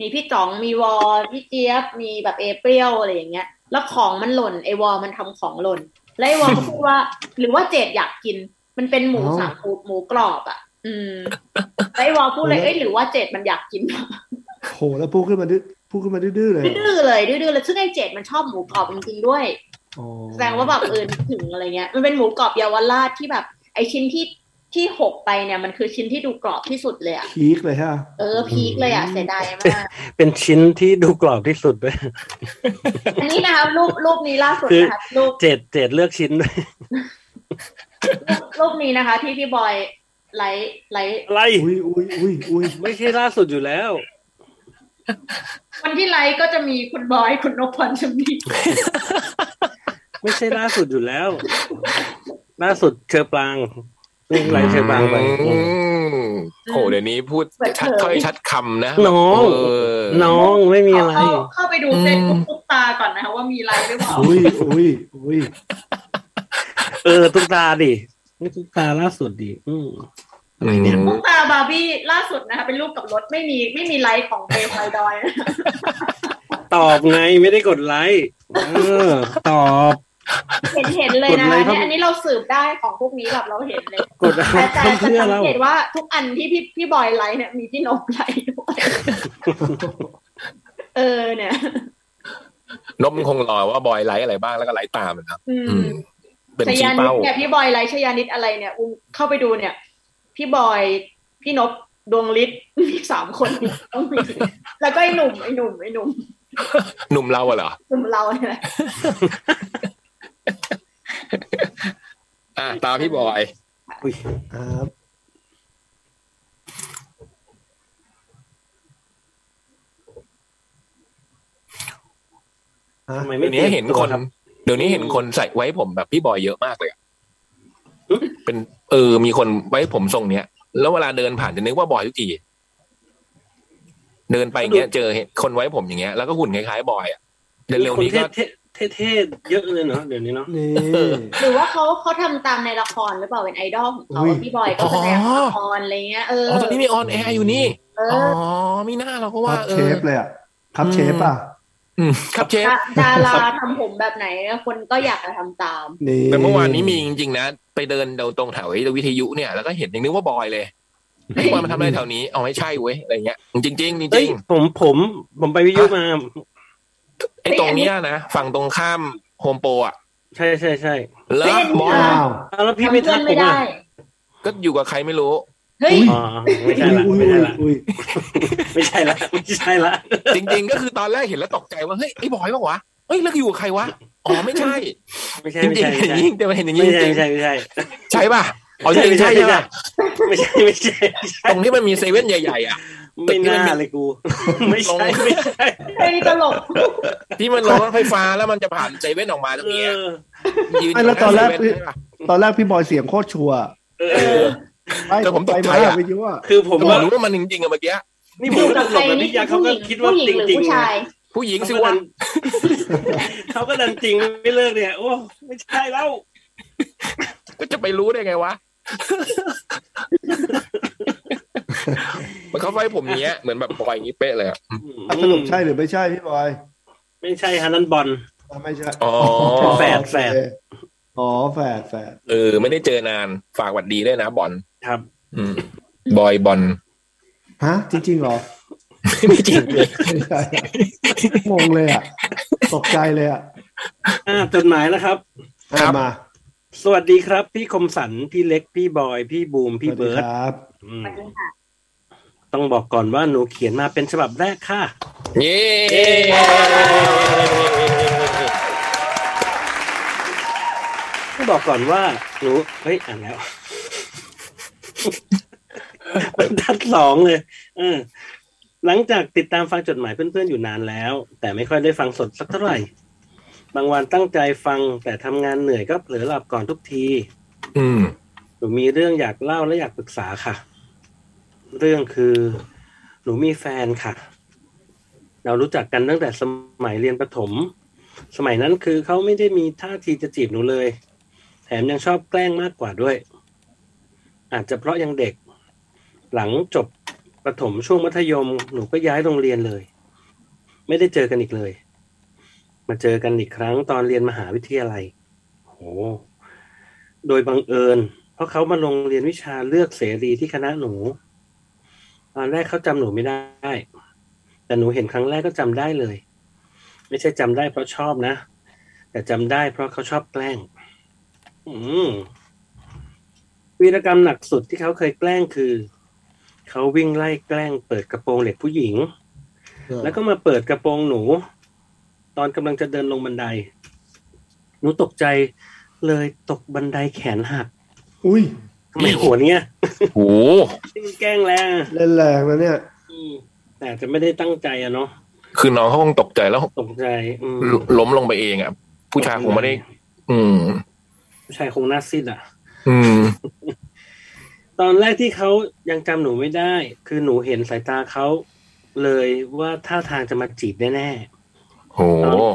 Speaker 4: มีพี่จ๋องมีวอพี่เจี๊ยบมีแบบเอเปรียวอะไรอย่างเงี้ย แล้วของมันหล่นไอวอมันทำของหล่นแล้วไอวอก็พูดว่า หรือว่าเจดอยากกิน มันเป็นหมูสามหูหมูกรอบอ่ะ อื มแล้วไอวอพูดเลยเอ้ยหรือว่าเจดมันอยากกิน
Speaker 3: โหแล้วพูดขึ้นมาดื้อพูดขึ้นมาดื้อๆเลย
Speaker 4: ดื้อๆเลยดื้อๆเลยซึ่งไอเจดมันชอบหมูกรอบจริงๆด้วย
Speaker 3: อ๋อ
Speaker 4: แสดงว่าแบบเออนึกถึงอะไรเงี้ย มันเป็นหมูกรอบเยาวราชที่แบบ ไอชิ้นที่ที่หกไปเนี่ยมันคือชิ้นที่ดูกรอบที่สุดเลยอะ
Speaker 3: พีคเลยฮะ
Speaker 4: เออพีคเลยอะเสียดายมาก
Speaker 5: เป็นชิ้นที่ดูกรอบที่สุดด้วย
Speaker 4: อันนี้นะคะรูปรูปนี้ล่าสุดนะคะรูป
Speaker 5: เจ็ดเจ็ดเลือกชิ้นด้วย
Speaker 4: รูปรูปนี้นะคะ ที่พี่บอยไลฟ์ไลฟ์
Speaker 5: อะไร
Speaker 3: อุ้ยอุ้ยอุ้ยอุ้ย
Speaker 5: ไม่ใช่ล่าสุดอยู่แล้ว
Speaker 4: วันที่ไลฟ์ก็จะมีคุณบอยคุณนพพรชมนี
Speaker 5: ไม่ใช่ล่าสุดอยู่แล้ว ล่าสุดเชอปรางเรื่องไรเชอปรางไป
Speaker 2: อืมโหเดี๋ยวนี้พูดชัดถ้อยชัดคำนะ
Speaker 5: น้อง
Speaker 2: เออ
Speaker 5: น้องไม่มีอะไร
Speaker 4: เข้าเข้าไปดูเฟซบุ๊ก
Speaker 2: อืม
Speaker 4: ตุ๊กตาก่อนนะคะว่ามีไลฟ์หรือเปล่า
Speaker 3: อุ้ยอุ้ยอุ้ย
Speaker 5: เออตุ๊กตาดินี่ตุ๊กตาล่าสุดดิอืม
Speaker 2: อะไรเนี่ย
Speaker 4: ตุ๊กตาบาร์บี้ล่าสุดนะคะเป็นรูปกับรถไม่มีไม่มีไลฟ์ของเบย์ไฟดอย นะ
Speaker 5: ตอบไงไม่ได้กดไลค์เออ ตอบ
Speaker 4: เห็นเห็นเลยนะ
Speaker 5: กดไล
Speaker 4: คะ
Speaker 5: ค์ครับ
Speaker 4: เนี่ยอันนี้เราสืบได้ของพวกนี้แบบเราเห็นเลย
Speaker 5: กดไล
Speaker 4: แต่
Speaker 5: ค์
Speaker 4: แต่แต่
Speaker 5: เพื่อ
Speaker 4: สัง
Speaker 5: เรา
Speaker 4: เกตว่าทุกอันที่พี่พี่บอยไลฟ์เนี่ยมีพี่นกไลฟ์ ด้วยเออเนี่ย
Speaker 2: นมคงรอว่าบอยไลท์อะไรบ้างแล้วก็ไลท์ตามนะครับ
Speaker 4: อื
Speaker 2: อื
Speaker 4: ม
Speaker 2: ม เป็น
Speaker 4: ช
Speaker 2: ชี้
Speaker 4: ยานิด
Speaker 2: เป้า
Speaker 4: เนี่ยพี่บอยไลฟ์ชยานิดอะไรเนี่ยอุ้มเข้าไปดูเนี่ย พี่บอยพี่นกดวงฤทธิ์ มีสามคนต้องมีแล้วก็ไอ้หนุ่มไอ้หนุ่มไอ้หนุ่ม
Speaker 2: หนุ่มเราอะเหรอ
Speaker 4: หนุ่มเราเนี่ยแหละ
Speaker 2: อ่ะตามพี่บอย
Speaker 5: อุ๊ย
Speaker 3: ครับฮะ
Speaker 5: ทำไมไม่
Speaker 2: เดี๋ยวนี้เห็นคน
Speaker 5: รับ
Speaker 2: เดี๋ยวนี้เห็นคนใส่ไว้ผมแบบพี่บอยเยอะมากเลยอะเป็นเออ มีคนไว้ผมทรงเนี้ย แล้วเวลาเดินผ่านจะนึกว่าบอยทุกที เดินไปอย่างเงี้ยเจอคนไว้ผมอย่างเงี้ย แล้วก็หุ่นคล้ายๆบอยอ่ะเดี๋ยวเร็วนี้ก็
Speaker 5: คเท่ๆเท่ๆเยอะเลยเนาะเดี๋ยวนี้เนาะ
Speaker 3: นี่
Speaker 4: หรือว่าเขาเขาทำตามในละครหรือเปล่าเป็นไอดอลของเขา
Speaker 3: อุ้ย
Speaker 4: พี่บอยก็แสดงละครอะไรเงี้ยเออ
Speaker 2: อ๋อตอนนี้มีออนแอร์อยู่นี่
Speaker 4: เอ
Speaker 2: อ๋อ
Speaker 4: อ
Speaker 2: มีหน้าเราก็
Speaker 3: คั
Speaker 2: ว่า
Speaker 3: พ
Speaker 2: เอ
Speaker 3: เช
Speaker 2: อ
Speaker 3: ฟเลยอ่ะคัพเชฟอ่ะ
Speaker 2: อืมครับเชฟ
Speaker 4: ดาราทำผมแบบไหนคนก็อยากจะทำตาม
Speaker 3: นี่
Speaker 2: แต่เมื่อวานนี้มีจริงๆนะ ไปเดินเดาตรงแถวไอ้วิทยุเนี่ย แล้วก็เห็นยังนึกว่าบอยเลยไอ้บอยมาทำอะไรแถวนี้เอาไม่ใช่เว้ยอะไรเงี้ยจริงๆจริงๆ
Speaker 5: เอ้ยผมผมผมไปวิทยุมา
Speaker 2: ไอ้ตรงเนี้ยนะฝั่งตรงข้ามโฮมโปรอ่ะ
Speaker 5: ใช่ใช่ใช่
Speaker 2: เลิ
Speaker 4: เล่
Speaker 2: ฟ
Speaker 4: น
Speaker 2: บอย
Speaker 3: อ้าว
Speaker 5: เอาแล้วพี่
Speaker 4: ทำ
Speaker 5: ไม่
Speaker 4: เพื่
Speaker 5: ทั
Speaker 4: อก น
Speaker 5: ผ
Speaker 4: ไม่
Speaker 5: มอ่ะ
Speaker 4: ได้
Speaker 2: ก็อยู่กับใครไม่รู้
Speaker 4: เฮ้ย
Speaker 5: อ๋อไม่ใช่ละ
Speaker 3: อุ้ย
Speaker 5: ไม่ใช่
Speaker 3: อุ้ย
Speaker 5: ละ
Speaker 3: อุ้ย
Speaker 5: ไม่ใช่ละไม่ใช่ละ
Speaker 2: จริง ๆ ก็คือตอนแรกเห็นแล้วตกใจว่าเฮ้ยไอ้บอยปะวะเฮ้ยแล้วอยู่กับใครวะอ๋อไม่ใช่
Speaker 5: ไม่ใช่
Speaker 2: จ
Speaker 5: ไม่
Speaker 2: ริง
Speaker 5: ใช่
Speaker 2: ๆเห็นอ
Speaker 5: ไม่ใช่
Speaker 2: ย่างนี้แต่มาเห็นอย่างนี้
Speaker 5: ไม่
Speaker 2: จ
Speaker 5: ใช่
Speaker 2: ริ
Speaker 5: ไม่
Speaker 2: ง
Speaker 5: ใช่ไม่ใช่
Speaker 2: ๆใช่ป่ะอ๋อจริงๆใช่ใช่ป่ะ
Speaker 5: ไม่ใช่ไม่ใช่ไม่ใช่
Speaker 2: ตรงที่มันมีเซเว่นใหญ่ๆอ่ะ
Speaker 5: ไม่น่าเลยกู ไม่ใช่ไม่ใช่
Speaker 4: เฮ้ยตลก
Speaker 2: ที่มันลงรถไฟฟ้าแล้วมันจะผ่านเซเว่นออกมาตรง
Speaker 5: เอ
Speaker 2: เนี้ย
Speaker 5: อ
Speaker 2: ยืน
Speaker 3: ไอ้แล้วตอนแรก
Speaker 2: ยู่หาเซเว่ใช่ปะ
Speaker 3: ตอนแรกพี่บอยเสียงโคตรชัวร์
Speaker 5: เออ
Speaker 3: ไอ้
Speaker 2: แต่ผมตกใจ
Speaker 3: ไปมา
Speaker 2: อะ
Speaker 3: ไปยั่ว
Speaker 5: คือผม
Speaker 2: ผม
Speaker 5: ว่า
Speaker 2: รู้ว่ามันจริงๆอะเมื่อกี้
Speaker 5: นี่
Speaker 4: อ
Speaker 5: ผม
Speaker 4: ยู่กั
Speaker 5: ก็
Speaker 4: บ
Speaker 5: หล
Speaker 4: ใคร
Speaker 5: บแบบ
Speaker 4: นี่
Speaker 5: นี้
Speaker 4: คื
Speaker 5: ยา
Speaker 4: อ
Speaker 5: เขา
Speaker 4: ผู้ห
Speaker 5: ก็
Speaker 4: ญิง
Speaker 5: คิดว่า
Speaker 4: ผู้หญิง
Speaker 5: จริง
Speaker 4: หรือ
Speaker 5: จริ
Speaker 4: ผู้
Speaker 5: ง
Speaker 4: ชาย
Speaker 2: ผู้หญิงสิ
Speaker 5: เขาก็
Speaker 2: วะ
Speaker 5: ดัน เขาก็ดันจริงไม่เลิกเนี่ยโอ้ไม่ใช่แล้ว
Speaker 2: ก็จะไปรู้ได้ไง วะ มันเขาไฟผมเนี้ยเหมือนแบบปล่อยอย่างนี้เป๊ะเลยอะ
Speaker 3: อ่ะสรุปใช่หรือไม่ใช่พี่บอย
Speaker 5: ไม่ใช่ฮะนั่นบอล
Speaker 3: อ่ะไม่ใช่
Speaker 2: อ๋อ
Speaker 5: แฝดแฝด
Speaker 3: อ๋อแฝดแฝด
Speaker 2: เออ ไม่ได้เจอนานฝากหวัดดีด้วยนะบอล
Speaker 5: ครับ
Speaker 2: อืม บอยบอล
Speaker 3: ฮะ จริงๆเหรอ
Speaker 2: ไม่จริงเลย
Speaker 3: ไม่ใช่อะงงเลยอ่ะ ตกใจเลยอ่ะ
Speaker 5: อ่าจดหมายนะครับ
Speaker 3: อ่ะมา
Speaker 5: สวัสดีครับ พี่คมสันพี่เล็กพี่บอย พี่บูม พี่เบิ
Speaker 3: สวัส
Speaker 5: ร์ต
Speaker 3: ดีครับ
Speaker 5: อืม
Speaker 4: สวัสดีค่ะ
Speaker 5: ต้องบอกก่อนว่าหนูเขียนมาเป็นฉบับแรกค่ะ
Speaker 2: เย้
Speaker 5: ต้องบอกก่อนว่าหนูเฮ้ย อ่านแล้ว บรรทัดสองเลยเออหลังจากติดตามฟังจดหมายเพื่อนๆอยู่นานแล้ว แต่ไม่ค่อยได้ฟังสดสักเท่าไหร่ บางวันตั้งใจฟังแต่ทำงานเหนื่อยก็เผลอหลับก่อนทุกที
Speaker 2: อืม
Speaker 5: หนูมีเรื่องอยากเล่าและอยากปรึกษาค่ะ เรื่องคือหนูมีแฟนค่ะ เรารู้จักกันตั้งแต่สมัยเรียนประถม สมัยนั้นคือเขาไม่ได้มีท่าทีจะจีบหนูเลย แถมยังชอบแกล้งมากกว่าด้วย อาจจะเพราะยังเด็ก หลังจบประถมช่วงมัธยม หนูก็ย้ายโรงเรียนเลย ไม่ได้เจอกันอีกเลย มาเจอกันอีกครั้งตอนเรียนมหาวิทยาลัยโห โดยบังเอิญ เพราะเขามาลงเรียนวิชาเลือกเสรีที่คณะหนู ตอนแรกเขาจำหนูไม่ได้ แต่หนูเห็นครั้งแรกก็จำได้เลย ไม่ใช่จำได้เพราะชอบนะ แต่จำได้เพราะเขาชอบแกล้ง อืมวีรกรรมหนักสุดที่เขาเคยแกล้งคือ เขาวิ่งไล่แกล้งเปิดกระโปรงเหล็กผู้หญิง แล้วก็มาเปิดกระโปรงหนู ตอนกำลังจะเดินลงบันได หนูตกใจเลยตกบันไดแขนหัก
Speaker 3: อุ้ย
Speaker 5: ทำไมหัวเนี้ย
Speaker 2: โห
Speaker 5: ที่มันแกล้งแรง
Speaker 3: เล่นแรงนะเนี่ย
Speaker 5: อืมแต่อาจจะไม่ได้ตั้งใจอะเนาะ
Speaker 2: คือน้องเขาคงตกใจแล้ว
Speaker 5: ตกใจ อืม
Speaker 2: ล้มลงไปเองอ่ะ ผู้ชายคงไม่ได้ อืม
Speaker 5: ผู้ชายคงหน้าซีดอะ
Speaker 2: อืม
Speaker 5: ตอนแรกที่เขายังจำหนูไม่ได้ คือหนูเห็นสายตาเขาเลยว่าท่าทางจะมาจีบแน่
Speaker 2: โห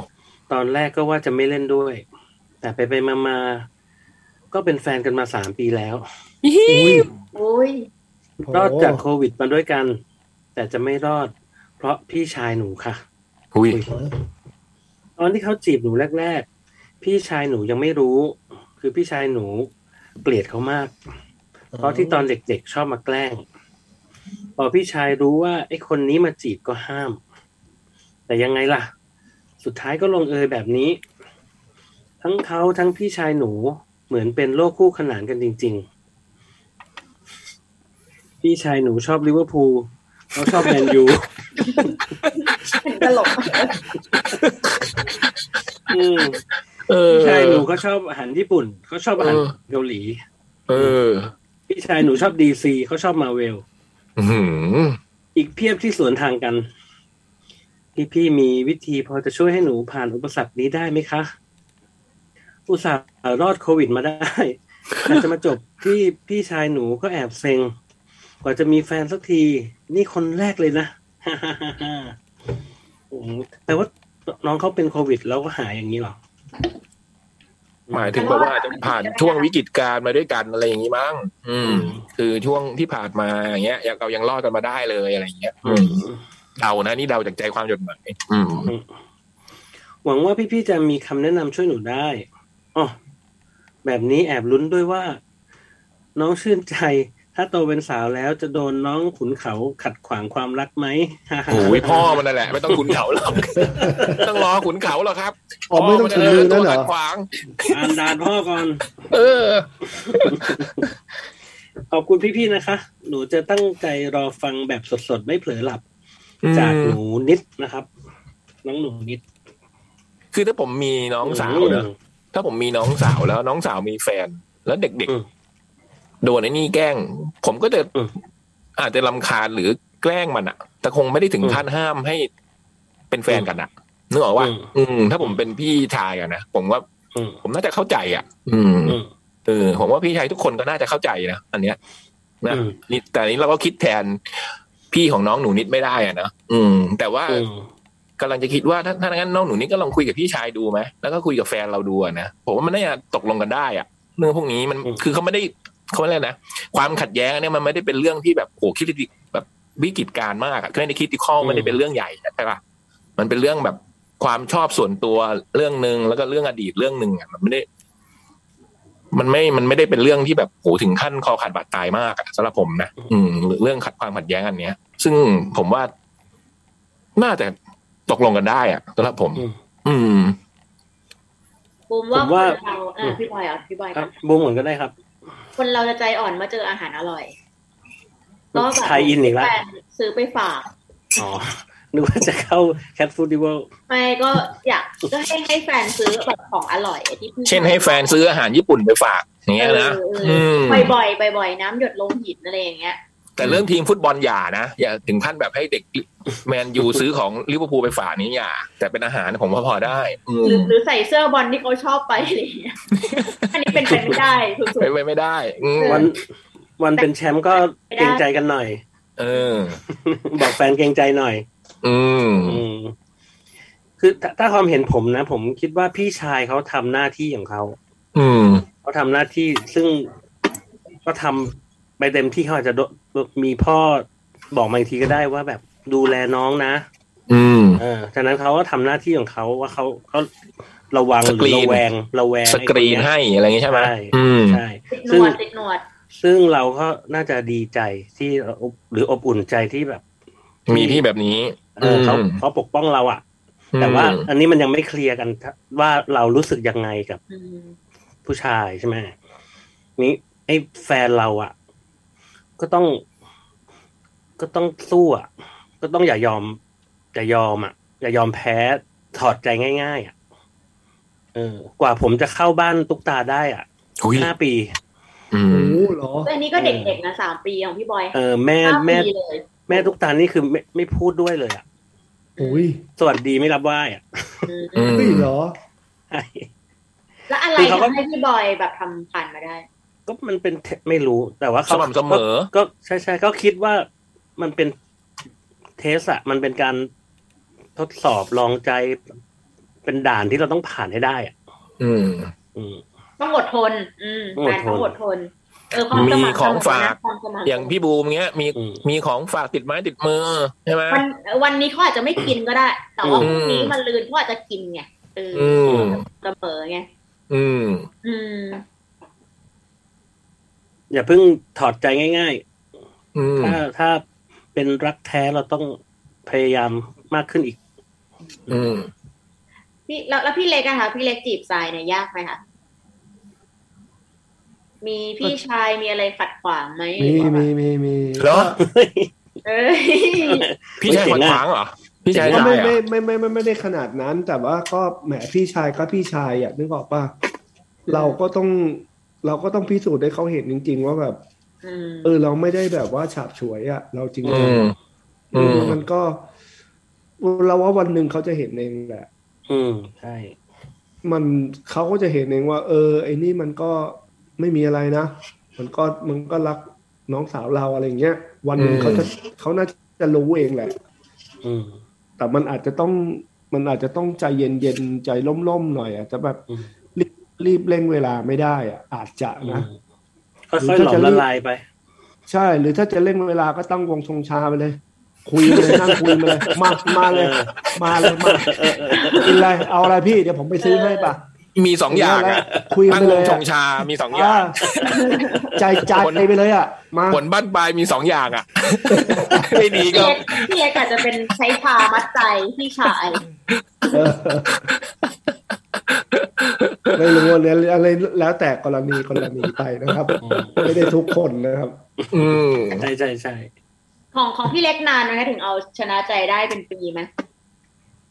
Speaker 5: ๆตอนแรกก็ว่าจะไม่เล่นด้วย แต่ไปไปมามาๆก็เป็นแฟนกันมาสามปีแล้ว
Speaker 3: อุ้ย
Speaker 4: อุ้ย
Speaker 5: รอดจากโควิดมาด้วยกัน แต่จะไม่รอด เพราะพี่ชายหนูค่ะ
Speaker 2: อุ้ย
Speaker 5: ตอนที่เขาจีบหนูแรก ๆ พี่ชายหนูยังไม่รู้ คือพี่ชายหนูเกลียดเขามาก เพราะที่ตอนเด็กๆชอบมาแกล้ง พอพี่ชายรู้ว่าไอ้คนนี้มาจีบก็ห้าม แต่ยังไงล่ะ สุดท้ายก็ลงเอยแบบนี้ ทั้งเขาทั้งพี่ชายหนูเหมือนเป็นโลกคู่ขนานกันจริง ๆ พี่ชายหนูชอบลิเวอร์พูลเขาชอบแมนยู
Speaker 4: เป็นตลก
Speaker 5: อืม
Speaker 2: เออ
Speaker 5: พี่ชายหนูเขาชอบอาหารญี่ปุ่นเขาชอบอาหารเกาหลี
Speaker 2: เออ
Speaker 5: พี่ชายหนูชอบดีซีเขาชอบมาเวล
Speaker 2: อืม
Speaker 5: อีกเพียบที่สวนทางกันพี่พี่มีวิธีพอจะช่วยให้หนูผ่านอุปสรรคนี้ได้ไหมคะ อุตส่าห์รอดโควิดมาได้แต่จะมาจบที่พี่ชายหนูก็แอบเซ็ง กว่าจะมีแฟนสักที นี่คนแรกเลยนะ โอ้โหแต่ว่าน้องเขาเป็นโควิดแล้วก็หายอย่างนี้เหรอ
Speaker 2: หมายถึงแบบว่าอาจจะผ่านช่วงวิกฤตการณ์มาด้วยกันอะไรอย่างนี้มั้ง อืม คือช่วงที่ผ่านมาอย่างเงี้ยยังเรายังรอดกันมาได้เลยอะไรอย่างเงี้ย อืม เดานะนี่เดาจากใจความจดหมายอืม
Speaker 5: หวังว่าพี่ๆจะมีคำแนะนำช่วยหนูได้อ๋อแบบนี้แอบลุ้นด้วยว่า น้องชื่นใจ ถ้าโตเป็นสาวแล้วจะโดนน้องขุนเขาขัดขวางความรักไหม
Speaker 2: โอ้ยพ่อมันนั่นแหละ ไม่ต้องขุนเขาหรอกต้องรอขุนเขาหรอกครับ
Speaker 3: อ๋อไม่ต้องถึงมือนั่นเหรอ
Speaker 2: พ่มัะตัวขัดขวาง
Speaker 5: อ่านดานพ่อก่อน
Speaker 2: เออ
Speaker 5: ขอบคุณพี่ๆนะคะ หนูจะตั้งใจรอฟังแบบสดๆ ไม่เผลอหลับ จากหนูนิดนะครับ น้องหนูนิด
Speaker 2: คือถ้าผมมีน้องสาว
Speaker 5: เน
Speaker 2: นะ ถ้าผมมีน้องสาวแล้วน้องสาวมีแฟน แล้วเด็ก
Speaker 5: อืม
Speaker 2: ๆ โดนไอ้นี่แกล้ง ผมก็จะ
Speaker 5: อืม
Speaker 2: อาจจะลำคาญหรือแกล้งมันอะแต่คงไม่ได้ถึง
Speaker 5: อืม
Speaker 2: ขั้นห้ามให้เป็นแฟนกันอะนึกออกว่า
Speaker 5: อืม
Speaker 2: อืม ถ้าผมเป็นพี่ชายอะนะผมว่า
Speaker 5: อืม
Speaker 2: ผมน่าจะเข้าใจอะอืม
Speaker 5: อืม
Speaker 2: เออผมว่าพี่ชายทุกคนก็น่าจะเข้าใจนะอันเนี้ยนะ
Speaker 5: อืม
Speaker 2: นี่แต่อันนี้เราก็คิดแทนพี่ของน้องหนูนิดไม่ได้อะนะอืม แต่ว่า
Speaker 5: อืม
Speaker 2: กำลังจะคิดว่าถ้าถ้างั้นน้องหนูนี่ก็ลองคุยกับพี่ชายดูไหมแล้วก็คุยกับแฟนเราดูอะนะผมว่ามันน่าจะตกลงกันได้อะเรื่องพวกนี้มัน
Speaker 5: อืม
Speaker 2: คือเขาไม่ได้เขาเรียกอะไรนะความขัดแย้งอันเนี่ยมันไม่ได้เป็นเรื่องที่แบบโอ้คิดแบบวิกฤตการณ์มากอะคือในคิดที่ข้อไม่ได้เป็นเรื่องใหญ่ใช่ปะมันเป็นเรื่องแบบความชอบส่วนตัวเรื่องหนึ่งแล้วก็เรื่องอดีตเรื่องหนึ่งอะมันไม่ได้ มันไม่มันไม่ได้เป็นเรื่องที่แบบโหถึงขั้นคอขาดบาดตายมากอะสำหรับผมนะอืมเรื่องขัดความขัดแย้งอันเนี้ย ซึ่งผมว่า น่าจะตกลงกันได้อะสำหรับผม
Speaker 5: อืม
Speaker 2: อืม
Speaker 4: บูมว่า
Speaker 5: ผมว่า
Speaker 4: คนเราอ่ะพี่บอยอ่ะพี่บอย
Speaker 5: ค
Speaker 4: กั
Speaker 5: รับ
Speaker 4: น
Speaker 5: บูมเหมือนก็ได้ครับ
Speaker 4: คนเราจะใจอ่อนเมื่อเจออาหารอร่อย
Speaker 5: ไทยอินอีกแล้ว
Speaker 4: ฟนซื้อไปฝาก
Speaker 5: อ๋อ นึกว่าจะเข้าแคทฟูดดิว
Speaker 4: ไม่ก็อยากก็ให้ให้แฟนซื้อแบบของอร่อยที่พี่
Speaker 2: เช่นให้แฟนซื้ออาหารญี่ปุ่นไปฝากอย่างเงี้ยนะ
Speaker 4: เออเอ
Speaker 2: อื
Speaker 4: อ
Speaker 2: ม
Speaker 4: บ่อยๆบ่อยๆน้ำหยดลงหินอะไรอย่างเงี้ย
Speaker 2: แต่เรื่องทีมฟุตบอลอย่านะ อย่าถึงขั้นแบบให้เด็กแมนยูซื้อของลิเวอร์พูลไปฝากนี้อย่า แต่เป็นอาหารผมว่าพอได้อืม
Speaker 4: หรือหรือใส่เสื้อบอลที่เขาชอบไปอะไรอย่างเงี้ย อันนี้เป็นไปไม่ได้สุด
Speaker 2: ไปไปไม่ได้อืม
Speaker 5: วัน วันเป็นแชมป์ก็เกรงใจกันหน่อย
Speaker 2: เออ
Speaker 5: บอกแฟนเกรงใจหน่อย
Speaker 2: อืม
Speaker 5: อืม คือถ้าถ้าความเห็นผมนะ ผมคิดว่าพี่ชายเขาทำหน้าที่ของเขา
Speaker 2: อืม
Speaker 5: เขาทำหน้าที่ซึ่งก็ทำไปเต็มที่เขาอาจจะโดมีพ่อบอกมาอีกทีก็ได้ว่าแบบดูแลน้องนะ
Speaker 2: อืม
Speaker 5: เออฉะนั้นเขาก็ทำหน้าที่ของเขาว่าเขาเขาระวังห
Speaker 2: ส
Speaker 5: รื
Speaker 2: กรี
Speaker 5: อน ระแวงระแวง
Speaker 2: สกรีน
Speaker 5: ไอ้คเย
Speaker 2: ให้อะไรอย่างงี้ใช่ไหม
Speaker 5: ใช่
Speaker 2: อืม
Speaker 5: ใช่
Speaker 4: ติดหน
Speaker 5: ซึ่ง
Speaker 4: วดติดหนวด
Speaker 5: ซึ่งเราก็น่าจะดีใจที่หรืออบอุ่นใจที่แบบ
Speaker 2: มีพี่แบบนี้
Speaker 5: เออเขาเขาปกป้องเราอะแต่ว่าอันนี้มันยังไม่เคลียร์กันว่าเรารู้สึกยังไงกับ
Speaker 4: อืม
Speaker 5: ผู้ชายใช่ไหมนี่ไอ้แฟนเราอะ่ะ ก็ต้อง ก็ต้องสู้อะ่ะ ก็ต้องอย่ายอม อย่ายอมอะ่ะ อย่ายอมแพ้ถอดใจง่าย ๆอะ่ะเออกว่าผมจะเข้าบ้านตุ๊กตาได้อะ่ะ
Speaker 2: หุย
Speaker 5: ห้าปี
Speaker 2: อื
Speaker 3: โอ้
Speaker 2: ม
Speaker 3: โหเหรอ
Speaker 4: อันนี้ก็เด็กๆนะสามปีของพี่บอย
Speaker 5: เออแม่
Speaker 4: ห้า
Speaker 5: แม่
Speaker 4: ปีเลย
Speaker 5: แม่ตุ๊กตานี่คือไม่ไม่พูดด้วยเลยอะ่ะ
Speaker 3: อุ้ย
Speaker 5: สวัสดีไม่รับไหว้อะ่ะ
Speaker 4: อืม
Speaker 2: อืม
Speaker 3: เฮ้ยเหรอ
Speaker 4: แล้วอะไร
Speaker 5: คือเขาก็
Speaker 4: ทำให้พี่บอยแบบทำผ่านมาได้
Speaker 5: ก็มันเป็นเทไม่รู้ แต่ว่าเขา
Speaker 2: สม่ำเสมอ
Speaker 5: ก็ใช่ใช่ๆก็คิดว่ามันเป็นเทสอะมันเป็นการทดสอบลองใจ เป็นด่านที่เราต้องผ่านให้ได้อะ
Speaker 2: อืม
Speaker 5: อืม
Speaker 4: ต้องอดทน อืม
Speaker 5: ต้องอดท
Speaker 4: แฟ
Speaker 5: น
Speaker 4: นต้องอดทน เออความส
Speaker 2: มี
Speaker 4: มัคร
Speaker 2: ของฝาก
Speaker 4: นะความสมัคร
Speaker 2: อย่างพี่บูมเงี้ย มี
Speaker 5: อืม
Speaker 2: มีของฝากติดไม้ติดมือใช่ไหม
Speaker 4: วันวันนี้เขาอาจจะไม่กินก็ได้ แต่ว่า
Speaker 2: อืม
Speaker 4: พรุ่งนี้มันลืนเขาอาจจะกินไงเออ
Speaker 2: อืม
Speaker 4: เสมอไง
Speaker 2: อืม
Speaker 4: อืม
Speaker 5: อย่าเพิ่งถอดใจง่าย
Speaker 2: อืม
Speaker 5: ๆ ถ้าถ้าเป็นรักแท้เราต้องพยายามมากขึ้นอีก
Speaker 2: อืม
Speaker 4: พี่แล้วแล้วพี่เล็กอะคะพี่เล็กจีบทรายเนี่ยยากไหมคะมีพี่ชายมีอะไรขัดขวางไหม
Speaker 3: มีมีมีมี
Speaker 2: เหรอ
Speaker 4: เอ้ย
Speaker 2: พี่ชายขวัญขวางเหรอ พี่ชาย
Speaker 5: ไม่
Speaker 3: ก็
Speaker 5: ได้
Speaker 2: ได้
Speaker 3: ไม่
Speaker 2: เหร
Speaker 3: ไม่
Speaker 2: อ
Speaker 3: ไม่ไม่ไม่ไม่ได้ขนาดนั้น แต่ว่าก็แหมพี่ชายก็พี่ชายอ่ะนึกออกป่ะเราก็ต้อง เราก็ต้องพิสูจน์ให้เขาเห็นจริง ๆ ว่าแบบ
Speaker 4: อืม
Speaker 3: เออเราไม่ได้แบบว่าฉาบฉวยอ่ะ เราจริง
Speaker 2: อื
Speaker 3: จัง
Speaker 2: ม อืม
Speaker 3: มันก็ เราว่าวันหนึ่งเขาจะเห็นเองแหละ
Speaker 5: อืมใช่
Speaker 3: มันเขาก็จะเห็นเองว่า เออ ไอ้นี่มันก็ไม่มีอะไรนะ มันก็มันก็รักน้องสาวเราอะไรอย่างเงี้ย วันหนึ่ง
Speaker 2: อืม
Speaker 3: เขาจะเขาน่าจะรู้เองแหละ
Speaker 5: อืม
Speaker 3: แต่มันอาจจะต้องมันอาจจะต้องใจเย็นเย็นๆใจล่มๆหน่อยอาจจะแบบ
Speaker 5: อืม
Speaker 3: รีบรีบเร่งเวลาไม่ได้อะอาจจะนะ
Speaker 5: ค่อยๆหลอมละลายไป
Speaker 3: ใช่ หรือถ้าจะเร่งเวลาก็ตั้งวงชงชาไปเลย คุย เลยนั่งคุยมาเลยมามาเลย มาเลยมากินอะไรเอาอะไรพี่เดี๋ยวผมไปซื้อให้ปะ
Speaker 2: มีสองอย่างอะ
Speaker 3: คุย
Speaker 2: ตั้
Speaker 3: ไป
Speaker 2: งว
Speaker 3: เล
Speaker 2: ง
Speaker 3: ย
Speaker 2: ช
Speaker 3: อะ
Speaker 2: งชา มีสองอย่าง
Speaker 3: อ่าใจใจไปเลยอ่ะ มา
Speaker 2: ผลบ้านปลายมีสองอย่างอ่ะ ไม่ดี
Speaker 4: พี่
Speaker 2: ก็
Speaker 4: เล็กพี่เล็กอาจจะเป็นใช้ชามัดใจพี่ชาย
Speaker 3: เออไม่รู้เลยอะไรแล้วแต่กรณีกรณีไปนะครับ
Speaker 5: อืม
Speaker 3: ไม่ได้ทุกคนนะครับ
Speaker 2: อืม
Speaker 5: ใช่ใช่ใช่
Speaker 4: ของของพี่เล็กนานไหมคะถึงเอาชนะใจได้เป็นปีไหม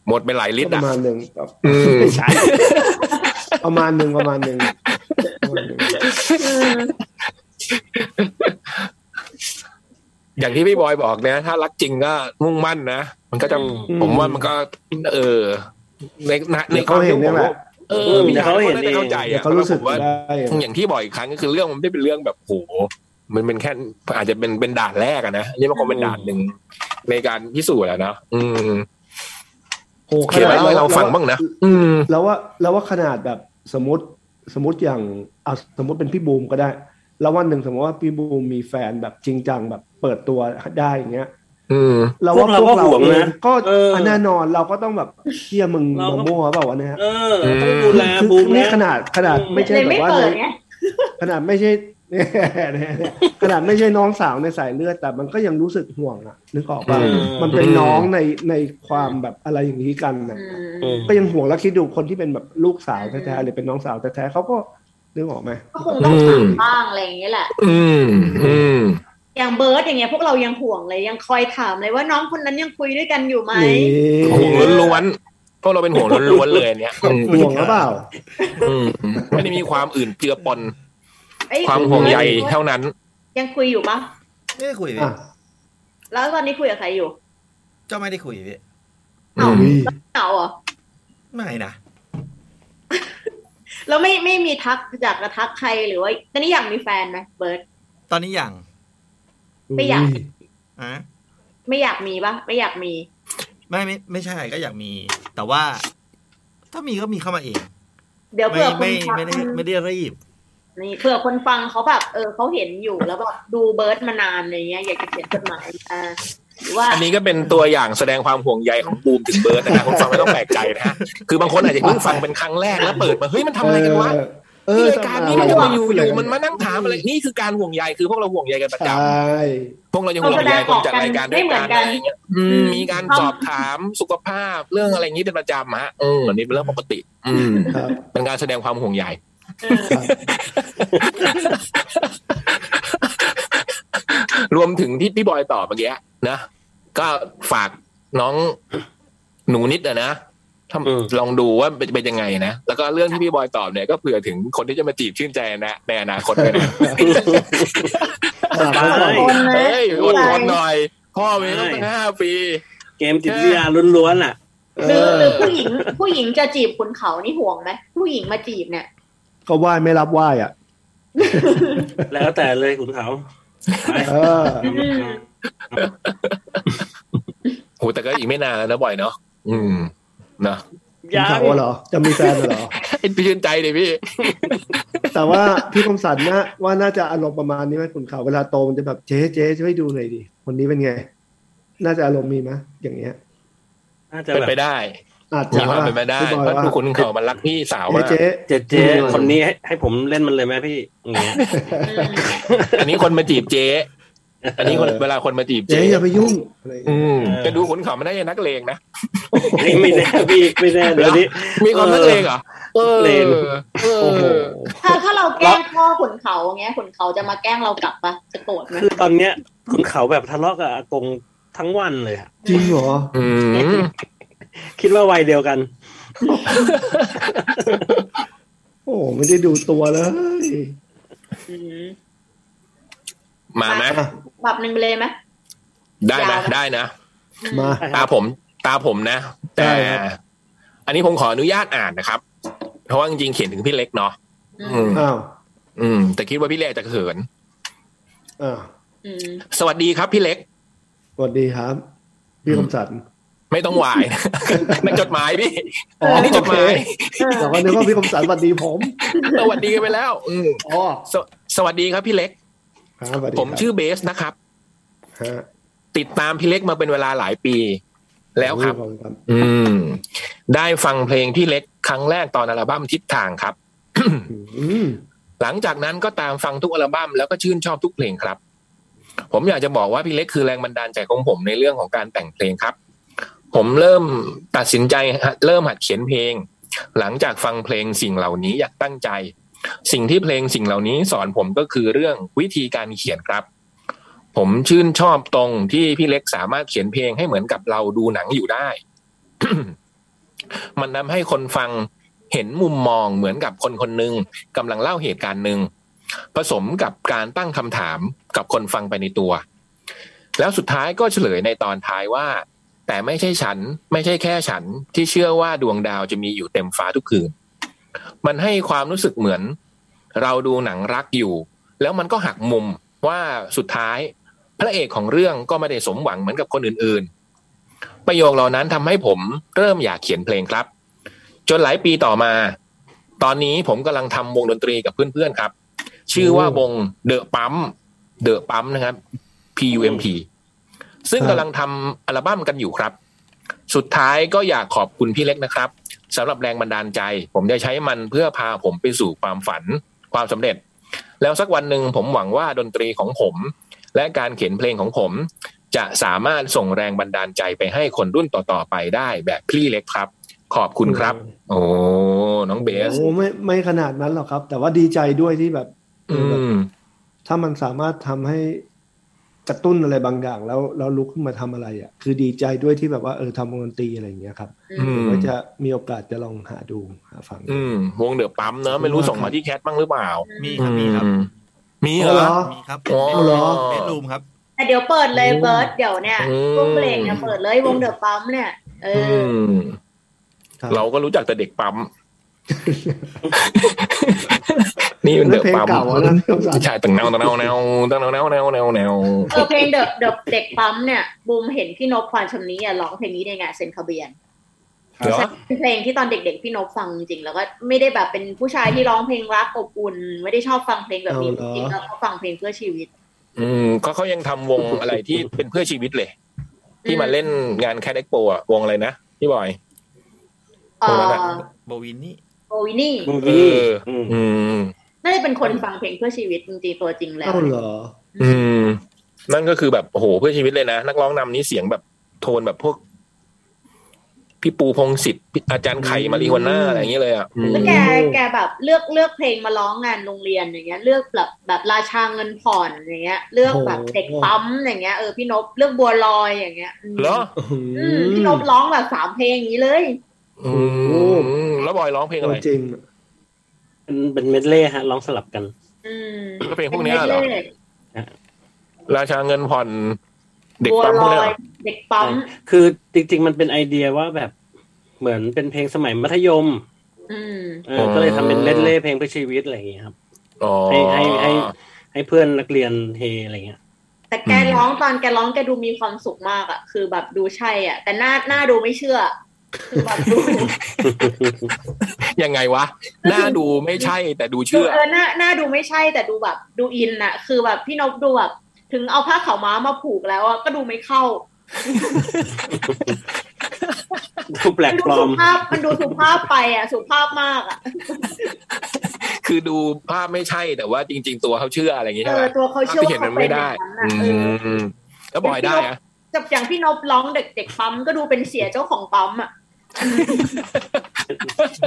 Speaker 2: หมดไปหลายลิตร
Speaker 3: ป
Speaker 2: อ่ะ
Speaker 3: ระมาณหนึ่งครับ
Speaker 2: อืม
Speaker 3: ไม่ใช่ประมาณหนึ่งประมาณหนึ่งประมาณหนึ่ง
Speaker 2: อย่างที่พี่บอยบอกนะ ถ้ารักจริงก็มุ่งมั่นนะ มันก็จะ ผมว่ามันก็ เออ ในในใน
Speaker 3: เดี๋ยวเขาเห็นเนี่ยแหละ
Speaker 2: เออมีทางเขาได้เข้าใจ
Speaker 3: เดี๋ย
Speaker 2: อ่ะ
Speaker 3: วเขารู้สึก
Speaker 2: ผมว่า
Speaker 3: ได้
Speaker 2: อย่างที่บอกอีกครั้งก็คือเรื่องมันไม่ได้เป็นเรื่องแบบโหมันเป็นแค่อาจจะเป็นเป็นด่านแรกอะนะอันนี่มันคงเป็นด่านหนึ่งในการพิสูจน์อะนะอืม
Speaker 3: โอ้
Speaker 2: เขียนไว้ให้เราฟังบ้างนะอืม
Speaker 3: แล้วว่าแล้วว่าขนาดแบบสมมติสมมติอย่างเอาสมมติเป็นพี่บูมก็ได้ แล้ววันหนึ่งสมมติว่าพี่บูมมีแฟนแบบจริงจังแบบเปิดตัวได้อย่างเงี้ย
Speaker 2: อืม
Speaker 3: เราว่าพวกเราเองก็
Speaker 5: เออ
Speaker 3: แน่นอนเราก็ต้องแบบเชี่ยมึงมาโม่วเปล่าวะเนี่ย
Speaker 5: เออต้องดูแลบูม
Speaker 3: คือนี่
Speaker 5: นะ
Speaker 3: ขนาดขนาดไม่ใช่แบบ
Speaker 4: เลยไม่
Speaker 3: ว่า
Speaker 4: เปิ
Speaker 3: ใน
Speaker 4: ดไง
Speaker 3: ขนาดไม่ใช่ ขนาดไม่ใช่น้องสาวในสายเลือด แต่มันก็ยังรู้สึกห่วงอ่ะนึกออกป่ะ
Speaker 5: อืม
Speaker 3: มันเป็นน้องในในความแบบอะไรอย่างนี้กันนะ
Speaker 4: อืม
Speaker 5: อืม
Speaker 3: ก็ยังห่วงแล้วคิดดูคนที่เป็นแบบลูกสาวแท้ๆหรือเป็นน้องสาวแท้ๆเขาก็นึกออกไหม
Speaker 4: ก็คงต้องถามบ้างอะไรอย่างเงี้ยแหละ
Speaker 2: อืมอืม
Speaker 4: อย่างเบิร์ดอย่างเงี้ยพวกเรายังห่วงเลยยังคอยถามเลยว่าน้องคนนั้นยังคุยด้วยกันอยู่ไหม
Speaker 3: นี่
Speaker 2: ห่วงล้วนๆเพราะเราเป็นห่วงล้วนๆเลยอันเนี่ยอืม
Speaker 3: ห่วงหรือเปล่า
Speaker 2: อืมไม่ได้มีความอื่นเจือปน
Speaker 4: เอ้ย
Speaker 2: ความห่วงใยเท่านั้น
Speaker 4: ยังคุยอยู่ปะ
Speaker 1: ไม่ได้คุยพี่
Speaker 3: อ่ะ
Speaker 4: แล้วตอนนี้คุยกับใครอยู่
Speaker 1: เจ้าไม่ได้คุยพี่
Speaker 2: อืม
Speaker 4: แล้วเหงาเหรอ
Speaker 1: ไม่นะ
Speaker 4: แล้วไม่ไม่มีทักอยากจะทักใครหรือว่าตอนนี้อยากมีแฟนไหมเบิร์ด
Speaker 1: ตอนนี้ยัง
Speaker 4: ไม่อยาก
Speaker 1: อ่ะ
Speaker 4: ไม่อยากมีปะไม่อยากมี
Speaker 1: ไม่ไม่ไม่ใช่ก็อยากมี แต่ว่า ถ้ามีก็มีเข้ามาเอง
Speaker 4: เดี๋ยว
Speaker 1: ไม่
Speaker 4: เผื่อคน
Speaker 1: ไม่
Speaker 4: ฟัง
Speaker 1: ไม่ได้ไม่ได้รีบ
Speaker 4: นี่เผื่อคนฟังเขาแบบเออเขาเห็นอยู่แล้วแบบดูเบิร์ดมานานอะไรเงี้ยอยากจะเขียนจดหมายอ่าหรือว่า
Speaker 2: อันนี้ก็เป็นตัวอย่างแสดงความห่วงใยของบูมถึงเบิร์ดนะคะคุณฟังไม่ต้องแปลกใจนะฮะคือบางคนอาจจะเพิ่งฟังเป็นครั้งแรกแล้วเปิดมาเฮ้ยมันทำอะไรกันวะ
Speaker 3: เออ
Speaker 2: นี่
Speaker 3: เออ
Speaker 2: รายการนี้มันจะมาอยู่อยู่มันมานั่งถามอะไรนี่คือการห่วงใยคือพวกเราห่วงใยกันประจำ
Speaker 3: ใช่
Speaker 2: พวกเรายัง
Speaker 4: เขา
Speaker 2: ห่ว
Speaker 4: แส
Speaker 2: ง
Speaker 4: ด
Speaker 2: ใย
Speaker 4: ง
Speaker 2: ค
Speaker 4: อน อก
Speaker 2: จัด
Speaker 4: กัน
Speaker 2: รายการด้ว
Speaker 4: ไม่
Speaker 2: ย
Speaker 4: เหมือน
Speaker 2: กั
Speaker 4: กัน น
Speaker 2: อืมมีการสอบถามสุขภาพเรื่องอะไรอย่างนี้เป็นประจำฮะเอออันนี้เป็นเรื่องปกติ อืม
Speaker 3: ครับ
Speaker 2: เป็นการแสดงความห่วงใย รวมถึงที่พี่บอยตอบเมื่อกี้นะก็ฝากน้องหนูนิดอะนะถ้า
Speaker 5: อืม
Speaker 2: ลองดูว่าเป็นเป็นยังไงนะแล้วก็เรื่องที่พี่บอยตอบเนี่ยก็เผื่อถึงคนที่จะมาจีบชื่นใจนะในอนาคตด้วยนะ
Speaker 3: อ่ะ
Speaker 5: ได้
Speaker 3: ครับ
Speaker 4: คนนะ
Speaker 2: เฮ้ยอดทนหน่อย พ่อเมย์ต้องตั้งห้าปี
Speaker 5: เกมจิตวิทยาล้วนๆอ่ะ
Speaker 4: หรือหรือผู้หญิงผู้หญิงจะจีบคุณเขานี่ห่วงไหมผู้หญิงมาจีบเนี่ย
Speaker 3: ก็ไหว้ไม่รับไหว้อ่ะ
Speaker 5: แล้วแต่เลยคุณเขาไป
Speaker 3: เออ
Speaker 2: โหแต่ก็อีกไม่นานแล้วนะบอยเนาะอืมนะ
Speaker 5: ยา
Speaker 3: ถามว่าเหรอ จะมีแฟนเหรอ
Speaker 2: พี่ชื่นใจเลยพี่
Speaker 3: แต่ว่าพี่คมสันนะว่าน่าจะอารมณ์ประมาณนี้ไหมคุณเขาวเวลาโตมันจะแบบเจ๊เจ๊ช่วยดูหน่อยดิคนนี้เป็นไง น่าจะอารมณ์มีไหมยอย่างเงี้ย
Speaker 5: น่าจะ
Speaker 2: เป็น
Speaker 5: แบบ
Speaker 2: ไปได้
Speaker 3: อาจ
Speaker 2: มี
Speaker 3: จะ
Speaker 2: ความเป็นไปได้
Speaker 3: พี่บ
Speaker 2: เพ
Speaker 3: อย
Speaker 2: ราะทุก
Speaker 3: ว่า
Speaker 2: คนเขามันรักพี่สาว
Speaker 3: เจ๊
Speaker 2: มาก
Speaker 3: เจ๊
Speaker 5: เจ๊เจ๊คนนี้ให้ให้ผมเล่นมันเลยไหมพี่อย่างเงี้ย
Speaker 2: อันนี้คนมาจีบเจ๊ อันนี้คนเวลาคนมาจีบ
Speaker 3: เจ๊
Speaker 2: เจ๊
Speaker 3: อย่าไปยุ่งอะไรอย่าง
Speaker 2: อื
Speaker 3: เงี้ย
Speaker 2: มจะดูขุนเขามันได้ยังนักเลงนะ
Speaker 5: นี่ไม่แน่พี่ไม่แน่เดี๋ยวนี้
Speaker 2: มีความนักเลงเหรอเออ
Speaker 5: เลง
Speaker 2: เออ
Speaker 5: โอ้โห
Speaker 4: ถ้าถ้าเราแกล้งพ่อขุนเขาอย่างเงี้ยขุนเขาจะมาแกล้งเรากลับปะจะโกรธไหม
Speaker 5: คือตอนเนี้ยคุณเขาแบบทะเลาะกับอากงทั้งวันเลยอะ
Speaker 3: จริงเหรอ
Speaker 2: อืม
Speaker 5: คิดว่าวัยเดียวกัน
Speaker 3: โอ้ไม่ได้ดูตัวเลย
Speaker 4: อืม
Speaker 2: มาไหม
Speaker 3: อ่ะ
Speaker 4: แบบหนึ่งไปเลยไหม
Speaker 2: ได้ไหม
Speaker 4: ยาวนะ
Speaker 2: ได้นะ
Speaker 3: มา
Speaker 5: ครับ
Speaker 2: ตาผมตาผมนะ
Speaker 3: ได้
Speaker 2: แต่
Speaker 3: ครับ
Speaker 2: อันนี้ผมขออนุญาตอ่านนะครับ เพราะว่าจริงๆเขียนถึงพี่เล็กเนาะ
Speaker 4: อื
Speaker 2: อื
Speaker 4: ม
Speaker 2: ม
Speaker 3: อ้าว
Speaker 2: อืม แต่คิดว่าพี่เล็กอาจจะเขิน
Speaker 3: อ่า
Speaker 4: อืม
Speaker 2: สวัสดีครับพี่เล็ก
Speaker 3: สวัสดีครับ พี่คมสัน
Speaker 2: ไม่ต้องห วายนะนั่นจดหมายพี่
Speaker 3: อ๋อ
Speaker 2: อันนี้จ
Speaker 3: โอ
Speaker 2: ดห
Speaker 3: เค
Speaker 2: มาย
Speaker 3: แต่ว่านึกว่าพี่คมสันสวัสดีผม
Speaker 2: สวัสดีกันไปแล้ว อืม
Speaker 3: อ๋อ
Speaker 2: สวสวัสดีครับพี่เล็ก
Speaker 3: ครับสวัสดี
Speaker 2: ผม
Speaker 3: ครับ
Speaker 2: ชื่อเบสนะครับ
Speaker 3: ฮะ
Speaker 2: ติดตามพี่เล็กมาเป็นเวลาหลายปี แล้วครับ
Speaker 3: ขอณครับ
Speaker 2: อืม ได้ฟังเพลงพี่เล็กครั้งแรกตอนอัลบั้มทิศทางครับ
Speaker 3: อืม
Speaker 2: หลังจากนั้นก็ตามฟังทุกอัลบั้มแล้วก็ชื่นชอบทุกเพลงครับ ผมอยากจะบอกว่าพี่เล็กคือแรงบันดาลใจของผมในเรื่องของการแต่งเพลงครับ ผมเริ่มตัดสินใจฮะเริ่มหัดเขียนเพลง หลังจากฟังเพลงสิ่งเหล่านี้อยากตั้งใจ สิ่งที่เพลงสิ่งเหล่านี้สอนผมก็คือเรื่องวิธีการเขียนครับ ผมชื่นชอบตรงที่พี่เล็กสามารถเขียนเพลงให้เหมือนกับเราดูหนังอยู่ได้ มันทำให้คนฟังเห็นมุมมองเหมือนกับคนคนหนึ่งกำลังเล่าเหตุการณ์หนึ่งผสมกับการตั้งคำถามกับคนฟังไปในตัว แล้วสุดท้ายก็เฉลยในตอนท้ายว่า แต่ไม่ใช่ฉัน ไม่ใช่แค่ฉันที่เชื่อว่าดวงดาวจะมีอยู่เต็มฟ้าทุกคืน มันให้ความรู้สึกเหมือน เราดูหนังรักอยู่ แล้วมันก็หักมุมว่าสุดท้าย พระเอกของเรื่องก็ไม่ได้สมหวังเหมือนกับคนอื่น ๆ ประโยคเหล่านั้นทำให้ผมเริ่มอยากเขียนเพลงครับ จนหลายปีต่อมา ตอนนี้ผมกำลังทำวงดนตรีกับเพื่อนๆครับ ชื่อว่าวงเดอะปั๊มเดอะปั๊มนะครับ P U M P ซึ่ง
Speaker 3: ครับ
Speaker 2: กำลังทำอัลบั้มกันอยู่ครับ สุดท้ายก็อยากขอบคุณพี่เล็กนะครับสำหรับแรงบันดาลใจ ผมจะใช้มันเพื่อพาผมไปสู่ความฝัน ความสำเร็จ แล้วสักวันหนึ่งผมหวังว่าดนตรีของผม และการเขียนเพลงของผม จะสามารถส่งแรงบันดาลใจไปให้คนรุ่นต่อๆไปได้แบบพี่เล็กครับ ขอบคุณครับ โอ้น้องเบส
Speaker 3: โอ้ไม่ไม่ขนาดนั้นหรอกครับ แต่ว่าดีใจด้วยที่แบบเอ
Speaker 2: อื
Speaker 3: อแบบ
Speaker 2: ม
Speaker 3: ถ้ามันสามารถทำให้กระตุ้นอะไรบางอย่าง แล้วแล้วลุกขึ้นมาทำอะไรอ่ะ คือดีใจด้วยที่แบบว่าเออทำวงดนตรีอะไรอย่างเงี้ยครับ
Speaker 2: อืม
Speaker 3: ก็จะมีโอกาสจะลองหาดูหาฟัง
Speaker 2: อืม วงเดือะปั๊มเนอะไม่รู้ส่งมาที่แคทบ้างหรือเปล่า
Speaker 1: มีครับมีครับ
Speaker 2: อืมมี
Speaker 3: อ๋
Speaker 2: เหร
Speaker 3: อเหร
Speaker 2: อ
Speaker 3: อ
Speaker 1: มีครับ
Speaker 2: อ๋อ
Speaker 1: เป็น
Speaker 3: เหรอ
Speaker 1: เบดรูมครับ
Speaker 4: แต่เดี๋ยวเปิดเลยเบิร์ดเดี๋ยวเนี่ย
Speaker 2: อืม
Speaker 4: วงเบรกเนี่ยเปิดเลยวงเดอะปั๊มเนี่ยเอ
Speaker 2: อื
Speaker 4: อ
Speaker 2: ม
Speaker 3: คบ
Speaker 2: เราก็รู้จักแต่เด็กปั๊ม นี่มัน
Speaker 3: นั่น
Speaker 2: เด็ก
Speaker 3: เพลง
Speaker 2: ปั๊ม
Speaker 3: เก่าอะนะพี่คมสัน
Speaker 2: ใช่ตึงแนวตึงแนวแนวตึงแนวแนวแนวแนวแนว
Speaker 4: เออเพลงเดอะเดอะเด็กปั๊มเนี่ยบูมเห็นพี่นพพรชำนี้อ่ะร้องเพลงนี้ในงานเซนคาเบียน
Speaker 2: เดี๋ยว
Speaker 4: เป็นเพลงที่ตอนเด็กๆพี่นกฟังจริงๆแล้วก็ไม่ได้แบบเป็นผู้ชายที่ร้องเพลงรักอบอุ่นไม่ได้ชอบฟังเพลงแบบนี้จริงๆแล้วเขาฟังเพลงเพื่อชีวิต
Speaker 2: อืมเขาเขายังทำวงอะไรที่เป็นเพื่อชีวิตเลย ที่มาเล่นงานแคดเอ็กโปอะวงอะไรนะ พี่บอย
Speaker 4: เอ
Speaker 2: ตัวนั้น
Speaker 4: อ
Speaker 2: อะ
Speaker 1: โบวินนี่
Speaker 4: โบวินี่
Speaker 5: มูวี่อืม
Speaker 2: อืม
Speaker 4: น่าจะเป็นคนฟังเพลงเพื่อชีวิตจริงๆตัวจริงแล้ว
Speaker 3: เอ้าเหรอ
Speaker 2: อืม นั่นก็คือแบบโอ้โหเพื่อชีวิตเลยนะ นักร้องนำนี้เสียงแบบโทนแบบพวก พี่ปูพงศิษฐ์พี่อาจารย์ไข่มาริฮวน่าอะไรอย่างเงี้ยเลยอ่ะอืม
Speaker 4: แล้วแกแกแบบเลือกเลือกเพลงมาร้องงานโรงเรียนอย่างเงี้ย เลือกแบบแบบราชาเงินผ่อนอย่างเงี้ย เลือกแบบเด็กปั๊มอย่างเงี้ยเออพี่นพเลือกบัวลอยอย่างเงี้ยม
Speaker 2: เหรอ
Speaker 4: อืมพี่นพร้องแบบสามเพลงอย่างนี้เลย
Speaker 2: อืมแล้วบอยร้องเพลงอะไร
Speaker 3: ตัวจริง
Speaker 5: เป็นเป็นเมดเล่ฮะร้องสลับกัน
Speaker 4: อืม
Speaker 2: แล้วเพลงพวกเนี้ยเหรอ
Speaker 4: ป็นมดลย์
Speaker 2: ราชาเงินผ่อนเด็ก
Speaker 4: บัว
Speaker 2: ปั๊มพ
Speaker 4: ล
Speaker 2: วก
Speaker 4: อ
Speaker 2: เนี้ยเหร
Speaker 4: ย
Speaker 2: อ
Speaker 4: เด็กปั๊ม
Speaker 5: ใช่คือจริง ๆ มันเป็นไอเดียว่าแบบเหมือนเป็นเพลงสมัยมัธยม
Speaker 4: อืม
Speaker 5: เออก็เลยทำเป็นเล่นเล่เพลงเพื่อชีวิตอะไรอย่างเงี้ยครับ
Speaker 2: อ๋อ
Speaker 5: ให้ให้ให้ให้เพื่อนนักเรียนเฮอะไรเงี้ย
Speaker 4: แต่แก
Speaker 2: อืม
Speaker 4: ร้องตอนแกร้องแกดูมีความสุขมากอะคือแบบดูใช่อะแต่หน้าหน้าดูไม่เชื่อ คือแบบดู
Speaker 2: ยังไงวะ หน้าดูไม่ใช่แต่ดู
Speaker 4: ดู
Speaker 2: เชื่อ
Speaker 4: เออหน้าหน้าดูไม่ใช่แต่ดูแบบดูอินอะคือแบบพี่นพดูแบบถึงเอาผ้าขาวม้ามาผูกแล้วอะก็ดูไม่เข้า
Speaker 5: ดูแปล
Speaker 4: มัน
Speaker 5: ก
Speaker 4: ดู
Speaker 5: ปลอ
Speaker 4: สุ
Speaker 5: ม
Speaker 4: ภาพมันดูสุภาพไปอะสุภาพมากอะ
Speaker 2: คือดูภาพไม่ใช่แต่ว่าจริง ๆ ตัวเขาเชื่ออะไรอย่างงี้
Speaker 4: เอ
Speaker 2: ใช่ไหม
Speaker 4: อตัวเขา
Speaker 2: ภาพ
Speaker 4: เชื่อ
Speaker 2: ที่
Speaker 4: ว่า
Speaker 2: เห็นมั
Speaker 4: เขา
Speaker 2: น
Speaker 4: เป็
Speaker 2: ไม่
Speaker 4: นอ
Speaker 2: ได้
Speaker 4: ย่างนั้น
Speaker 2: อื
Speaker 4: อะ
Speaker 2: ม
Speaker 4: เออ
Speaker 2: แล้วบอยได้อะ
Speaker 4: กับอย่างพี่นพร้องเด็กเด็กปั๊มก็ดูเป็นเสียเจ้าของปั๊มอะ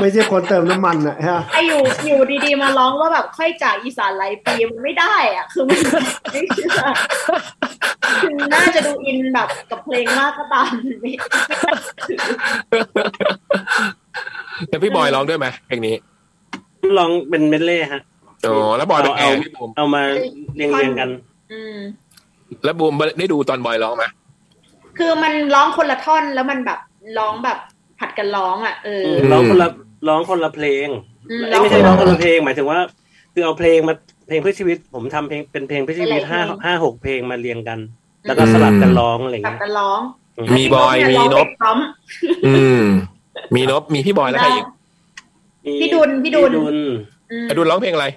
Speaker 3: ไม่ใช่คนเติมน้ำมันนะฮะ
Speaker 4: ไออยู่อยู่ดีๆมาร้องว่าแบบค่อยจากอีสานไหลปีมันไม่ได้อะคือมันไม่เชื่อ ถึงน่าจะดูอินแบบกับเพลงมากก็ตามไม่
Speaker 2: แล้วพี่บอยร้องด้วยไหมเพลงนี้
Speaker 5: ลองเป็นเมดเล่ฮะ
Speaker 2: อ๋อแล้วบอยเป็นแอ
Speaker 5: เอา
Speaker 2: ร์พี่บูม
Speaker 5: เอามาเรียงเรียงๆกัน
Speaker 4: อืม
Speaker 2: แล้วบูมได้ดูตอนบอยร้องไหม
Speaker 4: คือมันร้องคนละท่อนแล้วมันแบบร้องแบบผัดกันร้องอ่ะเออ
Speaker 5: ร้องคนละร้องคนละเพลง
Speaker 4: อืม
Speaker 5: เอ้
Speaker 4: ร้อ
Speaker 5: ย
Speaker 4: ง
Speaker 5: ไม่
Speaker 4: ค
Speaker 5: ใช่
Speaker 4: น
Speaker 5: ร้อ
Speaker 4: ละ
Speaker 5: งคนละเพลง หมายถึงว่า คือเอาเพลงมาเพลงเพื่อชีวิต ผมทำเพลงเป็นเพลงเพื่อชีวิต
Speaker 4: เป็นหลายเพลง
Speaker 5: ห้าห้าหกเพลงมาเรียงกัน แล้วก็สลับกันร้องอะไร
Speaker 4: ผัด
Speaker 5: เงี้ย
Speaker 4: กันร้อง
Speaker 2: มีบอยมีนบ
Speaker 4: พร้อม
Speaker 2: อืม มีนบมีพี่บอยแล้วใครอีก
Speaker 5: มี
Speaker 4: พี่ดุลพี่ดุล
Speaker 5: ดุล
Speaker 4: อืม
Speaker 2: ไอ้ดุลร้องเพลงอะไร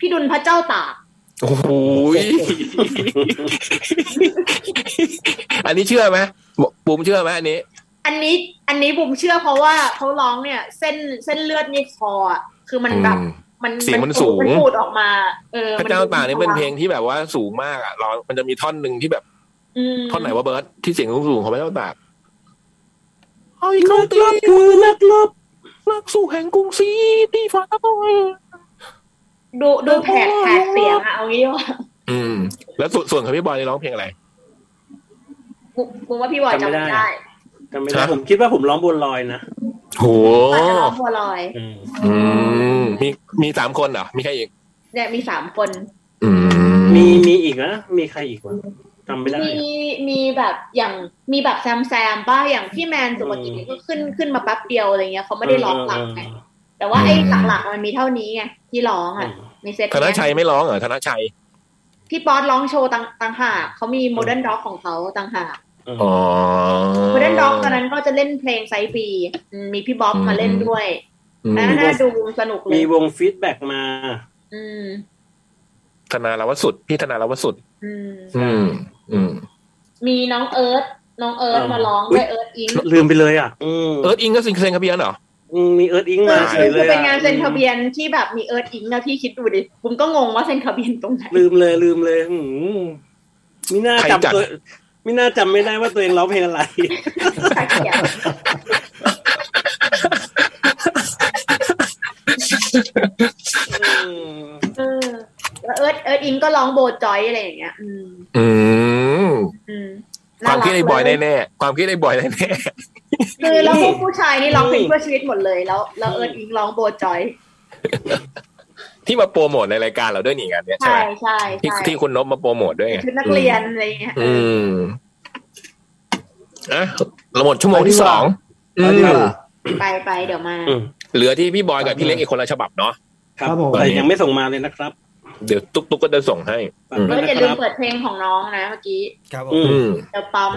Speaker 4: พี่ดุลพระเจ้าตาก
Speaker 2: โอ้โหยอันนี้เชื่อไหมบูมเชื่อไหมอันนี้
Speaker 4: อันนี้อันนี้บุมเชื่อเพราะว่าเขาร้องเนี่ย เส้นเส้นเลือดในคออะคือมันแบบมัน
Speaker 2: เสียงมันสูง
Speaker 4: มันปูดออกมา เออ
Speaker 2: พระเจ้าป่านี่เป็นเพลงที่แบบว่าสูงมากอ่ะร้องมันจะมีท่อนหนึ่งที่แบบ
Speaker 4: อืม
Speaker 2: ท่อนไหนว่าเบิร์ดที่เสียงสูงๆของพระเจ้าตากไอ้
Speaker 5: นั
Speaker 2: เขา
Speaker 5: ก
Speaker 2: ตี
Speaker 5: รบคือนักรบ
Speaker 2: นักสู้แห่งกรุงศรีที่ฟ้าต้อย
Speaker 4: ดูดูแผกแผกเสียงอะเอางี้ดีกว่า
Speaker 2: อืม แล้วส่วนส่วนของพี่บอยนี่ร้องเพลงอะไร
Speaker 4: บุบุมว่าพี่บอยจำไม่ได้
Speaker 5: จำไม่
Speaker 2: ครั
Speaker 5: ได้
Speaker 2: บ
Speaker 5: ผมคิดว่าผมร้องบนลอยนะ
Speaker 2: โห
Speaker 4: อาจจะร้องบัวลอย
Speaker 5: อืม
Speaker 2: อืมมีมีสามคนเหรอมีใครอีก
Speaker 4: เนี่ยมีสามคน
Speaker 2: อื
Speaker 5: มีมีอีกนะมีใครอีกวะจำไม่ได้
Speaker 4: มีมีแบบอย่างมีแบบแซมแซมป้าอย่างพี่แมนสุภกิจก็ขึ้นขึ้นมาแป๊บเดียวอะไรเงี้ยเขาไม่ได้ร้องหลักไงแต่ว่าไอ้หลักๆมันมีเท่านี้ไงที่ร้องอ่ะมีเซต
Speaker 2: ธนชัยไม่ร้องเหรอธนชัย
Speaker 4: พี่ป๊อตร้องโชว์ต่างต่างหากเขามีโมเดิร์นด็อกของเขาต่างหาก
Speaker 2: อ๋อ
Speaker 4: โมเดิร์นด็อกตอนนั้นก็จะเล่นเพลงไซส์บีอืมมีพี่บ๊อบ
Speaker 2: อืม
Speaker 4: มาเล่นด้วย
Speaker 2: อืม
Speaker 4: อันนั้นน่าดูสนุกเล
Speaker 5: มี
Speaker 4: ยว
Speaker 5: งฟีดแบ็กมา
Speaker 4: อืม
Speaker 2: ธนาลวสุดพี่ธนาลวสุด
Speaker 4: อืม
Speaker 2: อืม อืม
Speaker 4: มีน้องเอิร์ธน้องเอิร์ธมาร้องด้วยเอิร์ธอิงค์
Speaker 5: ลืมไปเลยอ่ะ อืม
Speaker 2: เอิร์ธอิงก็ซิงเซนคาเบียนเหรอ
Speaker 5: อืมมีเอิร์ธอิง
Speaker 4: เอ
Speaker 5: มา
Speaker 4: อ
Speaker 5: เฉ
Speaker 4: คื
Speaker 5: ย
Speaker 4: อ
Speaker 5: เล
Speaker 4: คือย เป็นงา
Speaker 5: อะ
Speaker 4: นเซ็นทะเบียนที่แบบมีเอิร์ธอิงนะพี่คิดดูดิบุ้มก็งงว่าเซ็นทะเบียนตรงไหน
Speaker 5: ลืมเลยลืมเลยอืมมิน่า
Speaker 2: ใครจัด
Speaker 5: จำตัวมิน่าจำไม่ได้ว่าตัวเองร้องเพลงอะไร
Speaker 4: ตาเขียว
Speaker 5: อืม
Speaker 4: เออแล้วเอิร์ธเอิร์ธอิงก็ร้องโบจอยอะไรอย่างเงี้ย อืม
Speaker 2: อืม
Speaker 4: อืม
Speaker 2: ความคิดไอ้บอย
Speaker 4: เย
Speaker 2: แน่ๆความคิดไอ้บอยแน่
Speaker 4: คือแล้วพวกผู้ชายนี่ร้องเพลงเพื่อชีวิตหมดเลยแล้วแล้วเอิร์ธอิงร้องโบจอย
Speaker 2: ๆที่มาโปรโมทในรายการเราด้วยนี่งานเนี้ยใช่
Speaker 4: ใช่
Speaker 2: ไหม
Speaker 4: ใช่
Speaker 2: ที่
Speaker 4: ใช่
Speaker 2: ที่คุณนบมาโปรโมทด้วยไง
Speaker 4: ชุดนักเรียนอะไรอย่างเงี้ย
Speaker 2: อืมอ่ะเราหมดชั่วโมงที่สองอื
Speaker 3: อันนี้
Speaker 2: ม
Speaker 3: ล่ะ
Speaker 4: ไปไปเดี๋ยวมา
Speaker 5: อืม
Speaker 2: เหลือที่พี่บอยกับพี่เล็กอีกคนละฉบับเนาะ
Speaker 5: ครับ
Speaker 3: ครับผม
Speaker 5: แต่ยังไม่ส่งมาเลยนะครับ
Speaker 2: เดี๋ยวตุ๊กตุ๊กก็จะส่งให้
Speaker 5: ฝาก
Speaker 4: เอ
Speaker 5: ด้วย
Speaker 4: ออย่า
Speaker 5: นะค
Speaker 4: ลืม
Speaker 5: รับ
Speaker 4: เปิดเพลงของน้องนะเมื่อกี้
Speaker 1: ครับผ
Speaker 5: อื
Speaker 1: ม
Speaker 5: ม
Speaker 2: อืม
Speaker 4: เดี๋ยวปั๊ม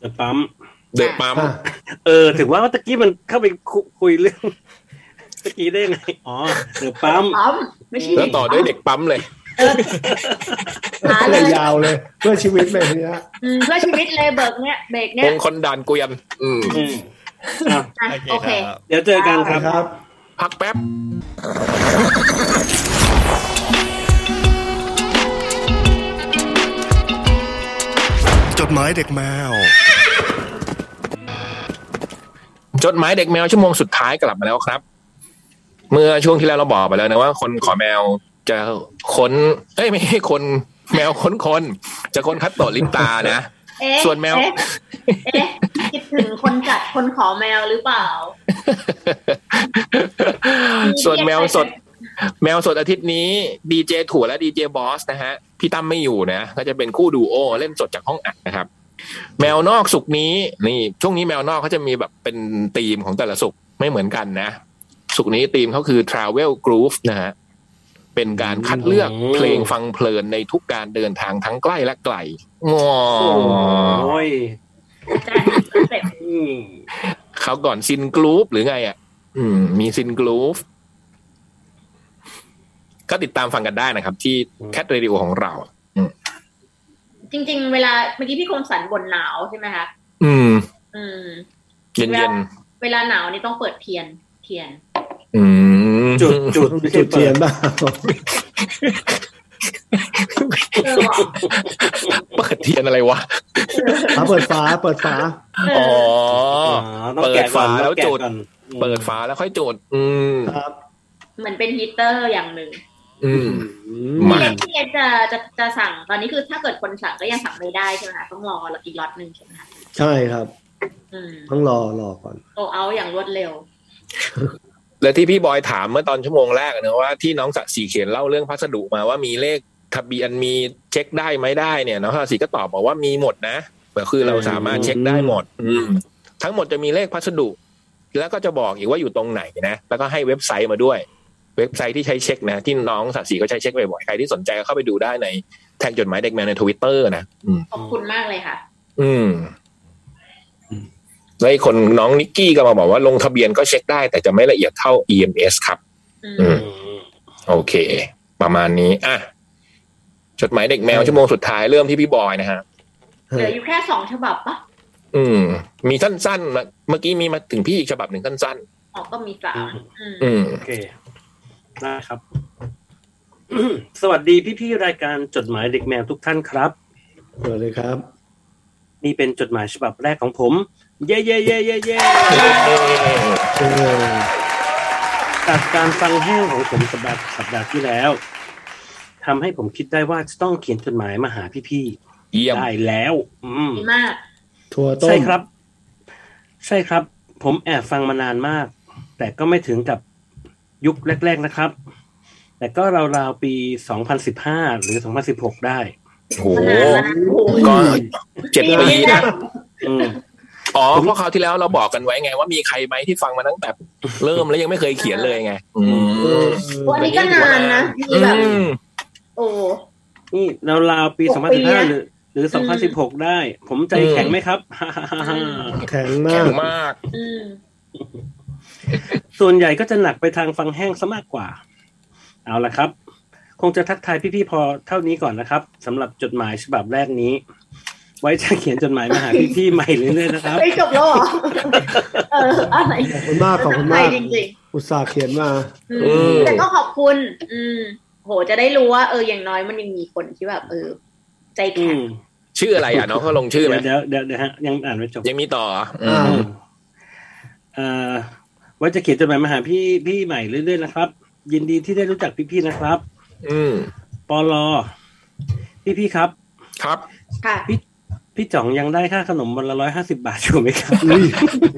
Speaker 5: เดี๋ยวปั๊ม
Speaker 2: เดอะปั๊ม
Speaker 3: อ่ะ
Speaker 5: เออถึงว่าตะกี้มันเข้าไปคุคุยเรื่อง ตะกี้ได้ไงอ๋อเดี๋ยวปั๊ม
Speaker 4: ปั๊ม ไม่ใช่
Speaker 2: แล้วต่อด้วยเด็กปั๊มเลย
Speaker 4: หา
Speaker 3: ก็
Speaker 4: เล
Speaker 3: เลย ยยาวเลย เพื่อชีวิตเลยทีเนี้ย
Speaker 4: อืมเพื่อชีวิตเลยเบิกเนี่ยเบรก
Speaker 2: ม
Speaker 4: เนี่ย
Speaker 2: งคลด่านเกวียนอืม
Speaker 5: อืมอ่ะ
Speaker 4: อ่ะโอเค
Speaker 1: ครับ
Speaker 5: เดี๋ยวเจอกันครับ
Speaker 3: ครับ
Speaker 2: พักแป๊บ
Speaker 6: จดหมายเด็กแมว
Speaker 2: จดหมายเด็กแมวชั่วโมงสุดท้ายกลับมาแล้วครับ เมื่อช่วงที่แล้วเราบอกไปแล้วนะว่าคนขอแมวจะค้นเอ้ยไม่ใช่คนแมวค้นคนจะค้นคัดโตะลิปตานะ
Speaker 4: เอ๊ะ
Speaker 2: ส่วนแมว
Speaker 4: เอ๊ะเอ๊ะคิดถึงคนจัดคนขอแมวหรือเปล่า
Speaker 2: ส่วนแมวสด แมวสดอาทิตย์นี้ดีเจถั่วและดีเจบอสนะฮะ พี่ตั้มไม่อยู่นะ ก็จะเป็นคู่ดูโอเล่นสดจากห้องอัดนะครับ แมวนอกสุกร์นี้นี่ ช่วงนี้แมวนอกเขาจะมีแบบเป็นธีมของแต่ละสุกร์ไม่เหมือนกันนะ สุกร์นี้ธีมเขาคือ Travel Groove นะฮะ เป็นการคัดเลือก
Speaker 5: อืม
Speaker 2: เพลงฟังเพลินในทุกการเดินทางทั้งใกล้และไกลงอ
Speaker 5: โอ้ย
Speaker 4: จัดเสร็จ
Speaker 5: อืม
Speaker 2: เขาก่อนซินกรูฟหรือไงอ่ะ อืม มีซินกรูฟก็ติดตามฟังกันได้นะครับ ที่แคทเรดิโอของเรา
Speaker 4: จริง ๆ เวลาเมื่อกี้พี่คมสันบ่นหนาวใช่ไหมคะ
Speaker 2: อืม
Speaker 4: อืม
Speaker 2: เย็น
Speaker 4: แล้
Speaker 2: เย็
Speaker 4: ว
Speaker 2: น
Speaker 4: เวลาหนาวนี่ต้องเปิดเทียนเทียน
Speaker 2: อืม
Speaker 5: จุดจุด
Speaker 3: จุดเทียนบ้าง
Speaker 4: เออว่ะ
Speaker 2: เปิดเทียนอะไรวะ
Speaker 3: อ่ะเปิดฟ้าเปิดฟ้า
Speaker 4: เอ
Speaker 2: อ๋อ
Speaker 4: อ
Speaker 5: ต้อง
Speaker 2: เปิด
Speaker 5: แกะก่อน
Speaker 2: ฝาแล้ว
Speaker 5: ต้องกะ
Speaker 2: จุด
Speaker 5: ก่อน
Speaker 2: เปิดฝาแล้วค่อยจุด อืม
Speaker 3: ครับ
Speaker 4: เหมือนเป็นฮีตเตอร์อย่างหนึ่ง
Speaker 2: อืม
Speaker 3: อื
Speaker 2: มา
Speaker 4: พี่เล็กพี่เล็กจะจะจะสั่งตอนนี้คือถ้าเกิดคนสั่งก็ยังสั่งไม่ได้ใช่ไหมคะต้องรออีกล็อตหนึ่งใช่ไหมคะ
Speaker 3: ใช่ครับ
Speaker 4: อืม
Speaker 3: ต้องรอรอก่อน
Speaker 4: โตเอาอย่างรวดเร็ว
Speaker 2: และที่พี่บอยถามเมื่อตอนชั่วโมงแรกนะว่าที่น้องสัตสีเขียนเล่าเรื่องพัสดุมาว่ามีเลขทะเบียนมีเช็คได้ไหมได้เนี่ยน้องสัตสีก็ตอบบอกว่ามีหมดนะก็คือเราสามารถเช็คได้หมด อืม ทั้งหมดจะมีเลขพัสดุ แล้วก็จะบอกอีกว่าอยู่ตรงไหนนะแล้วก็ให้เว็บไซต์มาด้วย เว็บไซต์ที่ใช้เช็คนะที่น้องสัตสีก็ใช้เช็คบ่อยๆใครที่สนใจก็เข้าไปดูได้ในแทงจดหมายเด็กแมวในทวิตเตอร์นะอืม
Speaker 4: ขอบคุณมากเลยค่ะ
Speaker 2: อืมแล้วไอ้คนน้องนิกกี้ก็มาบอกว่าลงทะเบียนก็เช็คได้ แต่จะไม่ละเอียดเท่า EMS ครับ
Speaker 4: อืม
Speaker 2: อื
Speaker 5: อื
Speaker 2: ม
Speaker 5: ม
Speaker 2: โอเค ประมาณนี้อ่ะจดหมายเด็กแมวชั่วโมงสุดท้ายเริ่มที่พี่บอยนะฮะ
Speaker 4: เหลืออยู่แค่สองฉบับปะ
Speaker 2: อืม มีสั้นๆมาเมื่อกี้มีมาถึงพี่อีกฉบับหนึ่งสั้น
Speaker 4: ออกก็มีสามอืม
Speaker 2: ๆ อืม
Speaker 5: โอเคได้ครับ สวัสดีพี่ๆรายการจดหมายเด็กแมวทุกท่านครับ
Speaker 3: เปิดเลยครับ
Speaker 5: นี่เป็นจดหมายฉบับแรกของผม เย้เย้เย้เย้เย้
Speaker 3: เออ
Speaker 5: จากการฟังแห้งของผมสัปดาห์สัปดาห์ที่แล้วทำให้ผมคิดได้ว่าจะต้องเขียนจดหมายมาหาพี่
Speaker 2: เยี่ย
Speaker 5: ๆ
Speaker 2: ม
Speaker 5: ได้แล้ว อืม
Speaker 4: ดีมาก
Speaker 3: ถั่วต้ม
Speaker 5: ใช่ครับ ใช่ครับ ผมแอบฟังมานานมาก แต่ก็ไม่ถึงกับยุคแรก ๆนะครับ แต่ก็ราวๆปี 2015 หรือ 2016 ได้
Speaker 2: โอ้โห
Speaker 4: ขนาดนั้นโอ้โห
Speaker 2: ก็เจ็ดปีนะ
Speaker 5: อืม
Speaker 2: อ๋อ เพราะคราวที่แล้วเราบอกกันไว้ไง ว่ามีใครไหมที่ฟังมาตั้งแต่เริ่มแล้วยังไม่เคยเขียนเลยไง อื
Speaker 3: เอ
Speaker 2: ม
Speaker 3: อ
Speaker 4: วันนี้ก็นานนะมี
Speaker 2: อื
Speaker 4: แบบ
Speaker 2: ม
Speaker 4: โอ้โห
Speaker 5: นี่ราวๆปี
Speaker 4: หกปีอะ
Speaker 5: 2015 หรือ หรือ 2016 ได้ ผมใจแข็งไหมครับ
Speaker 3: แข็งมา
Speaker 2: แข็
Speaker 3: ก
Speaker 2: งมาก
Speaker 4: อืม
Speaker 5: ส่วนใหญ่ก็จะหนักไปทางฟังแห้งซะมากกว่า เอาละครับ คงจะทักทายพี่ๆพอเท่านี้ก่อนนะครับสำหรับจดหมายฉบับแรกนี้ ไว้จะเขียนจดหมายมาหาพี่ๆใหม่เรื่อยๆนะครับ
Speaker 4: ไปจบแล้วเหรอเอออะไร
Speaker 3: ขอบคุณมากขอบคุณมาก
Speaker 4: จริง
Speaker 3: อุตส่าห์เขียนมา
Speaker 4: ๆอืม
Speaker 2: อืม
Speaker 4: แต่ก็ขอบคุณ อืม โหจะได้รู้ว่าเอออย่างน้อยมันยังมีคนที่แบบเออ ใจ
Speaker 5: อื
Speaker 4: แข็ง
Speaker 5: ม
Speaker 2: ชื่ออะไรอ่ะน้องเขาลงชื่อไหม
Speaker 5: เดี๋ยวเดี๋ยวเดี๋ยวฮะยังอ่านไม่จบ
Speaker 2: ยังมีต่ออ่ะอื
Speaker 3: อ่า
Speaker 2: ม
Speaker 5: อืมเอ่อไว่าจะเขียนจดหมายมาหาพี่พี่ใหม่เรื่อยๆนะครับ ยินดีที่ได้รู้จักพี่ๆนะครับ
Speaker 2: อืม
Speaker 5: ปอลอพี่พี่ๆครับ
Speaker 2: ครับ
Speaker 4: ค่ะ
Speaker 5: พี่จ่องยังได้ค่าขนมวันละร้อยห้าสิบาทอยู่ไหมครับ
Speaker 3: อุ้ย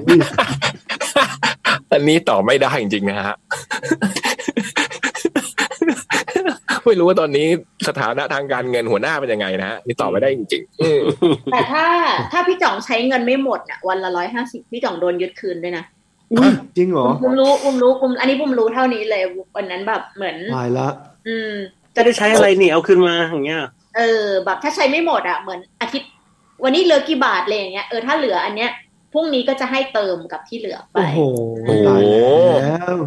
Speaker 3: อุ้ย
Speaker 2: อันนี้ตอบไม่ได้จริงๆนะฮะ ไม่รู้ว่าตอนนี้สถานะทางการเงินหัวหน้าเป็นยังไงนะฮะนี่ตอบไม่ได้จริงๆอืม
Speaker 4: แต่ถ้าถ้าพี่จ่องใช้เงินไม่หมดอ่ะวันละร้อยห้าสิบพี่จ่องโดนยึดคืนด้วยนะ
Speaker 3: อุ้ยจริงเหรอ
Speaker 4: บุมรู้บุมรู้บุมอันนี้บุมรู้เท่านี้เลยวันนั้นแบบเหมือน
Speaker 3: ตายละ
Speaker 4: อืม
Speaker 5: จะได้ใช้อะไรนี่เอาขึ้นมาอย่างเงี้ย
Speaker 4: เออ แบบถ้าใช้ไม่หมดอ่ะเหมือนอาทิตย์ วันนี้เหลือกี่บาทอะไรอย่างเงี้ยเออถ้าเหลืออันเนี้ยพรุ่งนี้ก็จะให้เติมกับที่เหลือไป
Speaker 3: โอ้โห
Speaker 2: โอ้โห
Speaker 3: ตายแล้ว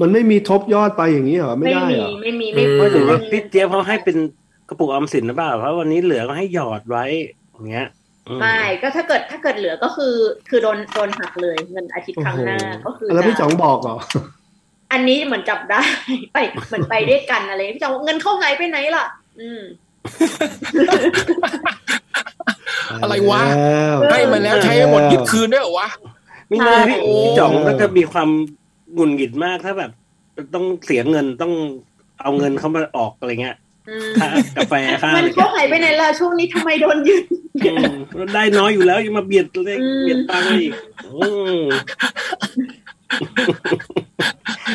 Speaker 3: มันไม่มีทบยอดไปอย่างนี้เหรอ ไม่ได้
Speaker 4: มี
Speaker 3: เหรอ
Speaker 4: ไม่มีไม่
Speaker 2: อืม
Speaker 4: มี
Speaker 5: ว่าหรือว่า
Speaker 4: ไม่มี
Speaker 5: พี่เจี๊ยบเขาให้เป็นกระปุกออมสินหรือเปล่าเพราะวันนี้เหลือก็ให้หยอดไว้อย่างเงี้ยอืม
Speaker 4: ไม่ก็ถ้าเกิดถ้าเกิดเหลือก็คือ คือโดนโดนหักเลยเงินอาทิตย์
Speaker 3: โอ้
Speaker 4: ครั้ง
Speaker 3: โห
Speaker 4: หน้าก็คือ
Speaker 3: แล้วพี่จ๋อง
Speaker 4: จะ
Speaker 3: บอกเหรอ
Speaker 4: อันนี้เหมือนจับได้ ไปเหมือนไปด้วยกันอะไรพี่จองบอกเงินเข้าไหนไปไหนล่ะ อืม
Speaker 2: อะไรวะ
Speaker 3: แล้ว
Speaker 2: ให้มาแล้วใช้ให้หมดยึดคืนด้วยเหรอวะ
Speaker 5: ไม่น่าพี่
Speaker 4: ใช่
Speaker 5: พี่จ่องก็จะมีความหงุนหงิดมากถ้าแบบ ต้องเสียเงินต้องเอาเงินเขามาออกอะไรเงี้ย
Speaker 4: อืม
Speaker 5: ค่ากาแฟค่าอะ
Speaker 4: เงิ
Speaker 5: ไร
Speaker 4: นเข้า
Speaker 5: เงี้
Speaker 4: ไห
Speaker 5: ย
Speaker 4: นไปไหนล่ะช่วงนี้ทำไมโดนยืน
Speaker 5: อืมได้น้อยอยู่แล้วยังมาเบียดเลย
Speaker 4: อืม
Speaker 5: เบียดตังค์อีกอืม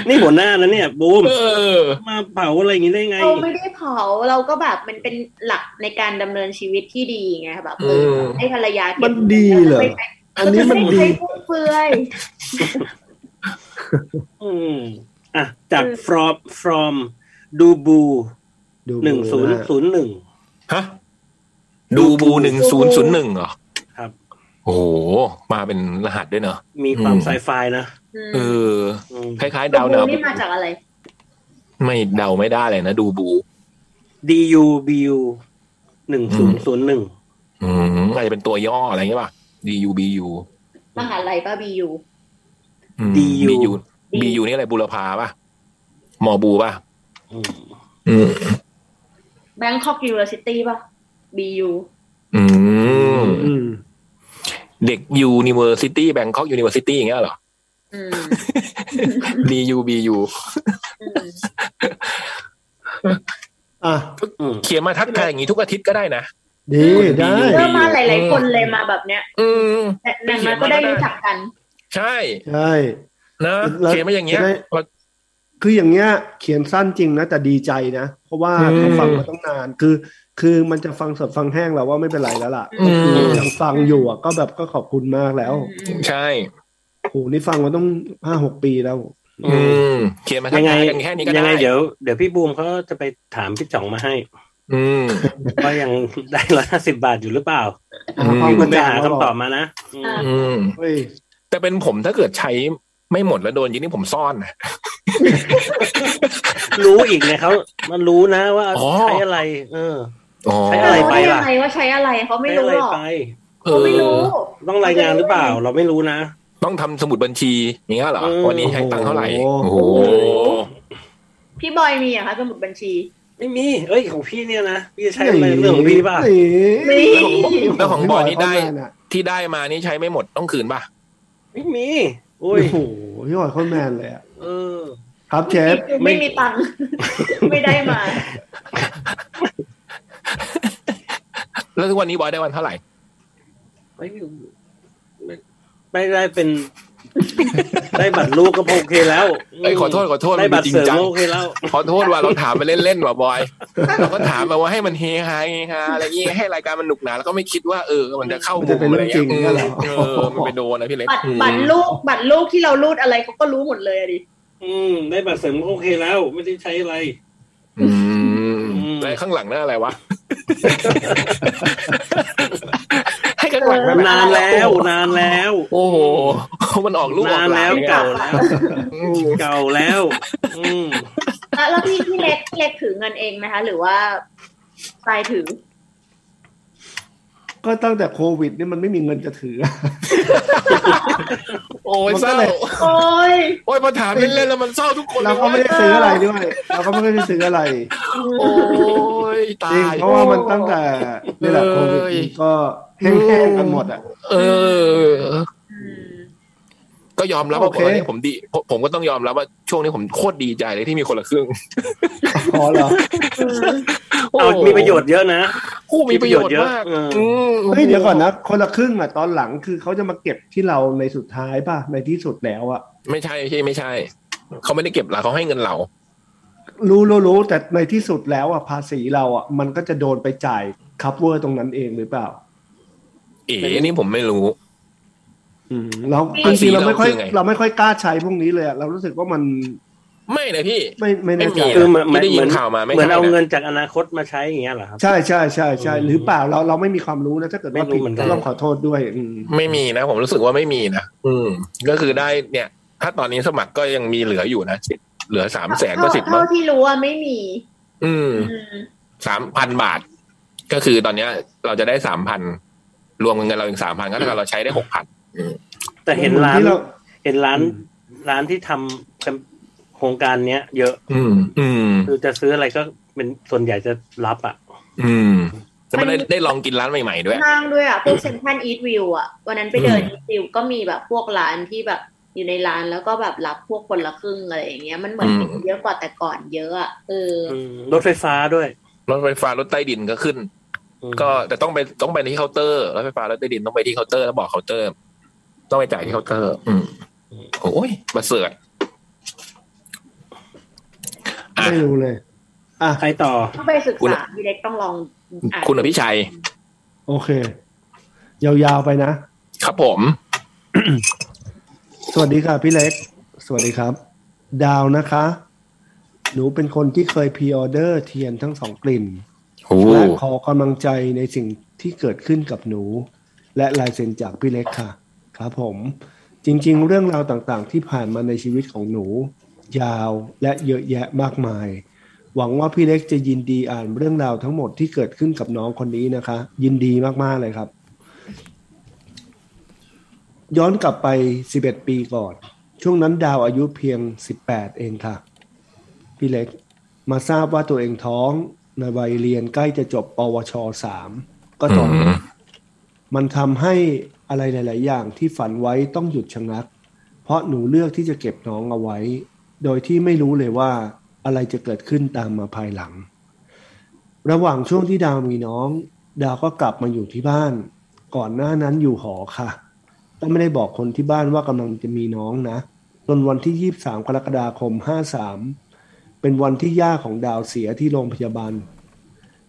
Speaker 5: นี่หัวหน้านะเนี่ยบูม
Speaker 2: เออ
Speaker 5: มาเผาอะไรอย่างงี้ได้ไง
Speaker 4: เราไม่ได้เผาเราก็แบบมันเป็นหลักในการดำเนินชีวิตที่ดีไงแบบเออ
Speaker 2: ม
Speaker 4: ให้ภรรยา
Speaker 3: มั
Speaker 4: เก็บ
Speaker 3: นดีเหรอ
Speaker 4: ไม่ใช้
Speaker 3: อันนี้มันดี
Speaker 4: ไใช้ฟุ่มเฟือย
Speaker 5: อืมอ่ะจาก
Speaker 4: อืม
Speaker 5: from from ดูบู
Speaker 3: ดู
Speaker 5: หนึ่งศูนย์ศูนย์หนึ่ง
Speaker 2: ฮะ ดูบูหนึ่งศูนย์ศูนย์หนึ่งเหรอ
Speaker 5: ครับ
Speaker 2: โอ้โห มาเป็นรหัสด้วยเนอะ
Speaker 5: มีความ
Speaker 2: อืม
Speaker 5: ไซไฟนะ
Speaker 4: อืม
Speaker 2: เออ
Speaker 5: อืม
Speaker 2: คล้ายๆเดาวนา
Speaker 4: บูนี่มาจากอะไร
Speaker 2: ไม่เดาไม่ได้เลยนะ ดูบู
Speaker 5: du bu หนึ่งศูนย์ศูนย์หนึ่ง
Speaker 2: อืมอาจจะเป็นตัวย่ออะไรอย่างเงี้ยป่ะ DU BU
Speaker 4: มหาลัยป้าบียู
Speaker 2: อืม
Speaker 5: DU
Speaker 2: BU BU นี่อะไรบุรพาป่ะมอบูป่ะ อืม
Speaker 4: แบงคอกยูนิเวอร์ซิตี้ป่ะบียู
Speaker 2: อืม
Speaker 3: อืม
Speaker 2: เด็ก University Bangkok University อย่างเงี้ยเหรอ
Speaker 4: อืม
Speaker 2: DU BU
Speaker 4: อืม
Speaker 3: อ่ะ
Speaker 5: อืม
Speaker 2: เขียนมาทักทายอย่างงี้ทุกอาทิตย์ก็ได้นะ
Speaker 3: ดีได้
Speaker 4: เริ่มมาหลาย ๆ คนเลยมาแบบเนี้ย
Speaker 2: อืม
Speaker 4: แต่นางมาก็ได้รู้จักกัน
Speaker 2: ใช่
Speaker 3: ใช่
Speaker 2: นะ
Speaker 3: แล้ว
Speaker 2: เขียนมาอย่างเงี้ย
Speaker 3: จะได้
Speaker 2: เรา
Speaker 3: คืออย่างเงี้ย เขียนสั้นจริงนะ แต่ดีใจนะ เพราะว่า
Speaker 2: อืม
Speaker 3: เขาฟังมาตั้งนาน คือ คือมันจะฟังสดฟังแห้งเราว่าไม่เป็นไรแล้วล่ะ
Speaker 2: อืม
Speaker 3: ยังฟังอยู่อ่ะก็แบบก็ขอบคุณมากแล้ว
Speaker 2: ใช่
Speaker 3: โหนี่ฟังมาต้องห้าหกปีแล้ว
Speaker 2: อืม เขียนมาทั
Speaker 5: ยั
Speaker 2: ก
Speaker 5: งไง
Speaker 2: ทายกันแค่นี้ก็
Speaker 5: ยัง
Speaker 2: ได้
Speaker 5: ไงเดี๋ยวเดี๋ยวพี่บูมเขาจะไปถามพี่จ่อง มาให้
Speaker 2: อืม
Speaker 5: ว่ายังได้ร้อยห้าสิบาทอยู่หรือเปล่า
Speaker 2: อืม
Speaker 5: พี่บูมจะหาคำตอบมานะอืม
Speaker 4: อ่า
Speaker 2: อืม
Speaker 3: เฮ้ย
Speaker 2: แต่เป็นผมถ้าเกิดใช้ไม่หมดแล้วโดนยิงนี่ผมซ่อนนะ
Speaker 5: รู้อีกเลยเขามันรู้นะว่า
Speaker 2: อ๋อ
Speaker 5: ใช้อะไร เออ
Speaker 2: อ๋อ
Speaker 5: ใช้
Speaker 4: แต่
Speaker 5: อะไร
Speaker 4: เขา
Speaker 5: ไป
Speaker 4: ได้
Speaker 5: ล่ะ
Speaker 4: ยังไงว่าใช้อะไรเขาไม่
Speaker 5: ใช้
Speaker 4: รู้
Speaker 5: อะไร
Speaker 4: หรอก
Speaker 5: ไป
Speaker 2: เอ
Speaker 4: เขา
Speaker 2: อ
Speaker 4: ไม่รู้
Speaker 5: ต้องรายงานหรือเปล่า เราไม่รู้นะ
Speaker 2: ต้องทำสมุดบัญชีอย่างเงี้ยเหรอ
Speaker 5: เออ
Speaker 2: วันนี้ใช้ตังค์เท่าไหร่ โอ้โห
Speaker 4: พี่บอยมีเหรอะคะสมุดบัญชี
Speaker 5: ไม่มี เอ้ยของพี่เนี่ยนะ พี่จะใช้อะไรเรื่องของพี่ป่ะ
Speaker 4: ไม่
Speaker 2: แล้วของบอยนี่ได้
Speaker 3: พี่เขาแมอะ
Speaker 2: ที่ได้มานี่ใช้ไม่หมดต้องคืนป่ะ
Speaker 5: ไม่มี
Speaker 3: โอ้
Speaker 5: โอ้ย
Speaker 3: โหพี่บอยเขาแมนเลยอะ
Speaker 5: เออ
Speaker 3: ครับเชฟ
Speaker 4: ไม่ไม่มีตังค์ ไม่ได้มา
Speaker 2: แล้วทุกวันนี้บอยได้วันเท่าไหร่
Speaker 5: ไม่มีไม่ได้เป็น ได้บัตรลูกก็โอเคแล้ว
Speaker 2: เอ้ยขอโทษขอโทษ
Speaker 5: ได้
Speaker 2: มั
Speaker 5: บั
Speaker 2: นจ
Speaker 5: ตร
Speaker 2: ริง
Speaker 5: เสริม
Speaker 2: จัง
Speaker 5: ก็โอเคแล้ว
Speaker 2: ขอโทษว่าเราถามไปเล่นๆว่ะบอย เราก็ถามมาว่าให้มันเฮฮาเฮฮาอะไรอย่างงี้ให้รายการมันหนุกหนาแล้วก็ไม่คิดว่าเออ มันจะเข้า
Speaker 3: มัน
Speaker 2: มุ
Speaker 3: จะ
Speaker 2: ม
Speaker 3: เป็น
Speaker 2: อะไร
Speaker 3: เรื่องจริง
Speaker 2: เงี้
Speaker 3: เนี่ย ยเหรอ
Speaker 2: เออมันไปโดนนะพี่เล็ก
Speaker 4: บัตร
Speaker 2: อืม
Speaker 4: บัตรลูกบัตรลูกที่เรารูดอะไรเขาก็รู้หมดเลยอะดิ
Speaker 5: อืม ได้บัตรเสริมก็โอเคแล้ว ไม่ได้ใช้อะไร
Speaker 2: อืม
Speaker 5: อืม
Speaker 2: แล้วข้างหลังนั่นอะไรวะ ให้ข้างหลังนั่น
Speaker 5: นานแล้วนานแล้ว
Speaker 2: โอ้โห มันออกลูกออน
Speaker 5: าก น
Speaker 2: ห
Speaker 5: แล้
Speaker 2: ลา
Speaker 5: วน เก่าแล้ว
Speaker 2: อืม
Speaker 5: เก่าแล้ว อืม
Speaker 4: แล้วแล้วพี่พี่เล็กพี่เล็กถือเงินเองไหมคะ หรือว่าทรายถือ
Speaker 3: ก็ตั้งแต่โควิดนี่มันไม่มีเงินจะ ถือ
Speaker 2: โอ้ย
Speaker 3: มัน
Speaker 2: เศ
Speaker 3: ก็
Speaker 2: ร้า
Speaker 3: เลย
Speaker 4: โอ้ย
Speaker 2: โอ้ยพอถามเล่นๆแล้วมันเศร้าทุกคน
Speaker 3: เราก็ไม่ได้ซื้ออะไรด้วย เราก็ไม่ได้ซื้อ อะไร
Speaker 2: โอ้ยตา
Speaker 3: จริง
Speaker 2: ย
Speaker 3: เพราะว่ามันตั้งแต่นี่แหละโควิดมันก็แห้งๆกันหมดอ่ะ
Speaker 2: เออ
Speaker 4: อืม
Speaker 2: ก็ยอมรับว่า
Speaker 3: โอ
Speaker 2: ผ
Speaker 3: เค
Speaker 2: มว่าเนี่ยผมดีผมผมก็ต้องยอมรับว่าช่วงนี้ผมโคตรดีใจเลยที่มีคนละครึ่ง
Speaker 3: พอเหรอ
Speaker 5: เอา
Speaker 2: โโห
Speaker 5: มีประโยชน์เยอะนะ
Speaker 2: ผู้มีประโยชน์
Speaker 5: มีประโยชน์เยอะ
Speaker 2: มาก
Speaker 5: เออ
Speaker 2: ม
Speaker 3: เฮ้ยเดี๋ยวก่อนนะคนละครึ่งอ่ะตอนหลังคือเขาจะมาเก็บที่เราในสุดท้ายป่ะในที่สุดแล้วอ่ะ
Speaker 2: ไม่ใช่ใช่ไม่ใช่ เขาไม่ได้เก็บหลักเขาให้เงินเรา
Speaker 3: รู้รู้รู้แต่ในที่สุดแล้วอ่ะภาษีเราอ่ะมันก็จะโดนไปจ่ายคัพเวอร์ตรงนั้นเองหรือเปล่า
Speaker 2: เอ๋นี่ผมไม่รู้
Speaker 3: อืมเรา
Speaker 2: ภา
Speaker 3: จ
Speaker 2: ษี
Speaker 3: ริงๆเราไม่ค่อย
Speaker 2: เราคือไง
Speaker 3: เราไม่ค่อยกล้าใช้พวกนี้เลยอะเรารู้สึกว่ามัน
Speaker 2: ไม่นะพี่
Speaker 3: ไม่ไม่แน่ใจ
Speaker 2: ไม่มี
Speaker 5: คือเหมือนเหมือน
Speaker 2: ที่ได้ยิน
Speaker 5: เหมือน
Speaker 2: ข่าวมาไม่
Speaker 5: เหมือน
Speaker 2: ใช่นะ
Speaker 5: เอาเงินจากอนาคตมาใช้อย่างเงี้ยเหรอครับ
Speaker 3: ใช่ใช่ใช่ใช่
Speaker 5: อืม
Speaker 3: หรือเปล่าเราเราไม่มีความรู้นะถ้าเกิดว่า
Speaker 5: ไม่รู้
Speaker 3: ผิด
Speaker 5: เหมือนกั
Speaker 3: ก็
Speaker 5: น
Speaker 3: ต้องขอโทษด้วยอืม
Speaker 2: ไม่มีนะ ผมรู้สึกว่าไม่มีนะอืม ก็คือได้เนี่ย ถ้าตอนนี้สมัครก็ยังมีเหลืออยู่นะเหลือสามแสนก็สิบ
Speaker 4: เท่าที่รู้อะไม่มี
Speaker 2: อืม
Speaker 4: อืม
Speaker 2: สามพันบาท ก็คือตอนเนี้ยเราจะได้สามพันรวมเงินเราอีกสามพันก็เท่ากับเราใช้ได้หกพัน
Speaker 5: แต่เห็นร้าน
Speaker 3: ที่เ
Speaker 5: เห็นร้านร้านที่ทำโครงการเนี้ยเยอะ
Speaker 2: อืม อืม
Speaker 5: คือจะซื้ออะไรก็เป็นส่วนใหญ่จะรับอ่ะ
Speaker 2: อืมแล้วมันได้ได้ลองกินร้านใหม่ๆด้วย
Speaker 4: ห้างด้วยอะพวกเซนทันอีทวิวอะวันนั้นไปเดินอีทวิวก็มีแบบพวกร้านที่แบบอยู่ในร้านแล้วก็แบบรับพวกคนละครึ่งอะไรอย่างเงี้ยมันเหมือน
Speaker 2: อืม
Speaker 4: เยอะกว่าแต่ก่อนเยอะอะเอออ
Speaker 5: รถไฟฟ้าด้วย
Speaker 2: รถไฟฟ้ารถใต้ดินก็ขึ้น ก็แต่ต้องไปต้องไปที่เคาน์เตอร์รถไฟฟ้ารถใต้ดินต้องไปที่เคาน์เตอร์แล้วบอกเคาน์เตอร์ ต้องไปจ่ายที่เคาน์เตอร์ อืมโอ้ยประเสริฐ
Speaker 3: ราไม่รู้เลยอ่ะ
Speaker 5: ใครต่อ
Speaker 4: ต้องไปศึกษาพี่เล็กต้องลองอ่าน
Speaker 2: คุณอภิชัย
Speaker 3: โอเค ยาวๆไปนะ
Speaker 2: ครับผม
Speaker 3: สวัสดีค่ะพี่เล็ก สวัสดีครับ ดาวนะคะ หนูเป็นคนที่เคยพรีออเดอร์เทียนทั้งสองกลิ่น
Speaker 2: โอ้
Speaker 3: และขอกำลังใจในสิ่งที่เกิดขึ้นกับหนู และลายเซ็นจากพี่เล็กค่ะ ครับผม จริงๆ เรื่องราวต่างๆ ที่ผ่านมาในชีวิตของหนู ยาวและเยอะแยะมากมาย หวังว่าพี่เล็กจะยินดีอ่านเรื่องราวทั้งหมดที่เกิดขึ้นกับน้องคนนี้นะคะ ยินดีมากๆเลยครับ ย้อนกลับไป 11 ปีก่อน ช่วงนั้นดาวอายุเพียง 18 เองค่ะ พี่เล็ก มาทราบว่าตัวเองท้องในวัยเรียนใกล้จะจบปวชสามก็ตอนนั้นมันทำให้อะไรหลาย ๆ อย่างที่ฝันไว้ต้องหยุดชะงัก เพราะหนูเลือกที่จะเก็บน้องเอาไว้ โดยที่ไม่รู้เลยว่าอะไรจะเกิดขึ้นตามมาภายหลัง ระหว่างช่วงที่ดาวมีน้อง ดาวก็กลับมาอยู่ที่บ้าน ก่อนหน้านั้นอยู่หอค่ะ แต่ไม่ได้บอกคนที่บ้านว่ากำลังจะมีน้องนะจนวันที่ 23 กรกฎาคม 53 เป็นวันที่ย่าของดาวเสียที่โรงพยาบาล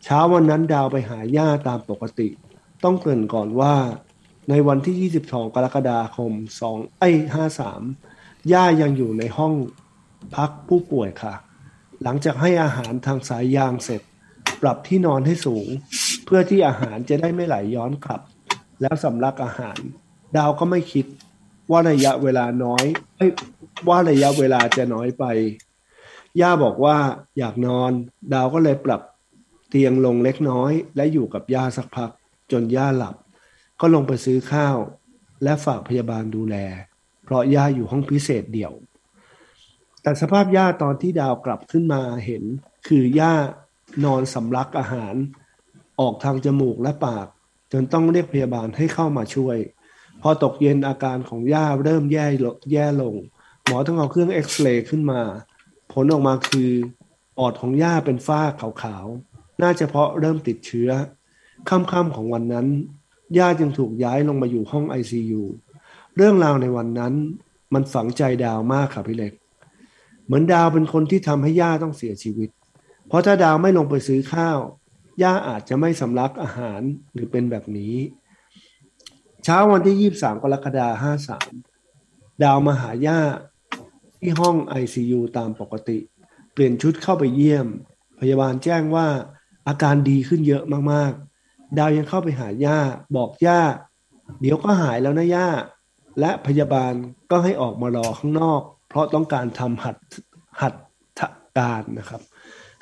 Speaker 3: เช้าวันนั้นดาวไปหาย่าตามปกติ ต้องเกริ่นก่อนว่า ในวันที่ 22 กรกฎาคม 2 ไอ้ย53 ย่ายังอยู่ในห้องพักผู้ป่วยค่ะ หลังจากให้อาหารทางสายยางเสร็จ ปรับที่นอนให้สูง เพื่อที่อาหารจะได้ไม่ไหลย้อนกลับ แล้วสำลักอาหาร ดาวก็ไม่คิดว่าระยะเวลาน้อยเอ้ยว่าระยะเวลาจะน้อยไป ย่าบอกว่าอยากนอน ดาวก็เลยปรับเตียงลงเล็กน้อย และอยู่กับย่าสักพัก จนย่าหลับ ก็ลงไปซื้อข้าว และฝากพยาบาลดูแล เพราะย่าอยู่ห้องพิเศษเดี่ยว แต่สภาพย่าตอนที่ดาวกลับขึ้นมาเห็น คือย่านอนสำลักอาหาร ออกทางจมูกและปาก จนต้องเรียกพยาบาลให้เข้ามาช่วย พอตกเย็นอาการของย่าเริ่มแย่ลงแย่ลง หมอต้องเอาเครื่องเอ็กซเรย์ขึ้นมา ผลออกมาคือปอดของย่าเป็นฝ้าขาวๆ น่าจะเพราะเริ่มติดเชื้อ ค่ำๆของวันนั้น ย่าจึงถูกย้ายลงมาอยู่ห้อง ICU เรื่องราวในวันนั้น มันฝังใจดาวมากค่ะพี่เล็ก เหมือนดาวเป็นคนที่ทำให้ย่าต้องเสียชีวิต เพราะถ้าดาวไม่ลงไปซื้อข้าว ย่าอาจจะไม่สำลักอาหารหรือเป็นแบบนี้ เช้าวันที่ 23 กรกฎาคม53 ดาวมาหาย่าที่ห้อง ICU ตามปกติ เปลี่ยนชุดเข้าไปเยี่ยม พยาบาลแจ้งว่าอาการดีขึ้นเยอะมากๆ ดาวยังเข้าไปหาย่า บอกย่า เดี๋ยวก็หายแล้วนะย่า และพยาบาลก็ให้ออกมารอข้างนอก เพราะต้องการทำหัตหัตถการนะครับ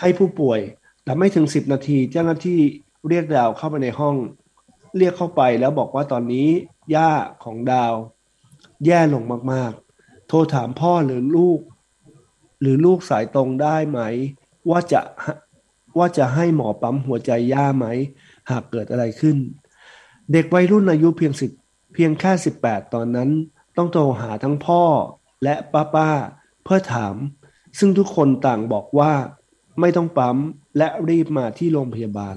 Speaker 3: ให้ผู้ป่วยแต่ไม่ถึง 10 นาทีเจ้าหน้าที่เรียกดาวเข้าไปในห้อง เรียกเข้าไปแล้วบอกว่าตอนนี้ย่าของดาว แย่ลงมากๆ โทรถามพ่อหรือลูก หรือลูกสายตรงได้ไหม ว่าจะว่าจะให้หมอปั๊มหัวใจย่าไหม หากเกิดอะไรขึ้น เด็กวัยรุ่นอายุเพียงสิบเพียงแค่สิบแปดตอนนั้น ต้องโทรหาทั้งพ่อและป้าป้าๆเพื่อถาม ซึ่งทุกคนต่างบอกว่า ไม่ต้องปั๊มและรีบมาที่โรงพยาบาล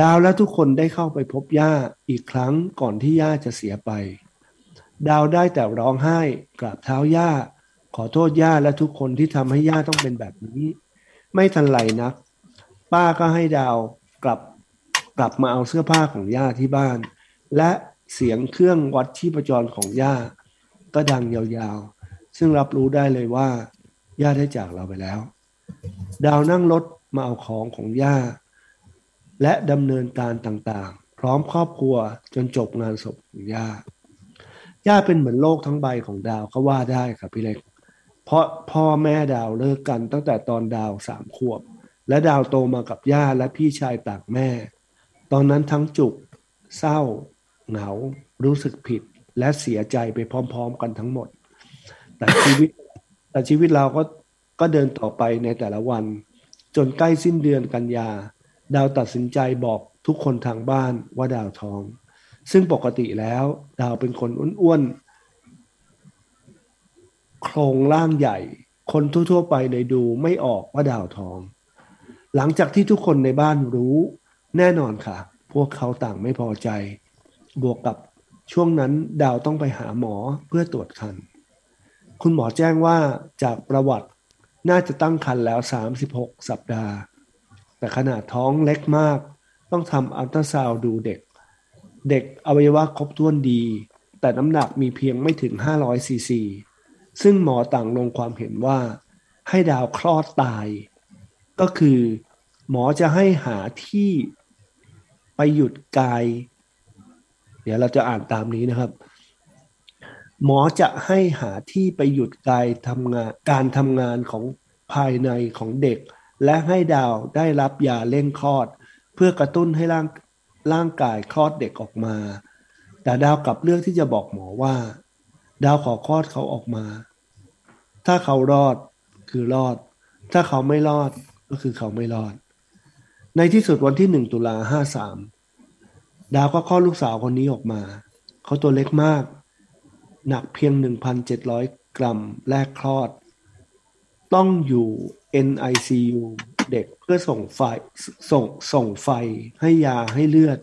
Speaker 3: ดาวและทุกคนได้เข้าไปพบย่าอีกครั้งก่อนที่ย่าจะเสียไป ดาวได้แต่ร้องไห้กราบเท้าย่า ขอโทษย่าและทุกคนที่ทำให้ย่าต้องเป็นแบบนี้ ไม่ทันไรนัก ป้าก็ให้ดาวกลับกลับมาเอาเสื้อผ้าของย่าที่บ้าน และเสียงเครื่องวัดชีพจรของย่า ก็ดังยาวๆ ซึ่งรับรู้ได้เลยว่า ย่าได้จากเราไปแล้ว ดาวนั่งรถมาเอาของของย่า และดำเนินการต่างๆ พร้อมครอบครัวจนจบงานศพของย่า ย่าเป็นเหมือนโลกทั้งใบของดาวก็ว่าได้ครับพี่เล็ก เพราะพ่อแม่ดาวเลิกกันตั้งแต่ตอนดาวสามขวบ และดาวโตมากับย่าและพี่ชายต่างแม่ ตอนนั้นทั้งจุก เศร้า เหงา รู้สึกผิด และเสียใจไปพร้อมๆกันทั้งหมด แต่ชีวิต แต่ชีวิตเราก็ก็เดินต่อไปในแต่ละวัน จนใกล้สิ้นเดือนกันยา ดาวตัดสินใจบอกทุกคนทางบ้านว่าดาวท้อง ซึ่งปกติแล้ว ดาวเป็นคนอ้วนๆ โครงร่างใหญ่ คนทั่วๆไปเลยดูไม่ออกว่าดาวท้อง หลังจากที่ทุกคนในบ้านรู้ แน่นอนค่ะ พวกเขาต่างไม่พอใจ บวกกับช่วงนั้นดาวต้องไปหาหมอเพื่อตรวจคัน คุณหมอแจ้งว่าจากประวัติน่าจะตั้งครรภ์แล้ว 36 สัปดาห์ แต่ขนาดท้องเล็กมาก ต้องทำอัลตราซาวด์ดูเด็ก เด็กอวัยวะครบถ้วนดี แต่น้ำหนักมีเพียงไม่ถึง 500ซีซี ซึ่งหมอต่างลงความเห็นว่า ให้ดาวคลอดตาย ก็คือหมอจะให้หาที่ไปหยุดกาย เดี๋ยวเราจะอ่านตามนี้นะครับ หมอจะให้หาที่ไปหยุดกายทำงานการทำงานของภายในของเด็ก และให้ดาวได้รับยาเร่งคลอด เพื่อกระตุ้นให้ร่างร่างกายคลอดเด็กออกมา แต่ดาวกลับเลือกที่จะบอกหมอว่า ดาวขอคลอดเขาออกมา ถ้าเขารอดคือรอด ถ้าเขาไม่รอดก็คือเขาไม่รอด ในที่สุดวันที่หนึ่งตุลาห้าสามดาวก็คลอดลูกสาวคนนี้ออกมา เขาตัวเล็กมาก หนักเพียง 1,700 กรัมแรกคลอด ต้องอยู่ NICU เด็กเพื่อส่งไฟส่งส่งไฟให้ยาให้เลือด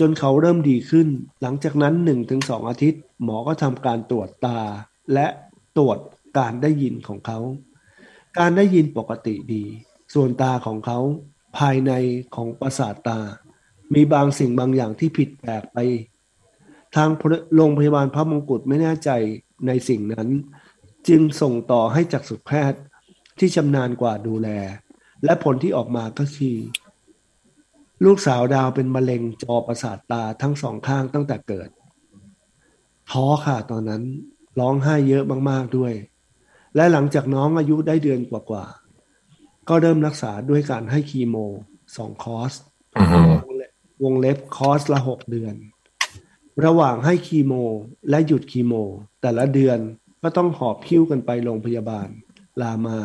Speaker 3: จนเขาเริ่มดีขึ้น หลังจากนั้น 1-2 อาทิตย์ หมอก็ทำการตรวจตา และตรวจการได้ยินของเขา การได้ยินปกติดี ส่วนตาของเขาภายในของประสาทตา มีบางสิ่งบางอย่างที่ผิดแปลกไป ทางโรงพยาบาลพระมงกุฎไม่แน่ใจในสิ่งนั้น จึงส่งต่อให้จักษุแพทย์ที่ชำนาญกว่าดูแล และผลที่ออกมาก็คือ ลูกสาวดาวเป็นมะเร็งจอประสาทตาทั้งสองข้างตั้งแต่เกิด ท้อค่ะตอนนั้นร้องไห้เยอะมากๆด้วย และหลังจากน้องอายุได้เดือนกว่าๆก็เริ่มรักษาด้วยการให้คีโมสองคอร์ส
Speaker 2: อือฮึ
Speaker 3: วงเล็บวงเล็บคอร์สละหกเดือน ระหว่างให้คีโม และหยุดคีโม แต่ละเดือนก็ต้องหอบพิ้วกันไปโรงพยาบาล ลามา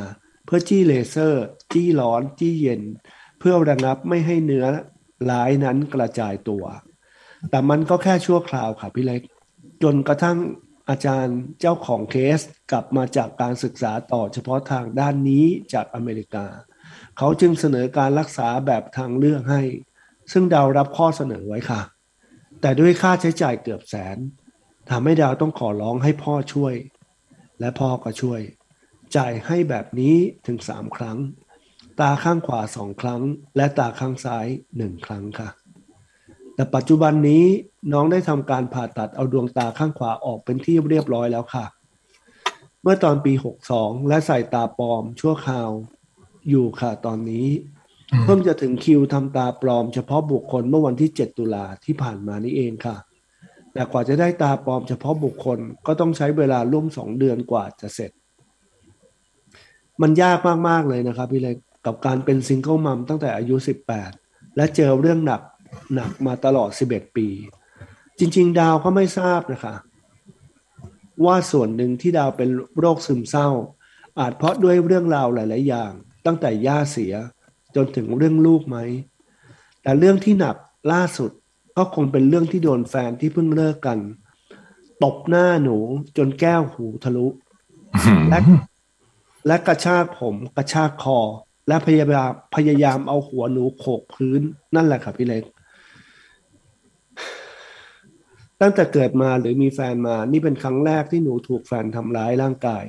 Speaker 3: เพื่อจี้เลเซอร์ จี้ร้อน จี้เย็น เพื่อระงับไม่ให้เนื้อร้ายนั้นกระจายตัว แต่มันก็แค่ชั่วคราวค่ะพี่เล็ก จนกระทั่งอาจารย์เจ้าของเคสกลับมาจากการศึกษาต่อเฉพาะทางด้านนี้จากอเมริกา เขาจึงเสนอการรักษาแบบทางเลือกให้ ซึ่งดาวรับข้อเสนอไว้ค่ะ แต่ด้วยค่าใช้จ่ายเกือบแสนทำให้ดาวต้องขอร้องให้พ่อช่วย และพ่อก็ช่วย จ่ายให้แบบนี้ถึงสามครั้ง ตาข้างขวาสองครั้ง และตาข้างซ้ายหนึ่งครั้งค่ะ แต่ปัจจุบันนี้น้องได้ทำการผ่าตัดเอาดวงตาข้างขวาออกเป็นที่เรียบร้อยแล้วค่ะ เมื่อตอนปี 62 และใส่ตาปลอมชั่วคราวอยู่ค่ะตอนนี้ เพิ่งจะถึงคิวทำตาปลอมเฉพาะบุคคลเมื่อวันที่ 7 ตุลาที่ผ่านมานี้เองค่ะ แต่กว่าจะได้ตาปลอมเฉพาะบุคคลก็ต้องใช้เวลาร่วมสองเดือนกว่าจะเสร็จ มันยากมาก ๆ เลยนะครับพี่เล็กกับการเป็นซิงเกิลมัมตั้งแต่อายุ 18 และเจอเรื่องหนัก หนักมาตลอด 11 ปี จริง ๆ ดาวก็ไม่ทราบนะคะ ว่าส่วนหนึ่งที่ดาวเป็นโรคซึมเศร้า อาจเพราะด้วยเรื่องราวหลาย ๆ อย่าง ตั้งแต่ย่าเสียจนถึงเรื่องลูกไหม แต่เรื่องที่หนักล่าสุดก็คงเป็นเรื่องที่โดนแฟนที่เพิ่งเลิกกัน ตบหน้าหนูจนแก้วหูทะลุ และและกระชากผมกระชากคอ และพยายามพยายามเอาหัวหนูโขกพื้นนั่นแหละครับพี่เล็ก ตั้งแต่เกิดมาหรือมีแฟนมานี่เป็นครั้งแรกที่หนูถูกแฟนทำร้ายร่างกาย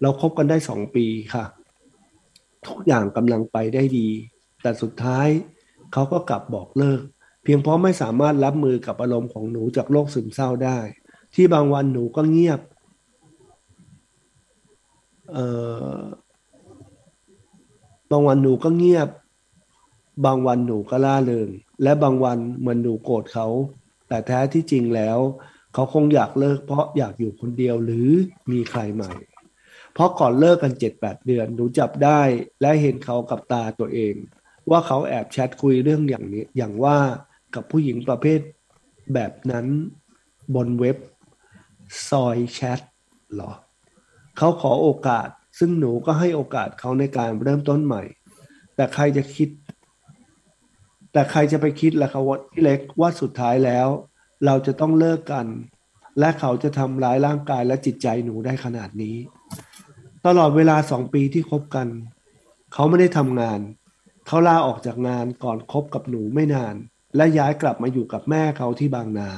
Speaker 3: เราคบกันได้สองปีค่ะ ทุกอย่างกำลังไปได้ดี แต่สุดท้ายเขาก็กลับบอกเลิก เพียงเพราะไม่สามารถรับมือกับอารมณ์ของหนูจากโรคซึมเศร้าได้ ที่บางวันหนูก็เงียบ เอ่อบางวันหนูก็เงียบ บางวันหนูก็ล่าเริง และบางวันเหมือนหนูโกรธเขา แต่แท้ที่จริงแล้ว เขาคงอยากเลิกเพราะอยากอยู่คนเดียวหรือมีใครใหม่ เพราะก่อนเลิกกันเจ็ดแปดเดือน หนูจับได้และเห็นเขากับตาตัวเอง ว่าเขาแอบแชทคุยเรื่องอย่างนี้ อย่างว่ากับผู้หญิงประเภทแบบนั้นบนเว็บซอยแชทเหรอ เขาขอโอกาส ซึ่งหนูก็ให้โอกาสเขาในการเริ่มต้นใหม่ แต่ใครจะคิด แต่ใครจะไปคิดล่ะครับว่าพี่เล็กว่าสุดท้ายแล้ว เราจะต้องเลิกกัน และเขาจะทำร้ายร่างกายและจิตใจหนูได้ขนาดนี้ ตลอดเวลาสองปีที่คบกัน เขาไม่ได้ทำงาน เขาลาออกจากงานก่อนคบกับหนูไม่นาน และย้ายกลับมาอยู่กับแม่เขาที่บางนา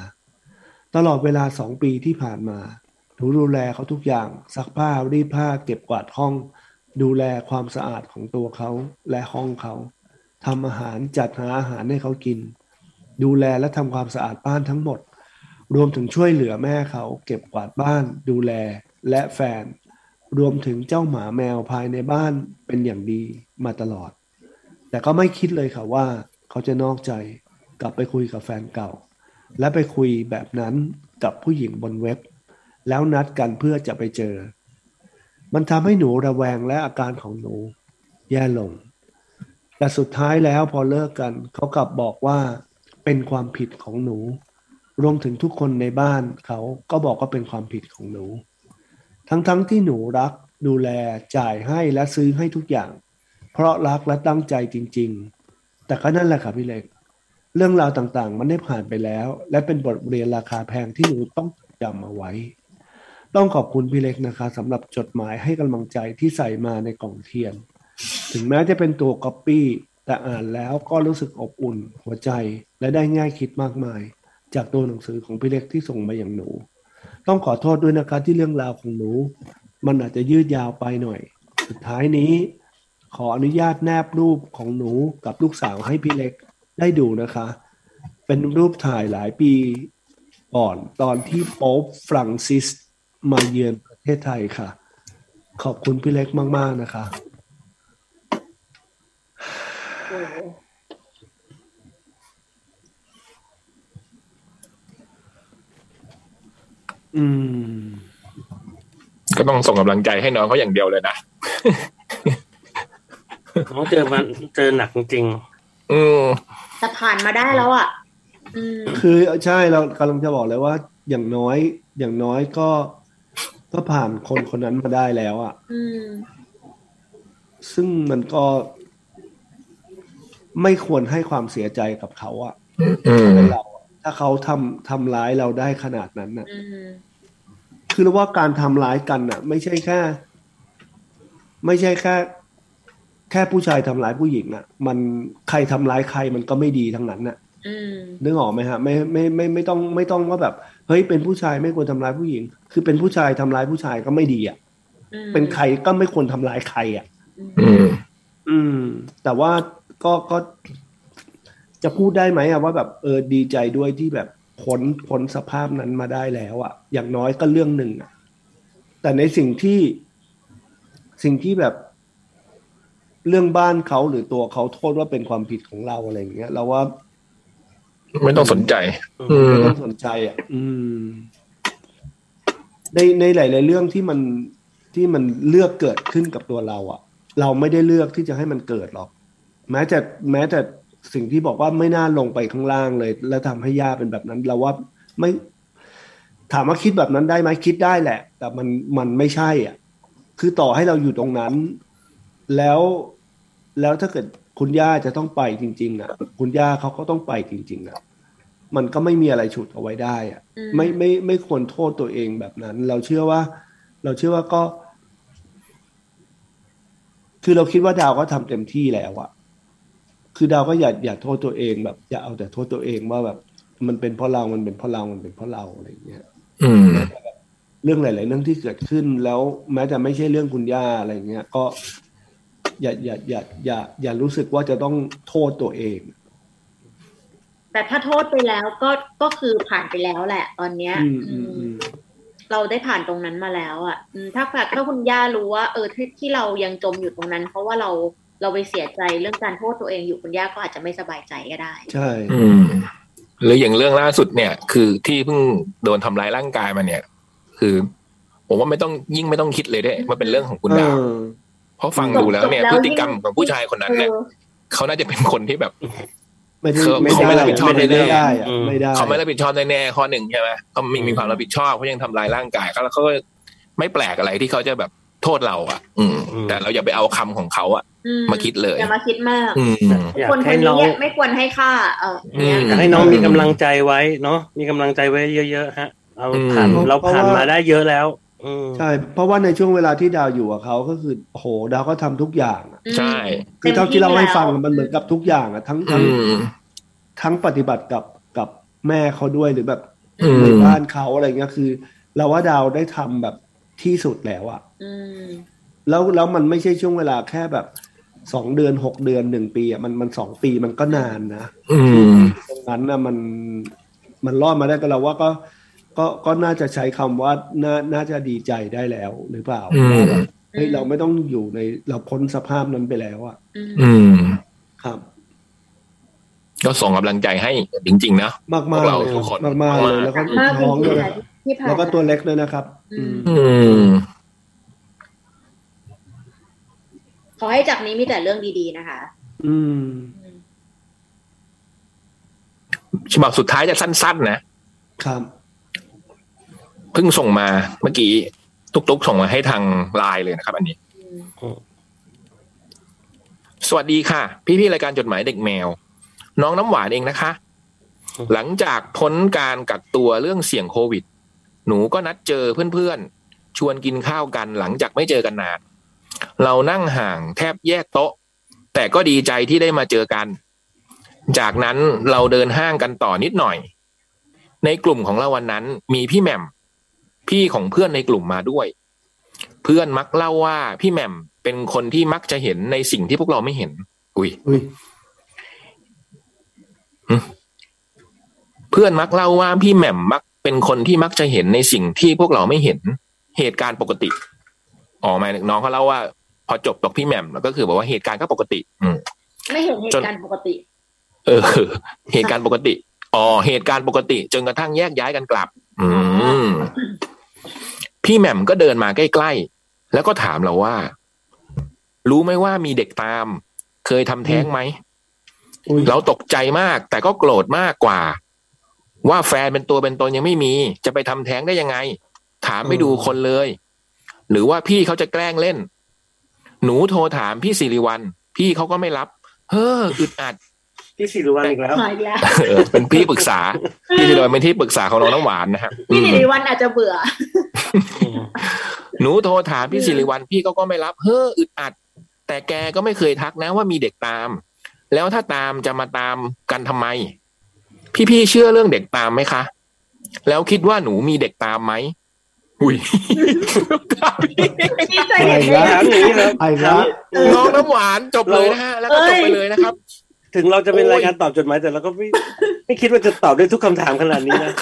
Speaker 3: ตลอดเวลาสองปีที่ผ่านมา หนูดูแลเขาทุกอย่างซักผ้ารีดผ้าเก็บกวาดห้อง ดูแลความสะอาดของตัวเขาและห้องเขาทำอาหารจัดหาอาหารให้เขากิน ดูแลและทำความสะอาดบ้านทั้งหมด รวมถึงช่วยเหลือแม่เขาเก็บกวาดบ้าน ดูแลและแฟน รวมถึงเจ้าหมาแมวภายในบ้านเป็นอย่างดีมาตลอด แต่ก็ไม่คิดเลยค่ะว่า เขาจะนอกใจกลับไปคุยกับแฟนเก่า และไปคุยแบบนั้นกับผู้หญิงบนเว็บ แล้วนัดกันเพื่อจะไปเจอ มันทำให้หนูระแวงและอาการของหนู แย่ลง แต่สุดท้ายแล้วพอเลิกกัน เขากลับบอกว่าเป็นความผิดของหนู รวมถึงทุกคนในบ้านเขาก็บอกว่าเป็นความผิดของหนู ทั้งๆทที่หนูรักดูแลจ่ายให้และซื้อให้ทุกอย่าง เพราะรักและตั้งใจจริง ๆ แต่ก็นั่นแหละค่ะพี่เล็ก เรื่องราวต่างๆ มันได้ผ่านไปแล้ว และเป็นบทเรียนราคาแพงที่หนูต้องจำเอาไว้ ต้องขอบคุณพี่เล็กนะคะสำหรับจดหมายให้กำลังใจที่ใส่มาในกล่องเทียน ถึงแม้จะเป็นตัวก๊อปปี้แต่อ่านแล้วก็รู้สึกอบอุ่นหัวใจและได้ง่ายคิดมากมาย จากตัวหนังสือของพี่เล็กที่ส่งมาอย่างหนู ต้องขอโทษด้วยนะคะที่เรื่องราวของหนู มันอาจจะยืดยาวไปหน่อย สุดท้ายนี้ ขออนุญาตแนบรูปของหนูกับลูกสาวให้พี่เล็กได้ดูนะคะ เป็นรูปถ่ายหลายปีก่อนตอนที่โป๊ปฟรังซิสมาเยือนประเทศไทยค่ะ ขอบคุณพี่เล็กมาก ๆ นะคะ
Speaker 4: โอ้โห
Speaker 3: อืม
Speaker 2: ก็ต้องส่งกำลังใจให้น้องเขาอย่างเดียวเลยนะ
Speaker 5: น้องเจอมันเจอหนักจริง
Speaker 2: อืม
Speaker 4: แต่ผ่านมาได้แล้วอ่ะ อืม
Speaker 3: คือใช่เรากำลังจะบอกเลยว่า อย่างน้อย อย่างน้อยก็ ก็ผ่านคนคนนั้นมาได้แล้วอะ่ะ
Speaker 4: อืม
Speaker 3: ซึ่งมันก็ ไม่ควรให้ความเสียใจกับเขาอะ่ะ
Speaker 2: อืม
Speaker 3: ให้เราอะถ้าเขาทำทำร้ายเราได้ขนาดนั้นน่ะ
Speaker 4: อืม
Speaker 3: คือเราว่าการทำร้ายกันน่ะ ไม่ใช่แค่ ไม่ใช่แค่ แค่ผู้ชายทำร้ายผู้หญิงน่ะ มันใครทำร้ายใครมันก็ไม่ดีทั้งนั้นน่ะ
Speaker 4: อืม
Speaker 3: นึกออกไหมฮะไม่ไม่ไม่ไม่ต้องไม่ต้องว่าแบบเฮ้ยเป็นผู้ชายไม่ควรทำร้ายผู้หญิง คือเป็นผู้ชายทำร้ายผู้ชายก็ไม่ดีอ่ะ
Speaker 4: อืม
Speaker 3: เป็นใครก็ไม่ควรทำร้ายใครอ่ะ
Speaker 4: อื
Speaker 2: อื
Speaker 4: ม
Speaker 2: ม
Speaker 3: อืม แต่ว่าก็ก็ จะพูดได้ไหมอะว่าแบบเออดีใจด้วยที่แบบพ้นพ้นสภาพนั้นมาได้แล้วอะอย่างน้อยก็เรื่องหนึ่งอะแต่ในสิ่งที่สิ่งที่แบบ เรื่องบ้านเขาหรือตัวเขาโทษว่าเป็นความผิดของเราอะไรอย่างเงี้ยเราว่า
Speaker 2: ไม่ต้องสนใจ อื
Speaker 3: ไม่
Speaker 2: ม
Speaker 3: ต้องสนใจอะอืม ในในหลาย ๆ เรื่องที่มันที่มันเลือกเกิดขึ้นกับตัวเราอะเราไม่ได้เลือกที่จะให้มันเกิดหรอก แม้แต่แม้แต่ สิ่งที่บอกว่าไม่น่าลงไปข้างล่างเลย แล้วทำให้ย่าเป็นแบบนั้น เราว่าไม่ ถามว่าคิดแบบนั้นได้ไหมคิดได้แหละ แต่มันมันไม่ใช่อ่ะ คือต่อให้เราอยู่ตรงนั้น แล้วแล้วถ้าเกิดคุณย่าจะต้องไปจริงๆอ่ะ คุณย่าเขาก็ต้องไปจริงๆอ่ะมันก็ไม่มีอะไรฉุดเอาไว้ได้อ่ะ
Speaker 4: อื
Speaker 3: ไม่ไม่ไม่ควรโทษตัวเองแบบนั้น เราเชื่อว่า เราเชื่อว่าก็ คือเราคิดว่าดาวก็ทำเต็มที่แล้วอะคือดาวก็อย่าอย่าโทษตัวเองแบบอย่าเอาแต่โทษตัวเองว่าแบบ มันเป็นเพราะเรามันเป็นเพราะเรามันเป็นเพราะเราอะไรอย่างเงี้ย
Speaker 2: อืม
Speaker 3: เรื่องหลาย ๆ เรื่องที่เกิดขึ้นแล้วแม้แต่ไม่ใช่เรื่องคุณย่าอะไรเงี้ย ก็อย่าอย่าอย่าอย่าอย่ารู้สึกว่าจะต้องโทษตัวเอง
Speaker 4: แต่ถ้าโทษไปแล้วก็ก็คือผ่านไปแล้วแหละ ตอนเนี้ย
Speaker 3: อืม
Speaker 4: อื
Speaker 3: อื
Speaker 4: ม
Speaker 3: มอืม
Speaker 4: เราได้ผ่านตรงนั้นมาแล้วอ่ะอืมถ้าแบบถ้าคุณย่ารู้ว่า เออที่ที่เรายังจมอยู่ตรงนั้น เพราะว่าเราเราไปเสียใจเรื่องการโทษตัวเองอยู่คุณย่าก็อาจจะไม่สบายใจก็ได้
Speaker 3: ใช่
Speaker 2: อืมหรืออย่างเรื่องล่าสุดเนี่ย คือที่เพิ่งโดนทำร้ายร่างกายมาเนี่ย คือ ผมว่าไม่ต้องยิ่งไม่ต้องคิดเลยด้วยมันเป็นเรื่องของคุณดาว
Speaker 3: เออ
Speaker 2: เพราะฟังดูแล้วเนี่ย
Speaker 4: จบแล้ว
Speaker 2: พฤติกรรมของผู้ชายคนนั้นเนี่ย
Speaker 4: เออ
Speaker 2: เขาน่าจะเป็นคนที่แบบ
Speaker 3: ไม่ได้
Speaker 2: เขา
Speaker 3: ไม่
Speaker 2: เขาไม่รั
Speaker 3: ได้
Speaker 2: บผิดชอบ
Speaker 3: ไม่
Speaker 2: แน่
Speaker 3: ได้
Speaker 2: ๆ
Speaker 3: ได้อะไม่ได้
Speaker 2: เขาไม่รับผิดชอบแน่ๆข้อหนึ่งใช่ไหมเขาไม่มีความรับผิดชอบเขายังทำร้ายร่างกายเขาแล้วเขาก็ไม่แปลกอะไรที่เขาจะแบบโทษเราอ่ะ อืม
Speaker 5: อืม
Speaker 2: แต่เราอย่าไปเอาคำของเขาอ่ะ
Speaker 4: อื
Speaker 2: มาคิดเลย
Speaker 4: อย่ามาคิดมาก
Speaker 2: อืม
Speaker 5: อยาก
Speaker 4: คนค
Speaker 5: ให้
Speaker 4: น
Speaker 5: น้
Speaker 4: นี้
Speaker 5: อง
Speaker 4: เนี่ยไม่ควรให้ค่า เอออย่างเงี้ย
Speaker 5: อยากให้น้องมีกำลังใจไว้เนาะมีกำลังใจไว้เยอะๆฮะเรา
Speaker 2: อืม
Speaker 5: ผ่านเราผ่าน
Speaker 3: เพราะว่า
Speaker 5: มาได้เยอะแล้ว อืม
Speaker 3: ใช่ เพราะว่าในช่วงเวลาที่ดาวอยู่กับเขาก็คือโอ้โหดาวก็ทำทุกอย่างอะ
Speaker 2: ใช่
Speaker 3: คือเท่าที่เราให้ฟังมันเหมือนกับทุกอย่างอะทั้ง
Speaker 2: อื
Speaker 3: ทั้ง
Speaker 2: ม
Speaker 3: ทั้งปฏิบัติกับกับแม่เขาด้วยหรือแบบ
Speaker 2: อืม
Speaker 3: ในบ้านเขาอะไรเงี้ยคือ เราว่าดาวได้ทำแบบที่สุดแล้วอะ
Speaker 4: อืม
Speaker 3: แล้วแล้วมันไม่ใช่ช่วงเวลาแค่แบบสองเดือนหกเดือนหนึ่งปีอะมันมันสองปีมันก็นานนะ
Speaker 2: อืม
Speaker 3: ตรงนั้นนะมันมันรอดมาได้ก็เราว่าก็ก็ก็น่าจะใช้คำว่าน่าน่าจะดีใจได้แล้วหรือเปล่า
Speaker 2: อืม
Speaker 3: ว่าแบบเฮ้ยเราไม่ต้องอยู่ในเราพ้นสภาพนั้นไปแล้วอะ
Speaker 4: อืม
Speaker 2: อืม
Speaker 3: ครับ
Speaker 2: ก็ส่งกำลังใจให้จริงๆนะ
Speaker 3: มาก
Speaker 2: พ
Speaker 3: มาวก
Speaker 2: กเรา
Speaker 3: เลย
Speaker 2: ทุกคน
Speaker 3: มากมากๆเลยแล้วก็
Speaker 4: มากจ
Speaker 3: ท้อง
Speaker 4: ริ
Speaker 3: ด้ว
Speaker 4: ง
Speaker 3: ย
Speaker 4: ๆ
Speaker 3: นะ
Speaker 4: อะที่ผ่าน
Speaker 3: แล้วก็ตัว
Speaker 4: มา
Speaker 3: เล็กด้วยนะครับ
Speaker 4: อืม
Speaker 2: อืม
Speaker 4: ขอให้จากนี้มีแต่เรื่องดีๆนะคะ
Speaker 3: อืม
Speaker 2: ฉบับสุดท้ายจะสั้นๆ นะครับ เพิ่งส่งมาเมื่อกี้ตุกๆ ส่งมาให้ทางไลน์เลยนะครับ อันนี้
Speaker 4: อืม
Speaker 2: สวัสดีค่ะ พี่ๆรายการจดหมายเด็กแมว น้องน้ำหวานเองนะคะ
Speaker 5: ครับ
Speaker 2: หลังจากพ้นการกักตัวเรื่องเสี่ยงโควิด หนูก็นัดเจอเพื่อนๆ ชวนกินข้าวกันหลังจากไม่เจอกันนาน เรานั่งห่างแทบแยกโต๊ะ แต่ก็ดีใจที่ได้มาเจอกัน จากนั้นเราเดินห้างกันต่อนิดหน่อย ในกลุ่มของเราวันนั้นมีพี่แหม่ม พี่ของเพื่อนในกลุ่มมาด้วย เพื่อนมักเล่าว่าพี่แหม่มเป็นคนที่มักจะเห็นในสิ่งที่พวกเราไม่เห็น อุ้ย
Speaker 3: อุ้ย
Speaker 2: เพื่อนมักเล่าว่าพี่แหม่มมักเป็นคนที่มักจะเห็นในสิ่งที่พวกเราไม่เห็นเหตุการณ์ปกติอ๋อหมายถึงน้องเขาเล่าว่า พอจบตกพี่แหม่มก็คือบอกว่าเหตุการณ์ก็ปกติ อืม
Speaker 4: ไม่เห็นเห
Speaker 2: จ
Speaker 4: ตุ
Speaker 2: น
Speaker 4: การณ์ปกติ
Speaker 2: เออ เหตุการณ์ปกติอ๋อเหตุการณ์ปกติ จนกระทั่งแยกย้ายกันกลับ อืม พี่แหม่มก็เดินมาใกล้ๆแล้วก็ถามเราว่า รู้ไหมว่ามีเด็กตาม เคยทำแท้งไหม
Speaker 3: อุ้ย
Speaker 2: เราตกใจมาก แต่ก็โกรธมากกว่า ว่าแฟนเป็นตัวเป็นตนยังไม่มี จะไปทำแท้งได้ยังไง ถามไม่ดูคนเลย หรือว่าพี่เขาจะแกล้งเล่น หนูโทรถามพี่สิริวัลพี่เขาก็ไม่รับ เฮ้ออึดอัด
Speaker 5: พี่สิริวัลอีกแล้ว
Speaker 4: หายแล้ว
Speaker 2: เออเป็นพี่ปรึกษา พี่สิริวัลเป็นที่ปรึกษาของน้องน้ำหวานนะครับอืม
Speaker 4: พี่สิริวัลอาจจะเบื่อ
Speaker 2: หนูโทรถามพี่สิริวัลพี่เขาก็ไม่รับ เฮ้ออึดอัด แต่แกก็ไม่เคยทักนะว่ามีเด็กตาม แล้วถ้าตามจะมาตามกันทำไม พี่ๆเชื่อเรื่องเด็กตามไหมคะ แล้วคิดว่าหนูมีเด็กตามไหมอุ้ย
Speaker 4: พี่เคยเห็นไหม
Speaker 5: ถามอย่างนี้ครับ
Speaker 3: ไอ้ละ
Speaker 2: น้องน้ำหวานจบเลยนะฮะ แล้วก็จบไปเลยนะครับ
Speaker 5: ถึงเราจะเป็น
Speaker 2: โอ้ย
Speaker 5: รายการตอบจดหมายแต่เราก็ไม่ไม่คิดว่าจะตอบได้ทุกคำถามขนาดนี้นะ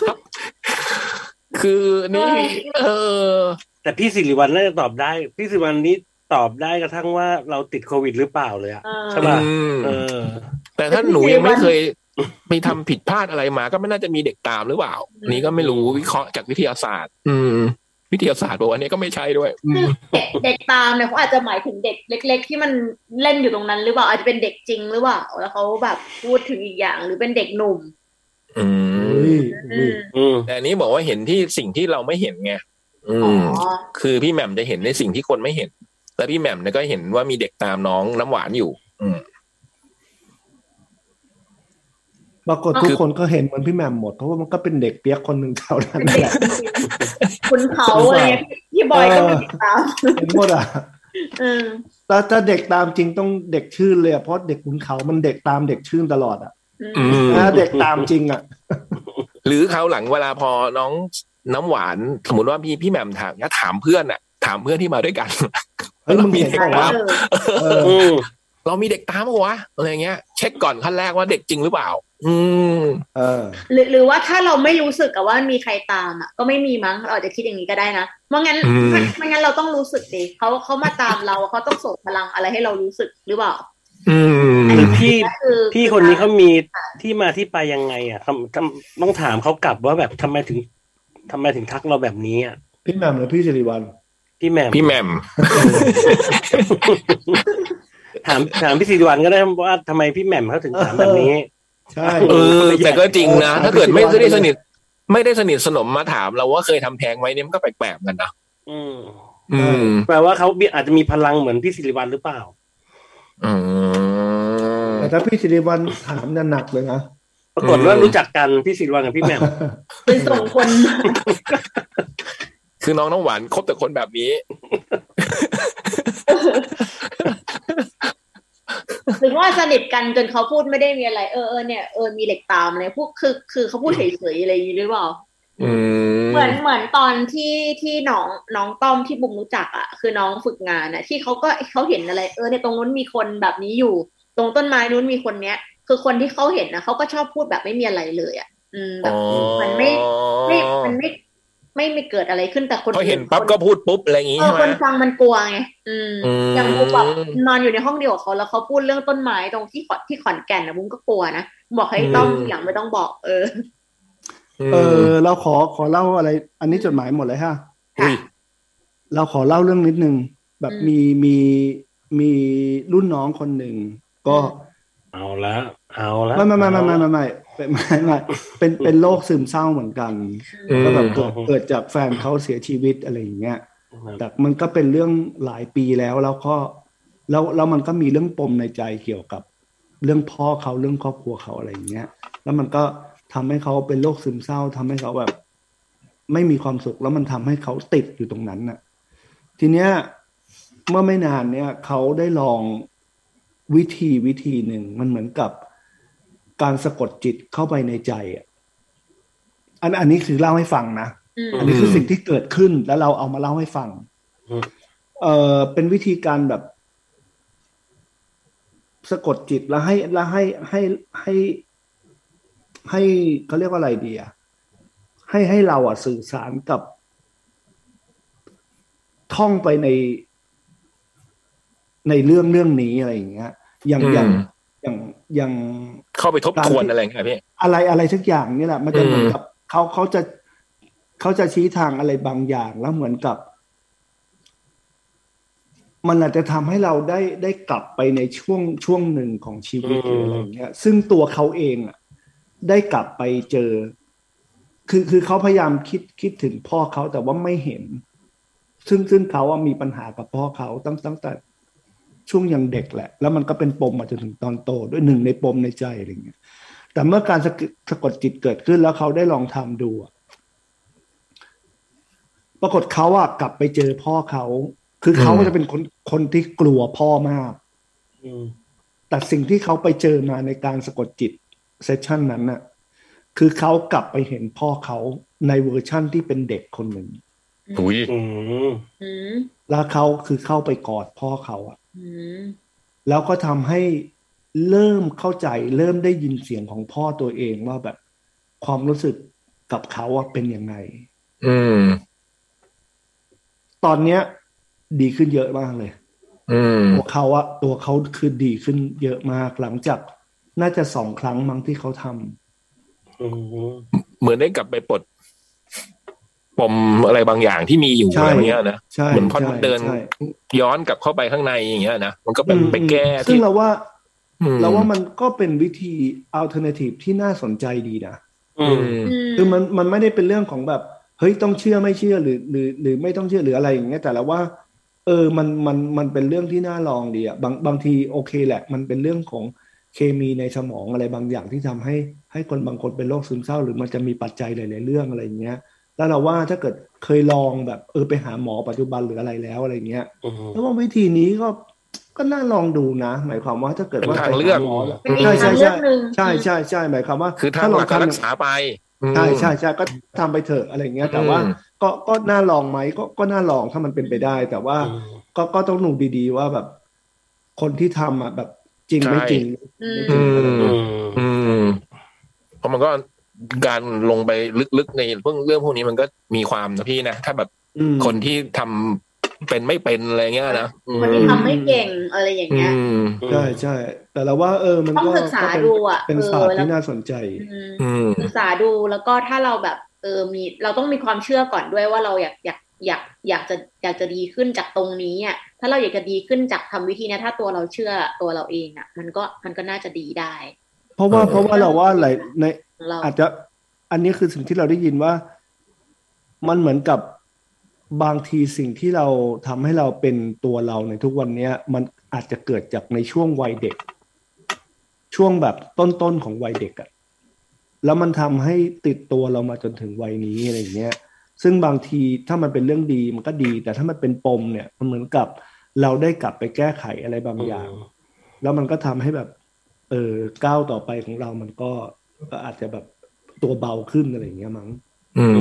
Speaker 2: คือนี่ เออ
Speaker 5: แต่พี่สิริวัลน่าจะตอบได้ พี่สิริวัลนี้ตอบได้กระทั่งว่าเราติดโควิดหรือเปล่าเลยอะ
Speaker 4: เออ
Speaker 5: ใช่ปะ
Speaker 2: อืม
Speaker 5: เออ
Speaker 2: แต่ถ้าหนูยังไม่เคยไปทำผิดพลาดอะไรมา ก็ไม่น่าจะมีเด็กตามหรือเปล่า นี่ก็ไม่รู้วิเคราะห์จากวิทยาศาสตร์ อืม วิทยาศาสตร์บอกว่าเนี้ก็ไม่ใช่ด้วยอื
Speaker 4: ซึ่ง
Speaker 2: ม
Speaker 4: เด็กเด็กตามเนี่ยเขาอาจจะหมายถึงเด็กเล็ก ๆ ที่มันเล่นอยู่ตรงนั้นหรือเปล่าอาจจะเป็นเด็กจริงหรือเปล่าแล้วเขาแบบพูดถึงอีกอย่างหรือเป็นเด็กหนุ่ม
Speaker 2: อืม
Speaker 3: นี่
Speaker 4: อื
Speaker 3: นี่
Speaker 4: ม
Speaker 5: อืม
Speaker 2: แต่อันนี้บอกว่าเห็นที่สิ่งที่เราไม่เห็นไงอื
Speaker 4: อ๋อ
Speaker 2: ม คือพี่แหม่มจะเห็นในสิ่งที่คนไม่เห็น แต่พี่แหม่มเนี่ยก็เห็นว่ามีเด็กตามน้องน้ำหวานอยู่ อืม
Speaker 3: ปรากฏทุกคนก็เห็นเหมือนพี่แหม่มหมด เพราะว่ามันก็เป็นเด็กเปียกคนหนึ่งแถวนั้น
Speaker 4: เป็นเด็
Speaker 3: แห
Speaker 4: ก
Speaker 3: ละ
Speaker 4: คุณเขาอะไรเงี้ยพี่พี่บอยก็เป็นเด็กตาม
Speaker 3: เห็นหมดอ่ะ
Speaker 4: เออ
Speaker 3: แต่ถ้าเด็กตามจริงต้องเด็กชื่นเลยอะเพราะเด็กขุนเขา มันเด็กตามเด็กชื่นตลอดอ่ะ
Speaker 4: อืม
Speaker 3: ถ้าเด็กตามจริงอ่ะ
Speaker 2: หรือเขาวหลังเวลาพอน้องน้ำหวานสมมติว่าพี่พี่แหม่มถามนะถามเพื่อนอะถามเพื่อนที่มาด้วยกัน
Speaker 3: เฮ้ยมึงเห็น
Speaker 2: เด็ก
Speaker 3: เป
Speaker 2: ตาว
Speaker 3: ล่าะ
Speaker 2: ม
Speaker 3: เออ
Speaker 5: อืม
Speaker 2: เรามีเด็กตามปะวะอะไรเงี้ย เช็คก่อนขั้นแรกว่าเด็กจริงหรือเปล่า อืม
Speaker 3: เออ
Speaker 4: หรือหรือว่าถ้าเราไม่รู้สึกกับว่ามีใครตามอ่ะก็ไม่มีมั้งเราอาจจะคิดอย่างนี้ก็ได้นะเพราะงั้น
Speaker 2: อืม
Speaker 4: ไม่ไม่งั้นเราต้องรู้สึกดิเขาเขามาตามเราเขาต้องส่งพลังอะไรให้เรารู้สึกหรือเปล่า
Speaker 2: อืม
Speaker 5: คือพี่
Speaker 4: ก็คือ
Speaker 5: พี่คนนี้เขามีที่มาที่ไปยังไง อ่ะทำทำต้องถามเขากลับว่าแบบทำไมถึงทำไมถึงทักเราแบบนี้อ่ะ
Speaker 3: พี่แหม่มหรือพี่สิริวัล
Speaker 5: พี่แหม่ม
Speaker 2: พี่แหม่ม
Speaker 5: ถามถามพี่สิริวัลก็ได้ว่าทำไมพี่แหม่มเขาถึงถามแบบนี้
Speaker 3: ใช่
Speaker 2: เออแต่ก็จริงนะ ถ้าเกิดไม่ได้สนิท
Speaker 3: เออ
Speaker 2: ไม่ได้สนิทสนมมาถามเราว่าเคยทำแท้งไว้เนี่ยมันก็แปลกๆเหมือนกันนะ
Speaker 5: อืม
Speaker 2: อืม
Speaker 5: แปลว่าเขาอาจจะมีพลังเหมือนพี่สิริวัลหรือเปล่า
Speaker 2: อืม
Speaker 3: แต่ถ้าพี่สิริวัลถามน่ะหนักเลยนะ
Speaker 5: ปรากฏว่ารู้จักกันพี่สิริวัลกับพี่แหม่ม
Speaker 4: เป็นส่งคน
Speaker 2: คือน้องน้องหวานคบแต่คนแบบนี้
Speaker 4: หรือว่าสนิทกันจนเขาพูดไม่ได้มีอะไรเออเออเนี่ยเออมีเหล็กตามอะไรพวกคือคือเขาพูดเฉยๆอะไรอย่างนี้หรือเปล่า
Speaker 2: อืม
Speaker 4: เหมือนเหมือนตอนที่ที่น้องน้องต้อมที่บุมรู้จักอ่ะคือน้องฝึกงานอ่ะที่เขาก็เขาเห็นอะไรเออเนี่ยตรงนู้นมีคนแบบนี้อยู่ ตรงต้นไม้นู้นมีคนเนี้ย คือคนที่เขาเห็นนะเขาก็ชอบพูดแบบไม่มีอะไรเลยอ่ะ อืมแบ
Speaker 2: อ๋
Speaker 4: บ
Speaker 2: อ
Speaker 4: มันไม่ ไม่มันไม่ไม่ไม่เกิดอะไรขึ้นแต่คน
Speaker 2: พอเห็นปั๊บ
Speaker 4: ค
Speaker 2: ก็พูดปุ๊บอะไรอย่างงี้
Speaker 4: เออ
Speaker 2: ใช่ไห
Speaker 4: ค
Speaker 2: ม
Speaker 4: นฟังมันกลัวไงอืม
Speaker 2: อืม
Speaker 4: อย่างบุมแบบนอนอยู่ในห้องเดียวกับเขาแล้วเขาพูดเรื่องต้นไม้ตรงที่ขอนที่ขอนแก่นนะบุมก็กลัวนะบอกให้ต้อมทีหลังไม่ต้องบอกเออ
Speaker 3: เออ เราขอขอเล่าอะไร อันนี้จดหมายหมดเลยฮะ
Speaker 2: อุ้ย
Speaker 3: เราขอเล่าเรื่องนิดนึง แบบ
Speaker 4: อืม
Speaker 3: มีมีมีรุ่นน้องคนหนึ่งก็
Speaker 5: เอาละเอาละ
Speaker 3: ไม่ไม่ไม่ไม่ไม่ไม่ไม่ไม่ไม่ไม่ไม่เป็นเป็นโรคซึมเศร้าเหมือนกัน
Speaker 2: อืม
Speaker 3: ก็แบบเกิดเกิดจากแฟนเขาเสียชีวิตอะไรอย่างเงี้ย แต่มันก็เป็นเรื่องหลายปีแล้วแล้วก็แล้วแล้วมันก็มีเรื่องปมในใจเกี่ยวกับ เรื่องพ่อเขาเรื่องครอบครัวเขาอะไรอย่างเงี้ย แล้วมันก็ทำให้เขาเป็นโรคซึมเศร้าทำให้เขาแบบ ไม่มีความสุขแล้วมันทำให้เขาติดอยู่ตรงนั้นน่ะ ทีเนี้ยเมื่อไม่นานเนี่ยเขาได้ลองวิธีวิธีหนึ่งมันเหมือนกับการสะกดจิตเข้าไปในใจอะอันอันนี้คือเล่าให้ฟังนะ
Speaker 4: อืม
Speaker 3: อันนี้คือสิ่งที่เกิดขึ้นแล้วเราเอามาเล่าให้ฟัง เออเป็นวิธีการแบบ สะกดจิตแล้วให้แล้วให้ให้ให้ให้เขาเรียกว่าอะไรดีอะให้ให้เราอะสื่อสารกับ ท่องไปใน ในเรื่องเรื่องนี้อะไรอย่างเงี้ย อย่างอย่างอย่างอย่าง
Speaker 2: เข้าไปทบทวนอะไรอย่างเงี้ยพี่
Speaker 3: อะไรอะไรสักอย่างเนี่ยแหละมันจะ
Speaker 2: อืม
Speaker 3: เหมือนกับเขาเขาจะเขาจะชี้ทางอะไรบางอย่างแล้วเหมือนกับ มันอาจจะทำให้เราได้ได้กลับไปในช่วงช่วงหนึ่งของชีวิตหรืออะไรอย่างเงี้ย ซึ่งตัวเขาเองอ่ะ ได้กลับไปเจอ คือคือเขาพยายามคิดคิดถึงพ่อเขาแต่ว่าไม่เห็น ซึ่งซึ่งเขาอะมีปัญหากับพ่อเขาตั้งตั้งแต่ช่วงยังเด็กแหละ แล้วมันก็เป็นปมมาจนถึงตอนโต ด้วยหนึ่งในปมในใจอะไรอย่างเงี้ย แต่เมื่อการสะกดสะกดจิตเกิดขึ้นแล้วเขาได้ลองทำดูอะปรากฏเขาอะกลับไปเจอพ่อเขา คือเขา
Speaker 2: อืม
Speaker 3: จะเป็นคนคนที่กลัวพ่อมาก
Speaker 5: อืม
Speaker 3: แต่สิ่งที่เขาไปเจอมาในการสะกดจิตเซสชันนั้นน่ะ คือเขากลับไปเห็นพ่อเขาในเวอร์ชั่นที่เป็นเด็กคนหนึ่ง
Speaker 2: อุ้ย
Speaker 5: อืม
Speaker 4: อืม
Speaker 3: แล้วเขาคือเข้าไปกอดพ่อเขาอะ
Speaker 4: อืม
Speaker 3: แล้วก็ทำให้เริ่มเข้าใจ เริ่มได้ยินเสียงของพ่อตัวเองว่าแบบความรู้สึกกับเขาอะเป็นยังไง
Speaker 2: อืม
Speaker 3: ตอนเนี้ย ดีขึ้นเยอะมากเลย
Speaker 2: อืม
Speaker 3: ตัวเขาอะตัวเขาคือดีขึ้นเยอะมากหลังจากน่าจะสองครั้งมั้งที่เขาทำ
Speaker 5: อืม
Speaker 2: เหมือนได้กลับไปปลด ปมอะไรบางอย่างที่มีอยู่
Speaker 3: ใช่
Speaker 2: อะไรเงี้ยนะ
Speaker 3: ใช่
Speaker 2: เหมือนพอ
Speaker 3: ใช่
Speaker 2: เดิน
Speaker 3: ใช่
Speaker 2: ย้อนกลับเข้าไปข้างในอย่างเงี้ยนะมันก็เป็น
Speaker 3: อืม
Speaker 2: ไปแก้
Speaker 3: ซึ่
Speaker 2: ที่
Speaker 3: งเราว่า
Speaker 2: อืม
Speaker 3: เราว่ามันก็เป็นวิธี alternative ที่น่าสนใจดีนะ
Speaker 5: อื
Speaker 2: อื
Speaker 5: ม
Speaker 2: ม
Speaker 3: คือมันมันไม่ได้เป็นเรื่องของแบบเฮ้ยต้องเชื่อไม่เชื่อหรือหรือหรือไม่ต้องเชื่อหรืออะไรอย่างเงี้ยแต่เราว่า เออมันมันมันเป็นเรื่องที่น่าลองดีอะบางบางทีโอเคแหละ มันเป็นเรื่องของเคมีในสมองอะไรบางอย่างที่ทำให้ให้คนบางคนเป็นโรคซึมเศร้า หรือมันจะมีปัจจัยหลายๆเรื่องอะไรอย่างเงี้ย แล้วเราว่าถ้าเกิดเคยลองแบบเออไปหาหมอปัจจุบันหรืออะไรแล้วอะไรอย่างเงี้ย
Speaker 5: อืม
Speaker 3: แล้วว่าวิธีนี้ก็ก็น่าลองดูนะ หมายความว่าถ้าเกิดว่า
Speaker 2: เป็นทางเลือก
Speaker 3: ไปหหมแล้ว
Speaker 4: เป็นอีก
Speaker 3: ใช่
Speaker 4: ทา
Speaker 3: ใช่
Speaker 4: ง
Speaker 3: ใช่
Speaker 4: เลือกหนึ่ง
Speaker 3: ใช่ใช่ใช่หมายความว่า
Speaker 2: คือทาง
Speaker 3: ถ้า
Speaker 2: ห
Speaker 3: เรา
Speaker 2: ลักการ
Speaker 3: ทำ
Speaker 2: รักษาไปอืม
Speaker 3: ใช่ใช่ใช่ก็ทำไปเถอะอะไรอย่างเงี้ยแต่ว่า
Speaker 2: อืม
Speaker 3: ก็ก็น่าลองไหมก็ก็น่าลองถ้ามันเป็นไปได้ แต่ว่าก็ก็ต้องดูดีๆว่าแบบ คนที่ทำอ่ะแบบจริงไม่จริง
Speaker 4: อืม
Speaker 3: ไม่จริ
Speaker 2: อื
Speaker 3: งอะไร
Speaker 2: ม อืมเพราะมันก็การลงไปลึกๆในเรื่องเรื่องพวกนี้มันก็มีความนะพี่นะ ถ้าแบบ
Speaker 3: อืม
Speaker 2: คนที่ทำเป็นไม่เป็นอะไรเงี้ยนะอืม
Speaker 4: คนที่ทำไม่เก่งอะไรอย่าง
Speaker 2: อื
Speaker 4: เงี้ย
Speaker 2: ม
Speaker 3: ใช่ใช่แต่เราว่าเออมัน
Speaker 4: ต้อง
Speaker 3: ก็
Speaker 4: ศึกษา
Speaker 3: ก็เป็น
Speaker 4: ดูอ่ะ
Speaker 3: เป็น
Speaker 4: เออ
Speaker 3: ศาสตร์
Speaker 4: แล้ว
Speaker 3: ที่น่าสนใจ
Speaker 4: อืม
Speaker 2: อืม
Speaker 4: ศึกษาดูแล้วก็ถ้าเราแบบเออมีเราต้องมีความเชื่อก่อนด้วยว่าเราอยากอยากอยากอยากจะอยากจะดีขึ้นจากตรงนี้อ่ะถ้าเราอยากจะดีขึ้นจากทำวิธีเนี้ยถ้าตัวเราเชื่อตัวเราเองอ่ะ มันก็มันก็น่าจะดีได้
Speaker 3: เพราะว่า
Speaker 2: เออ
Speaker 3: เพราะว่าเราว่าหลายใน
Speaker 4: ของเรา
Speaker 3: อาจจะอันนี้คือสิ่งที่เราได้ยินว่ามันเหมือนกับบางทีสิ่งที่เราทำให้เราเป็นตัวเราในทุกวันเนี้ย มันอาจจะเกิดจากในช่วงวัยเด็ก ช่วงแบบต้นๆของวัยเด็กอะแล้วมันทำให้ติดตัวเรามาจนถึงวัยนี้อะไรอย่างเงี้ย ซึ่งบางทีถ้ามันเป็นเรื่องดีมันก็ดี แต่ถ้ามันเป็นปมเนี่ย มันเหมือนกับเราได้กลับไปแก้ไขอะไรบางอย่าง แล้วมันก็ทำให้แบบ เออก้าวต่อไปของเรามันก็ก็อาจจะแบบตัวเบาขึ้นอะไรอย่างเงี้ยมั้ง
Speaker 2: อืม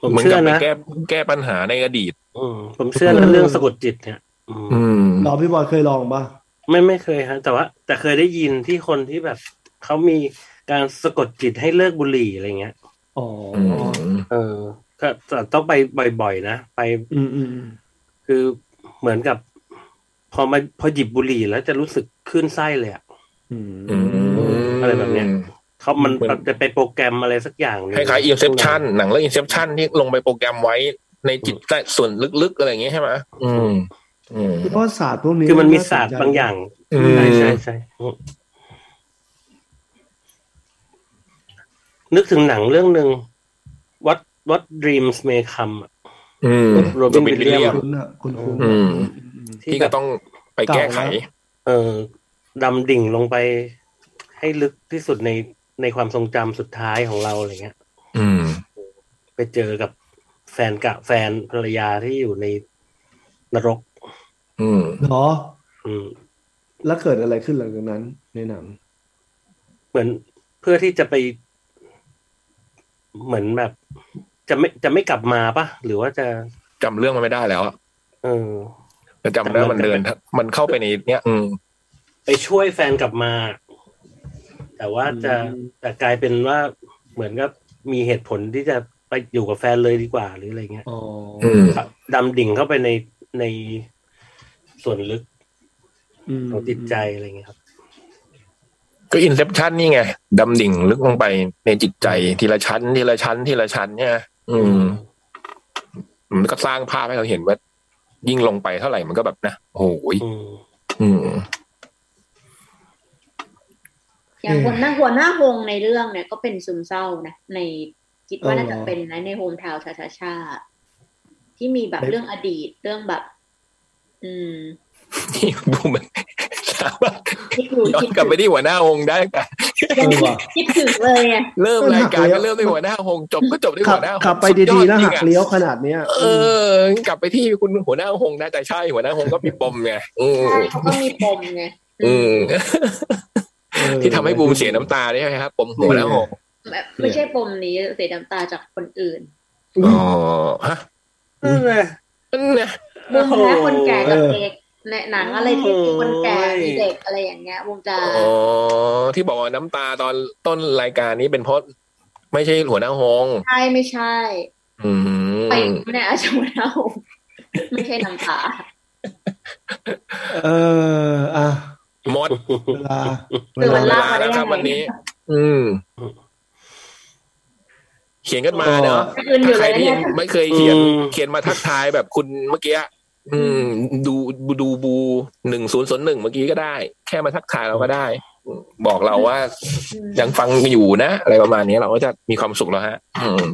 Speaker 5: ผม
Speaker 2: เหมือน
Speaker 5: เชื่
Speaker 2: กั
Speaker 5: อบ
Speaker 2: ไป
Speaker 5: นะ
Speaker 2: แก้แก้ปัญหาในอดีต
Speaker 5: อืมผมเชื่อนะเรื่องสะกดจิตเนี่ยอืม
Speaker 2: อืม
Speaker 3: รอพี่บอยเคยลองปะ
Speaker 5: ไม่ไม่เคยฮะ แต่ว่าแต่เคยได้ยินที่คนที่แบบเขามีการสะกดจิตให้เลิกบุหรี่อะไรเงี้ย
Speaker 3: อ๋ออ
Speaker 2: อืม
Speaker 5: เออ ก็แต่ต้องไปบ่อยๆนะไป
Speaker 3: อืมอืม
Speaker 5: คือเหมือนกับ พอมาพอหยิบบุหรี่แล้วจะรู้สึกขึ้นไส้เลยอะ
Speaker 3: อืม
Speaker 2: อืม
Speaker 5: อะไรแบบเนี้ยเขามัน
Speaker 2: เหมือน
Speaker 5: จะไปโปรแกรมอะไรสักอย่างหนึ่ง
Speaker 2: คล้ายๆ Inception หนังเรื่อง Inception ที่ลงไปโปรแกรมไว้ในจิตใต้ส่วนลึกๆ อะไรอย่างเงี้ยใช่ไหมอืม อืม
Speaker 3: เพราะศาสตร์พวกนี้
Speaker 5: คือมันมีศาสตร์บางอย่าง
Speaker 2: อืม
Speaker 5: ใช่ใช่ใช่อืมนึกถึงหนังเรื่องหนึ่ง What What Dreams May Come อะ
Speaker 2: อืม
Speaker 5: Robin
Speaker 2: Robin Williams
Speaker 5: Williams
Speaker 3: คุณน่ะคุณคุณ
Speaker 2: อืม ที่
Speaker 5: แบ
Speaker 2: ก็
Speaker 5: บ
Speaker 2: ต้องไปแก้ไข
Speaker 5: เออดำดิ่งลงไปให้ลึกที่สุดในในความทรงจำสุดท้ายของเราอะไรเงี้ย
Speaker 2: อืม
Speaker 5: ไปเจอกับแฟนกะแฟนภรรยาที่อยู่ในนรก
Speaker 2: อืม
Speaker 3: เหรอ
Speaker 5: อืม
Speaker 3: แล้วเกิดอะไรขึ้นหลังจากนั้นในหนัง
Speaker 5: เหมือนเพื่อที่จะไป เหมือนแบบ จะไม่จะไม่กลับมาปะหรือว่าจะ
Speaker 2: จำเรื่องมันไม่ได้แล้วอะ
Speaker 5: เออ
Speaker 2: แต่จำได้ว่ามันเดิน มันเข้าไปในเนี้ยอืม
Speaker 5: ไปช่วยแฟนกลับมา แต่ว่าจะแต่กลายเป็นว่าเหมือนกับมีเหตุผลที่จะไปอยู่กับแฟนเลยดีกว่าหรืออะไรเงี้ย
Speaker 3: อ๋อ
Speaker 2: อืม
Speaker 5: ดำดิ่งเข้าไปในในส่วนลึก
Speaker 3: อืม
Speaker 5: ของจิตใจอะไรเงี้ยครับ
Speaker 2: ก็ Inception นี่ไงดำดิ่งลึกลงไปในจิตใจทีละชั้น ทีละชั้น ทีละชั้นเนี่ยอืม มันก็สร้างภาพให้เราเห็นว่า ยิ่งลงไปเท่าไหร่มันก็แบบนะโอ้ย
Speaker 5: อืม
Speaker 2: อืม
Speaker 4: อย่างหัวหน้าหัวหน้าวงในเรื่องเนี่ยก็เป็นซึมเศร้านะ ในคิดว่าน่าจะเป็นนะในโฮมทาวชาชาชา ที่มีแบบเรื่องอดีตเรื่องแบบ อืม
Speaker 2: ที่ดูมัน สามารถ
Speaker 4: คิดอยู่
Speaker 2: ย้อน
Speaker 4: คิด
Speaker 2: กลับไป
Speaker 4: ถึง
Speaker 2: ที่หัวหน้าองค์ได้แต่
Speaker 3: เออว่ะ
Speaker 4: คิดถึงเลยอ่ะ
Speaker 2: เริ่มรายการก็
Speaker 3: เออ
Speaker 2: เริ่มที่หัวหน้าองค์จบก็จบที่
Speaker 3: ขับ
Speaker 2: หัวหน้าองค์
Speaker 3: ขับไป
Speaker 2: สุยอ
Speaker 3: ดีๆแล้ว
Speaker 2: จริ
Speaker 3: หั
Speaker 2: ง
Speaker 3: ก
Speaker 2: อะ
Speaker 3: เลี้ยวขนาดเนี้ย
Speaker 2: เออ กลับไปที่คุณหัวหน้าองค์ได้แต่ใช่หัวหน้าองค์ก็มีปมไงอืม
Speaker 4: ใช่เขาก็มีปมไง
Speaker 2: อืม
Speaker 3: เออ
Speaker 2: ที่ทำให้บูมเสียน้ำตาได้ไหมครับปมหัวหน้าองค์
Speaker 4: แบบไม่ใช่ปมนี้เสียน้ำตาจากคนอื่น
Speaker 2: อ๋อฮะ
Speaker 3: อืม
Speaker 5: นั่นแหละ
Speaker 2: นั่นนะ
Speaker 4: มุมนะคนแก่กับ
Speaker 3: เออ
Speaker 4: เด็กในหนังอะไรที่มีคนแก่มีเด็กอะไรอย่างเงี้ย วงจา
Speaker 2: อ๋อที่บอกว่าน้ำตาตอนต้นรายการนี้เป็นเพราะไม่ใช่หัวหน้าหง
Speaker 4: ใช่ไม่ใช่
Speaker 2: อืม
Speaker 4: ไปไม่ได้อาชวนาไม่ใช่น้ำตา
Speaker 3: เอออ่ะ
Speaker 2: หมด
Speaker 3: เวลา
Speaker 4: คือมันลากมา
Speaker 2: เวลา
Speaker 4: ได้
Speaker 2: แล้วครั
Speaker 4: ยั
Speaker 2: บ
Speaker 4: ง
Speaker 2: วัน
Speaker 4: ไง
Speaker 2: นี้ อืม เขียนกันมาเนาะ
Speaker 4: ก็ยืนอ
Speaker 2: ถ้า
Speaker 4: ยู่
Speaker 2: ใค
Speaker 4: เล
Speaker 2: ร
Speaker 4: ย
Speaker 2: ที่
Speaker 4: เนี่
Speaker 2: ยั
Speaker 4: ย
Speaker 2: งไม่เคยเขียน
Speaker 5: อืม
Speaker 2: เขียนมาทักทายแบบคุณเมื่อกี้อืม ดูดูบูหนึ่งศูนย์ศูนย์หนึ่งเมื่อกี้ก็ได้ แค่มาทักทายเราก็ได้ บอกเราว่ายังฟังอยู่นะ อะไรประมาณนี้เราก็จะมีความสุขแล้วฮะ อืม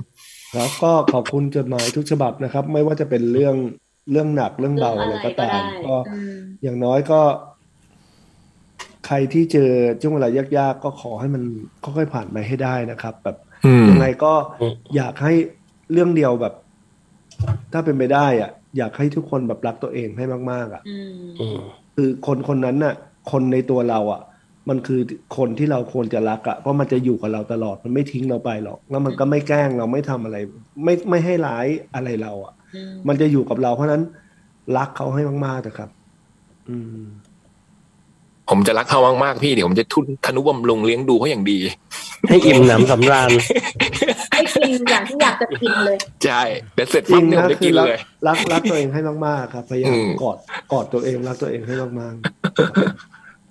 Speaker 3: แล้วก็ขอบคุณจดหมายทุกฉบับนะครับ ไม่ว่าจะเป็นเรื่องเรื่องหนักเรื่องเบาอะไรก็ตามก็
Speaker 4: อืม
Speaker 3: อย่างน้อยก็ ใครที่เจอช่วงเวลายากๆก็ขอให้มันค่อยๆผ่านไปให้ได้นะครับ แบบ
Speaker 2: อืม
Speaker 3: ยังไงก็
Speaker 5: อืม
Speaker 3: อยากให้เรื่องเดียวแบบ ถ้าเป็นไปได้อ่ะ อยากให้ทุกคนแบบรักตัวเองให้มากๆอ่ะ
Speaker 4: อืม
Speaker 5: อืม
Speaker 3: คือคนคนนั้นน่ะ คนในตัวเราอ่ะ มันคือคนที่เราควรจะรักอ่ะเพราะมันจะอยู่กับเราตลอดมันไม่ทิ้งเราไปหรอก แล้วมันก็ไม่แกล้งเราไม่ทำอะไร ไม่ไม่ให้ร้ายอะไรเราอ่ะ
Speaker 4: อืม
Speaker 3: มันจะอยู่กับเราเพราะฉะนั้น รักเขาให้มากๆเถอะครับ อืม
Speaker 2: ผมจะรักเขามากๆพี่เดี๋ยวผมจะทุนทนุบำรุงเลี้ยงดูเขาอย่างดี
Speaker 5: ให้อิ่มหนำสำราญ
Speaker 4: ให้กินอย่างที่อยากจะกิน เลย
Speaker 2: ใช่เดี๋ยวเสร็จ
Speaker 3: จริ
Speaker 2: ปั๊บ
Speaker 3: ง
Speaker 2: เนี่ยผ
Speaker 3: นะ
Speaker 2: มจะ
Speaker 3: คื
Speaker 2: กิ
Speaker 3: อน รัก
Speaker 2: เลย
Speaker 3: รักรักตัวเองให้มากๆครับพยายา
Speaker 2: อื
Speaker 3: ม
Speaker 2: ม
Speaker 3: กอดกอดตัวเองรักตัวเองให้มาก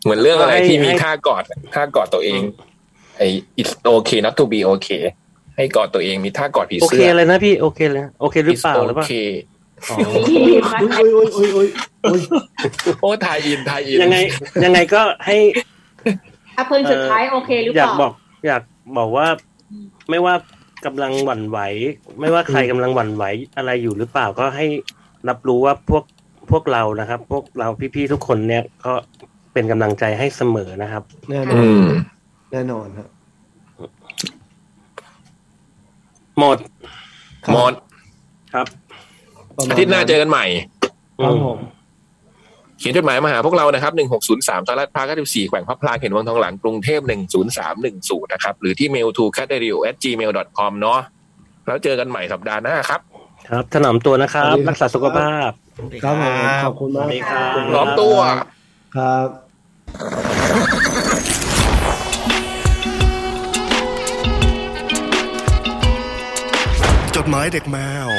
Speaker 2: เหมือนเรื่องอะไร
Speaker 5: ให้
Speaker 2: ที่มี
Speaker 5: ให้
Speaker 2: ท่ากอดท่ากอดตัวเองไอ้ it's okay not to be okay ให้กอดตัวเองมีท่ากอดผี
Speaker 5: โอเค
Speaker 2: เสื้อ
Speaker 5: เลยนะพี่โอเคเลยนะโอเคหรือ
Speaker 2: It's
Speaker 5: เปล่าหรือเปล่า
Speaker 2: okay
Speaker 5: อ๋อ
Speaker 3: ๆอุ้ยอุ้ยอุ้ยอุ้ยอุ้ย
Speaker 2: โอ้ทายอินทายอิน
Speaker 5: ยังไงยังไงก็ให้
Speaker 4: อ่ะเพลงสุดท้ายโอเคหรือ
Speaker 5: อ
Speaker 4: เป
Speaker 5: ยาก
Speaker 4: ล่า
Speaker 5: บอก อยากบอกว่า
Speaker 4: อืม
Speaker 5: ไม่ว่ากำลังหวั่นไหว ไม่ว่าใครกำลังหวั่นไหวอะไรอยู่หรือเปล่าก็ให้รับรู้ว่าพวกพวกเรานะครับ พวกเราพี่ๆทุกคนเนี่ยก็เป็นกำลังใจให้เสมอนะครับ
Speaker 3: แน่นอ
Speaker 2: อื
Speaker 3: น
Speaker 2: ม
Speaker 3: แน่นอนครับ
Speaker 5: หมด
Speaker 2: มอน
Speaker 5: ครับ
Speaker 3: ประมณ
Speaker 2: อาทิตย์หน้าเจอกันใหม่
Speaker 3: ครับผม
Speaker 2: เขียนจดหมายมาหาพวกเรานะครับ 1603ตลาดพาร์ค94แขวงพระพลาเขตวังทองหลังกรุงเทพ10310 นะครับ หรือที่ mail to c a t r a d i o gmail com เนาะแล้วเจอกันใหม่สัปดาห์หน้าครับ
Speaker 5: ครับ ถนอมตัวนะครับ
Speaker 3: สวัสดีครับ
Speaker 5: รักษาสุขภาพ
Speaker 3: ครับผมขอบคุณมาก
Speaker 5: หลอมตัว
Speaker 3: ครับ
Speaker 6: จดหมายเด็กแมว